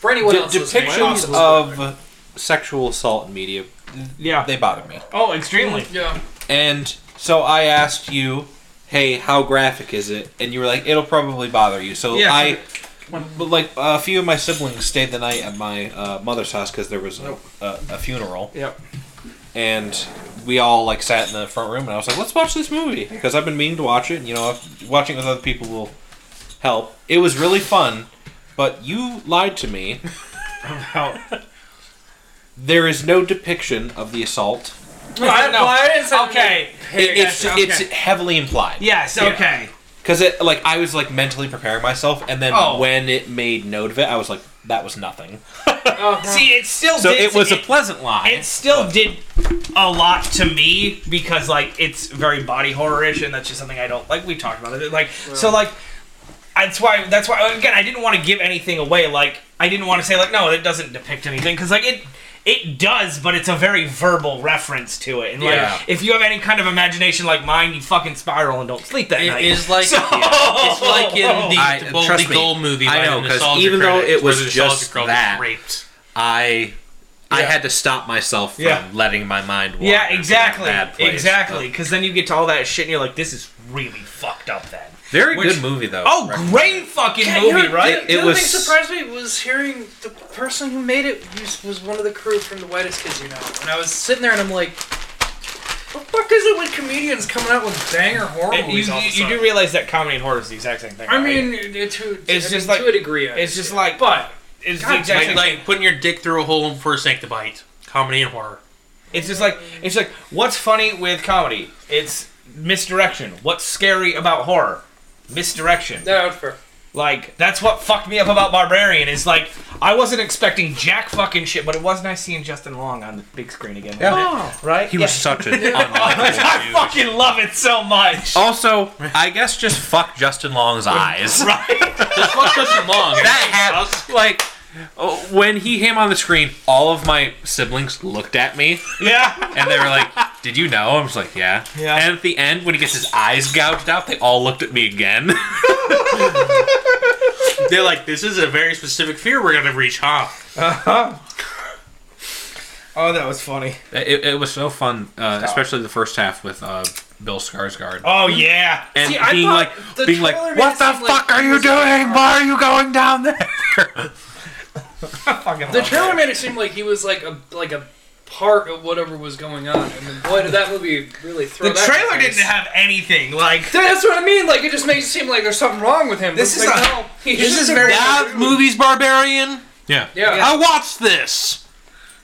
D: For anyone
C: de-
D: else listening,
C: depictions of sexual assault in media,
E: Yeah.
C: they bother me.
E: Oh, extremely.
D: yeah,
C: And so I asked you, hey, how graphic is it? And you were like, it'll probably bother you. So
E: Oh, Yeah.
C: I, but like a few of my siblings stayed the night at my uh, mother's house because there was a, a, a funeral.
E: Yep.
C: And we all like sat in the front room, and I was like, let's watch this movie because I've been meaning to watch it. And you know, if- watching it with other people will help. It was really fun, but you lied to me. There is no depiction of the assault.
E: I
D: Well, I didn't say
E: Okay.
C: It, it's
E: okay.
C: it's heavily implied.
E: Yes. Okay.
C: Because it like I was like mentally preparing myself, and then
E: Oh.
C: when it made note of it, I was like, "That was nothing."
E: See, it still.
C: So
E: did,
C: it was a
E: it,
C: pleasant lie.
E: it still did a lot to me because like it's very body horror-ish and that's just something i don't like we talked about it like so like that's why that's why again i didn't want to give anything away like i didn't want to say like no it doesn't depict anything because like it it does but it's a very verbal reference to it and like
C: Yeah.
E: if you have any kind of imagination like mine you fucking spiral and don't sleep that night
B: It is like it's like in the
C: I-
B: Boldly
C: trust me.
B: Gold movie.
C: I
B: by
C: know,
B: the
C: 'cause
B: Nostalgia
C: even though
B: Critics,
C: it
B: where
C: was
B: the Nostalgia
C: just
B: Girl gets
C: that-
B: raped.
C: I I had to stop myself from
E: Yeah.
C: letting my mind. Wander
E: yeah
C: to that
E: exactly
C: bad place.
E: exactly because then you get to all that shit and you're like this is really fucked up then
C: Very
E: Which-
C: good movie though.
E: Oh,
C: Recommend
E: great fucking movie, right?
C: It- it
F: the other
C: was-
F: thing surprised me was hearing the person who made it was, was one of the crew from the Whitest Kids You Know, and I was sitting there and I'm like, "What the fuck is it with comedians coming out with banger horror
E: It-
F: movies?"
E: you,
F: all of a
E: you- you do
F: sudden?
E: realize that comedy and horror is the exact same thing.
F: I
E: right?
F: mean, it- to,
E: It's
F: I
E: just
F: mean,
E: like-
F: to a degree, I
E: it's just
F: understand.
E: like
F: but
E: it's the
F: God,
E: exact
B: Like,
E: same
B: like putting your dick through a hole for a snake to bite. Comedy and horror.
E: It's just like it's like what's funny with comedy? It's misdirection. What's scary about horror? Misdirection.
F: no, it's fair.
E: Like that's what fucked me up about Barbarian is like I wasn't expecting jack fucking shit, but it was nice seeing Justin Long on the big screen again. Oh.
C: Yeah.
E: Right?
C: He was such an unlikable
E: I
C: dude.
E: fucking love it so much.
C: Also, I guess just fuck Justin Long's eyes.
B: Fuck Justin Long.
C: That happened. Like oh, when he came on the screen, all of my siblings looked at me
E: Yeah.
C: and they were like, "Did you know?" I was like, "Yeah."
E: Yeah.
C: And at the end, when he gets his eyes gouged out, they all looked at me again.
B: They're like, this is a very specific fear we're gonna reach, huh?
E: Oh, that was funny.
C: it, it was so fun, uh, especially the first half with uh, Bill Skarsgård.
E: Oh yeah.
C: and
F: I
C: being
F: thought
C: like,
F: the
C: being like,
F: trailer
C: what
F: made it
C: the
F: seem like
C: fuck are
F: he
C: you
F: was
C: doing? Why are you going down there?
E: Fucking
F: The
E: love
F: trailer
E: it.
F: made it seem like he was like a like a part of whatever was going on, and then boy, did that movie really throw.
E: The
F: that
E: trailer
F: in the face.
E: didn't have anything. Like
F: Dude, that's what I mean. Like it just makes it seem like there's something wrong with him.
E: This
F: It's
E: is
F: like,
E: a-
F: no, he's
E: this
F: just
E: is
F: a
E: very-
F: bad
B: That
F: dude.
B: movie's Barbarian.
C: Yeah.
F: Yeah.
B: I watched this.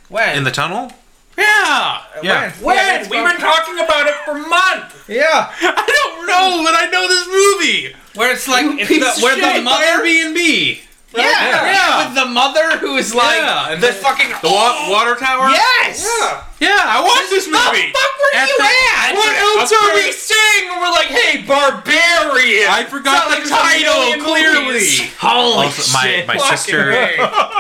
E: when?
C: In the tunnel?
B: Yeah.
C: Yeah.
E: When?
F: When? We've been talking about it for months.
E: Yeah.
B: I don't know, but I know this movie.
E: Where it's like it's
F: piece
E: the,
F: of
E: where the
F: shit.
E: mother
B: Airbnb.
E: Yeah, yeah. With the mother who is like
B: Yeah, and
E: the fucking
B: The wa- water tower?
E: yes.
B: Yeah, I watched this movie.
E: Fuck, where
B: At
E: you
B: the-
E: at?
B: What else
E: are
B: we
E: seeing? We're like, hey, barbarian.
B: I forgot the
E: It's not like
B: title,
E: there's a million
B: clearly.
E: movies. Holy
C: Also, my, my sister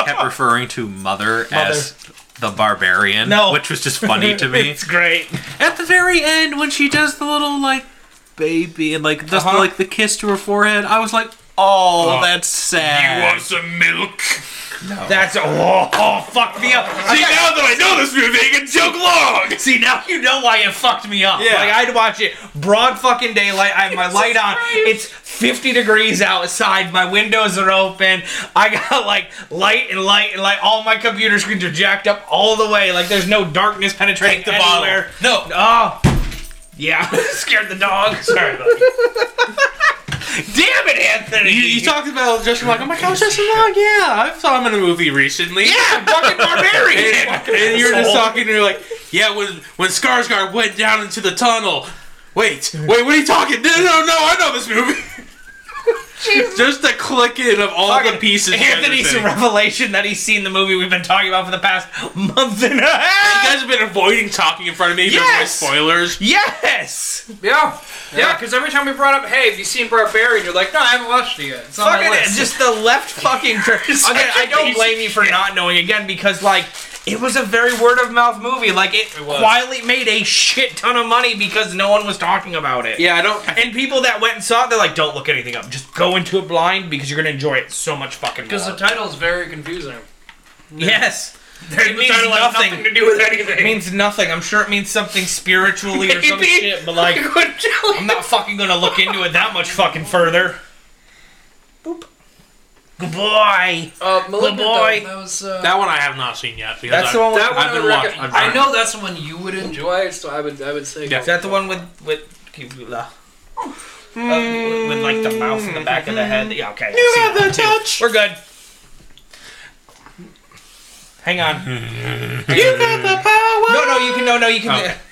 C: kept referring to mother, as the barbarian,
E: No.
C: which was just funny to me.
E: it's great.
C: At the very end, when she does the little like baby and like does the, like the kiss to her forehead, I was like, oh, that's sad.
B: some milk?
E: That's oh, oh fuck me up.
B: See, now that I know this movie, I can joke long.
E: See now you know why you fucked me up.
B: Yeah.
E: Like I'd watch it broad fucking daylight. I have my light on. It's 50 degrees outside. My windows are open. I got like light and light and light. All my computer screens are jacked up all the way. Like there's no darkness penetrating
B: Take the bottle.
E: anywhere. No. Oh. Yeah. Scared the dog. Sorry, buddy. Damn it, Anthony.
B: You, you talked about Justin Long. I'm like, I was Justin Long. Yeah, I saw him in a movie recently.
E: Yeah, fucking barbarian.
B: and you're just talking, and you're like, yeah, when when Skarsgård went down into the tunnel. Wait, wait, what are you talking? No, no, no, I know this movie. just the clicking of all the pieces. of
E: Anthony's
B: everything.
E: revelation that he's seen the movie we've been talking about for the past month and a half.
B: You guys have been avoiding talking in front of me to avoid
E: Yes!
B: spoilers.
E: Yes!
F: Yeah. Yeah, because every time we brought up, hey, have you seen Barbarian? You're like, no, I haven't watched it yet. It's on my
E: Fucking
F: list.
E: just the left fucking turn. Again, I don't blame you for not knowing again because like it was a very word of mouth movie. Like it, quietly made a shit ton of money because no one was talking about it.
B: Yeah, I don't.
E: And people that went and saw it, they're like, "Don't look anything up. Just go into it blind because you're gonna enjoy it so much fucking."
F: Because the
E: more."
F: title's very confusing.
E: yes, it means
F: title has
E: nothing.
F: to do with anything.
E: It means nothing. I'm sure it means something spiritually or some shit, but like, I'm not fucking gonna look into it that much fucking further. Boop. Good boy.
F: Uh, Malignant,
E: Good boy.
F: though, that was. Uh,
B: That one I have not seen yet because
E: That's
B: I've,
E: the one with-
B: that
F: one
B: I've
F: I
B: been
F: would
B: watching.
F: recommend-
B: I've
F: I
B: been-
F: know that's the one you would enjoy, so I would, I would say.
E: Is that the one with with uh, with, with like the mouth
F: Mm.
E: in the back of the head? Yeah, okay. Mm-hmm. You have the touch. We're good. Hang on. you got the power. Oh. No, no, you can. No, no, you can.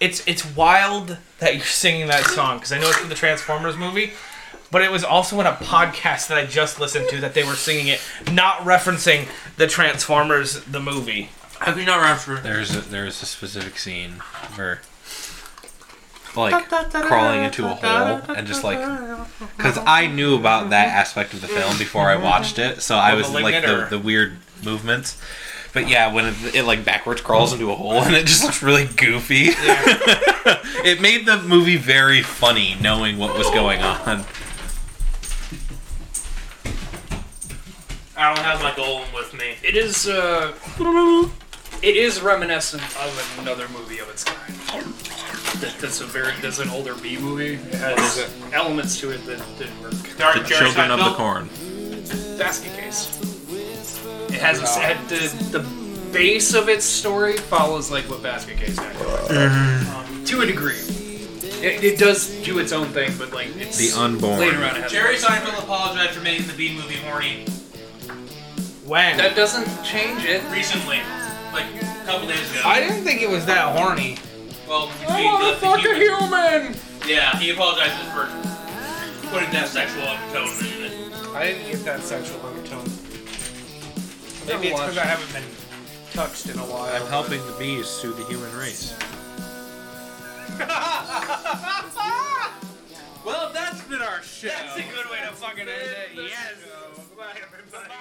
E: It's it's wild that you're singing that song because I know it's from the Transformers movie. But it was also in a podcast that I just listened to that they were singing it, not referencing the Transformers the movie.
B: How can you not remember?
C: There's a, there's a specific scene where like crawling into a hole and just like because I knew about that aspect of the film before I watched it, so I was like
E: Malignant
C: the,
E: or-
C: the weird movements. But yeah, when it, it like backwards crawls into a hole and it just looks really goofy. it made the movie very funny knowing what was going on.
B: I don't have my golem with me.
F: It is. Uh, it is reminiscent of another movie of its kind.
D: that that's a very that's an older B movie. It has elements to it that didn't work.
B: Dark
C: The Children of the
B: Seinfeld.
C: Corn.
D: Basket case. It has a, it had the the base of its story follows like what Basket Case had um, to a degree. It, it does do its own thing, but like it's
C: The Unborn.
D: later on. It has
B: Jerry Seinfeld apologized for making the Bean movie horny
E: When?
D: that doesn't change it.
B: recently, like a couple days ago.
E: I didn't think it was that horny.
B: well, he, the- the human-
D: human.
B: Yeah, he apologizes for putting that sexual tone in it.
K: I didn't get that sexual undertone.
D: Never
K: Maybe it's because
D: watched
K: I haven't been touched in a while.
C: I'm helping the bees sue the human race.
B: Well, that's been our show.
L: That's a good way to fucking end it. Yes. Bye, everybody.